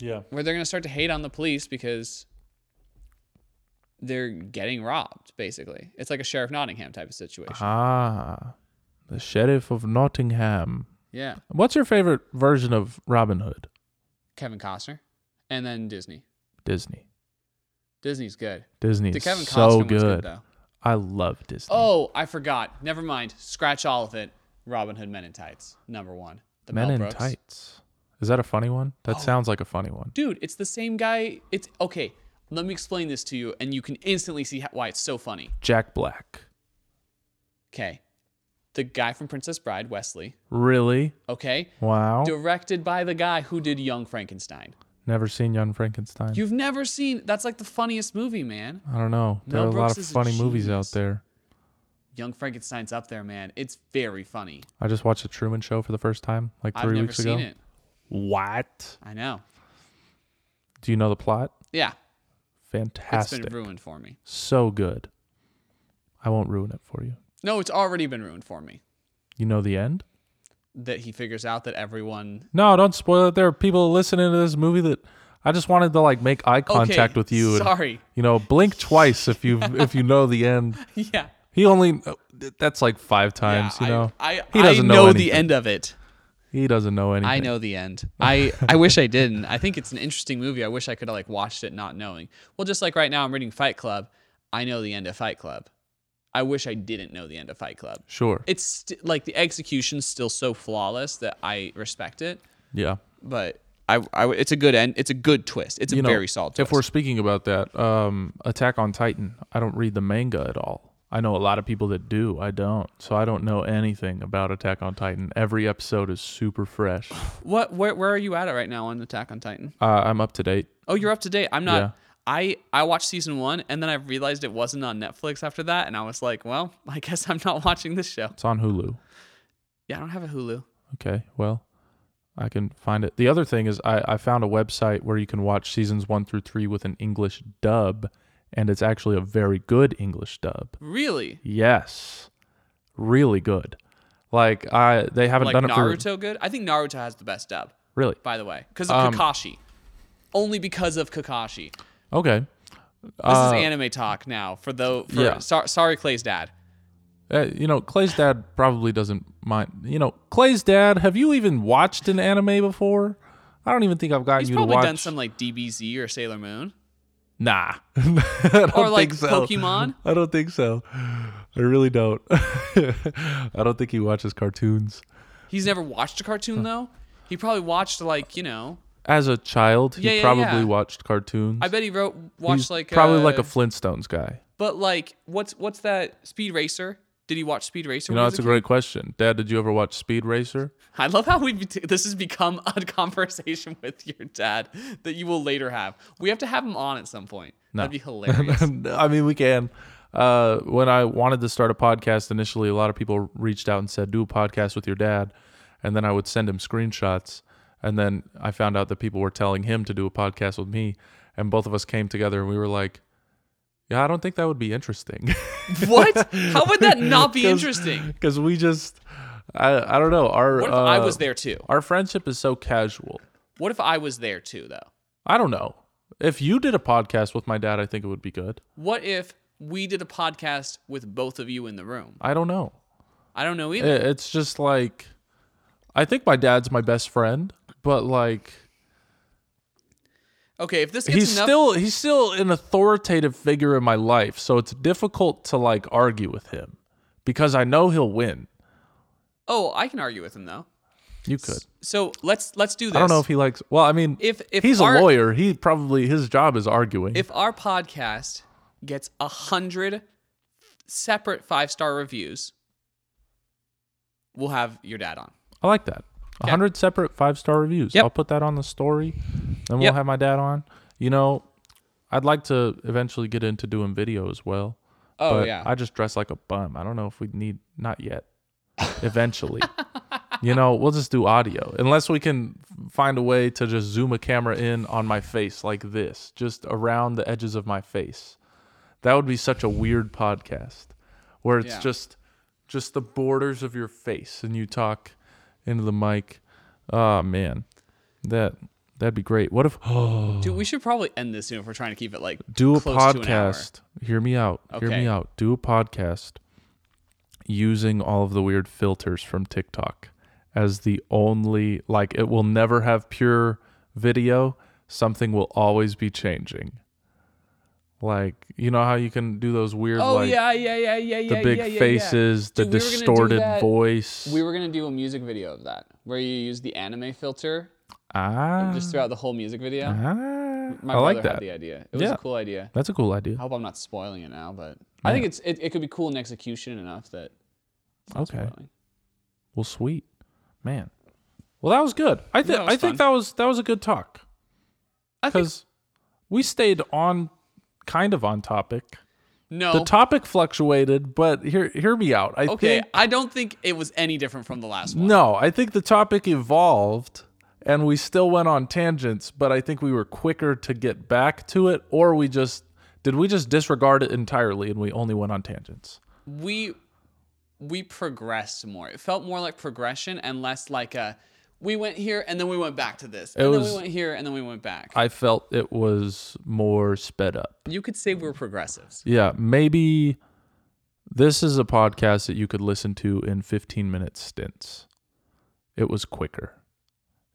S1: Yeah.
S2: where they're gonna start to hate on the police because they're getting robbed. Basically, it's like a sheriff Nottingham type of situation.
S1: Ah, the sheriff of Nottingham.
S2: Yeah,
S1: What's your favorite version of Robin Hood?
S2: Kevin Costner, and then Disney.
S1: Disney.
S2: Disney's good.
S1: Disney
S2: The
S1: is
S2: Kevin Costner
S1: so
S2: one's
S1: good.
S2: though.
S1: I love Disney.
S2: Oh, I forgot. Never mind. Scratch all of it. Robin Hood Men in Tights, number one. The Oh.
S1: Men
S2: Mel
S1: in
S2: Brooks.
S1: Tights. Is that a funny one? That sounds like a funny one.
S2: Dude, it's the same guy. It's okay. Let me explain this to you, and you can instantly see how, why it's so funny.
S1: Jack Black.
S2: Okay. The guy from Princess Bride, Wesley.
S1: Really?
S2: Okay.
S1: Wow.
S2: Directed by the guy who did Young Frankenstein.
S1: Never seen Young Frankenstein.
S2: You've never seen that's like the funniest movie, man.
S1: I don't know. There
S2: Mel
S1: are a
S2: Brooks
S1: lot of
S2: is a
S1: funny movies out
S2: genius.
S1: there.
S2: Young Frankenstein's up there, man. It's very funny.
S1: I just watched The Truman Show for the first time like
S2: I've
S1: three
S2: never
S1: weeks
S2: seen
S1: ago.
S2: it.
S1: What?
S2: I know.
S1: Do you know the plot?
S2: Yeah. It's
S1: Fantastic.
S2: been ruined for me.
S1: so good. I won't ruin it for you.
S2: No, it's already been ruined for me.
S1: You know the end?
S2: That he figures out that everyone
S1: No, don't spoil it. There are people listening to this movie that I just wanted to like make eye contact
S2: Okay,
S1: with you and
S2: Sorry.
S1: you know blink twice if you if you know the end.
S2: Yeah.
S1: He only that's like five times.
S2: yeah,
S1: you know
S2: I, I,
S1: he doesn't
S2: I
S1: know,
S2: know
S1: anything.
S2: the end of it.
S1: He doesn't know anything.
S2: I know the end. I, I wish I didn't. I think it's an interesting movie. I wish I could have like watched it not knowing. Well, just like right now I'm reading Fight Club. I know the end of Fight Club. I wish I didn't know the end of Fight Club.
S1: Sure.
S2: It's st- like the execution's still so flawless that I respect it,
S1: yeah.
S2: but I, I it's a good end. It's a good twist. It's a
S1: You know,
S2: very solid twist.
S1: If we're speaking about that, um, Attack on Titan. I don't read the manga at all. I know a lot of people that do. I don't. So I don't know anything about Attack on Titan. Every episode is super fresh.
S2: what where, where are you at right now on Attack on Titan?
S1: Uh, I'm up to date.
S2: Oh, you're up to date. I'm not.
S1: Yeah.
S2: I I watched season one, and then I realized it wasn't on Netflix after that, and I was like, well, I guess I'm not watching this show.
S1: It's on Hulu.
S2: Yeah, I don't have a Hulu.
S1: Okay, well, I can find it. The other thing is, I, I found a website where you can watch seasons one through three with an English dub, and it's actually a very good English dub.
S2: Really?
S1: Yes, really good. Like I, they haven't
S2: Like
S1: done it
S2: Naruto?
S1: for
S2: good? I think Naruto has the best dub,
S1: really.
S2: by the way, because of
S1: Um,
S2: Kakashi. Only because of Kakashi. This
S1: Okay,
S2: is anime talk now. For though, for,
S1: uh, yeah.
S2: sor- sorry, Clay's dad.
S1: uh, you know Clay's dad probably doesn't mind. You know Clay's dad. Have you even watched an anime before? I don't even think I've gotten
S2: He's
S1: you to
S2: probably
S1: watch.
S2: done some like DBZ or Sailor Moon
S1: nah, I don't
S2: or like
S1: think so.
S2: Pokemon.
S1: I don't think so. I really don't. I don't think he watches cartoons.
S2: He's never watched a cartoon though. He probably watched like you know.
S1: As a child, he
S2: Yeah, yeah,
S1: probably
S2: yeah.
S1: watched cartoons.
S2: I bet he wrote watched
S1: He's
S2: like
S1: probably
S2: uh,
S1: like a Flintstones guy.
S2: But like, what's what's that Speed Racer? Did he watch Speed Racer?
S1: You
S2: when he
S1: know,
S2: was
S1: that's a
S2: kid?
S1: great question. Dad, did you ever watch Speed Racer?
S2: I love how we this has become a conversation with your dad that you will later have. We have to have him on at some point. That'd be hilarious.
S1: I mean, we can. Uh, when I wanted to start a podcast initially, a lot of people reached out and said, "Do a podcast with your dad," and then I would send him screenshots. And then I found out that people were telling him to do a podcast with me, and both of us came together and we were like, "Yeah, I don't think that would be interesting."
S2: what? How would that not be interesting?
S1: because we just I I don't know. Our
S2: What if I
S1: uh,
S2: was there too?
S1: Our friendship is so casual.
S2: What if I was there too, though?
S1: I don't know. If you did a podcast with my dad, I think it would be good.
S2: What if we did a podcast with both of you in the room?
S1: I don't know.
S2: I don't know
S1: I-
S2: either.
S1: It's just like I think my dad's my best friend, but like
S2: Okay, if this gets
S1: he's
S2: enough,
S1: still he's still an authoritative figure in my life, so it's difficult to like argue with him because I know he'll win.
S2: oh, I can argue with him though.
S1: You could.
S2: So let's let's do this.
S1: I don't know if he likes. Well, I mean,
S2: If- if
S1: he's
S2: our-
S1: a lawyer, he probably his job is arguing.
S2: if our podcast gets a hundred separate five star reviews, we'll have your dad on.
S1: I like that. A hundred separate five star reviews.
S2: Yep.
S1: I'll put that on the story. Then we'll
S2: Yep.
S1: have my dad on. You know, I'd like to eventually get into doing video as well.
S2: Oh
S1: but
S2: yeah.
S1: I just dress like a bum. I don't know if we need not yet. Eventually. you know, we'll just do audio. Unless we can find a way to just zoom a camera in on my face like this, just around the edges of my face. That would be such a weird podcast where it's
S2: Yeah.
S1: just just the borders of your face and you talk into the mic. Oh man. That that'd be great. What if
S2: Dude, we should probably end this soon if we're trying to keep it like
S1: do a
S2: close To an hour.
S1: podcast. Hear me out. Hear
S2: Okay.
S1: me out. Do a podcast using all of the weird filters from TikTok as the only like it will never have pure video. Something will always be changing. Like you know how you can do those weird
S2: Oh
S1: like
S2: yeah, yeah, yeah, yeah,
S1: the
S2: yeah.
S1: big
S2: yeah, yeah, yeah.
S1: faces, the
S2: Dude, we were gonna do
S1: distorted
S2: that-
S1: voice.
S2: We were gonna do a music video of that where you use the anime filter
S1: ah,
S2: just throughout the whole music video.
S1: ah,
S2: My
S1: I
S2: brother
S1: like
S2: had
S1: that.
S2: the idea. It was
S1: Yeah.
S2: a cool idea.
S1: That's a cool idea.
S2: I hope I'm not spoiling it now, but I think it's it, it could be cool in execution enough that it's not
S1: Okay.
S2: spoiling.
S1: Well, sweet, man. Well, that was good. I think
S2: Yeah, it was
S1: I
S2: fun.
S1: think that was that was a good talk
S2: I think
S1: because we stayed on kind of on topic.
S2: no.
S1: The topic fluctuated, but hear hear me out. I
S2: okay,
S1: think
S2: I don't think it was any different from the last one.
S1: no, I think the topic evolved and we still went on tangents, but I think we were quicker to get back to it, or we just did we just disregard it entirely and we only went on tangents.
S2: we we progressed more. It felt more like progression and less like a we went here and then we went back to this. and then
S1: was-
S2: we went here and then we went back.
S1: I felt it was more sped up.
S2: you could say we were progressives.
S1: Yeah, maybe this is a podcast that you could listen to in 15 minute stints. It was quicker.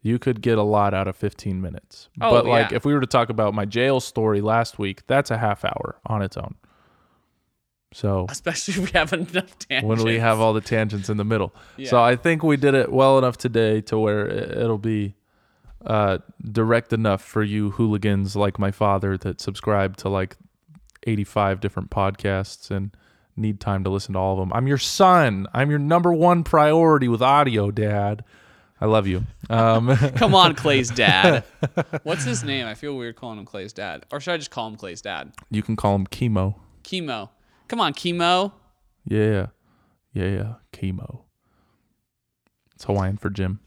S1: You could get a lot out of 15 minutes.
S2: Oh,
S1: but like
S2: yeah.
S1: if we were to talk about my jail story last week, that's a half hour on its own. So
S2: Especially if we have enough tangents.
S1: when we have all the tangents in the middle.
S2: Yeah.
S1: So I think we did it well enough today to where i- it'll be uh, direct enough for you hooligans like my father that subscribe to like 85 different podcasts and need time to listen to all of them. I'm your son. I'm your number one priority with audio, Dad. I love you. Um,
S2: Come on, Clay's dad. What's his name? I feel weird calling him Clay's dad. Or should I just call him Clay's dad?
S1: you can call him chemo.
S2: Chemo. Come on, chemo.
S1: Yeah. Yeah, yeah. Chemo. It's Hawaiian for Jim.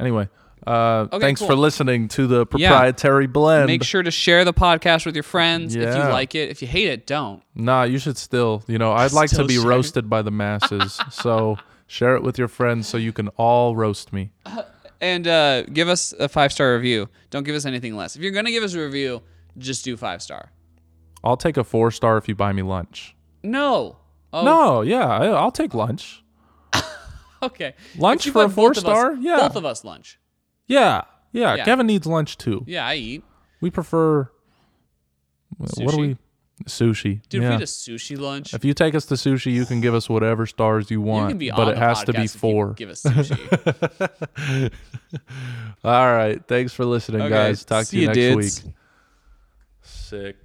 S1: Anyway, uh,
S2: Okay,
S1: thanks
S2: cool.
S1: for listening to the proprietary blend.
S2: Make sure to share the podcast with your friends if you
S1: Yeah.
S2: like it. If you hate it, don't.
S1: Nah, you should still, you know, I'd like to
S2: Still
S1: be
S2: share.
S1: roasted by the masses. so share it with your friends so you can all roast me.
S2: And uh, give us a five star review. Don't give us anything less. If you're gonna give us a review, just do five star.
S1: I'll take a four star if you buy me lunch.
S2: No. Oh,
S1: No, yeah, I- I'll take lunch.
S2: Okay.
S1: Lunch
S2: But you
S1: for a
S2: want both of
S1: four-star?
S2: us-
S1: Yeah.
S2: Both of us lunch.
S1: Yeah, yeah.
S2: Yeah.
S1: Kevin needs lunch too.
S2: Yeah, I eat.
S1: We prefer. What
S2: Sushi.
S1: do we? Sushi.
S2: Dude,
S1: yeah.
S2: if we just sushi lunch,
S1: If you take us to sushi, you can give us whatever stars
S2: you
S1: you want,
S2: can be on
S1: but it
S2: the
S1: has to
S2: podcast
S1: be
S2: if you
S1: four.
S2: Give us sushi.
S1: All right. Thanks for listening,
S2: Okay,
S1: guys. Talk to
S2: see
S1: you
S2: ya,
S1: next
S2: dudes.
S1: week. Sick.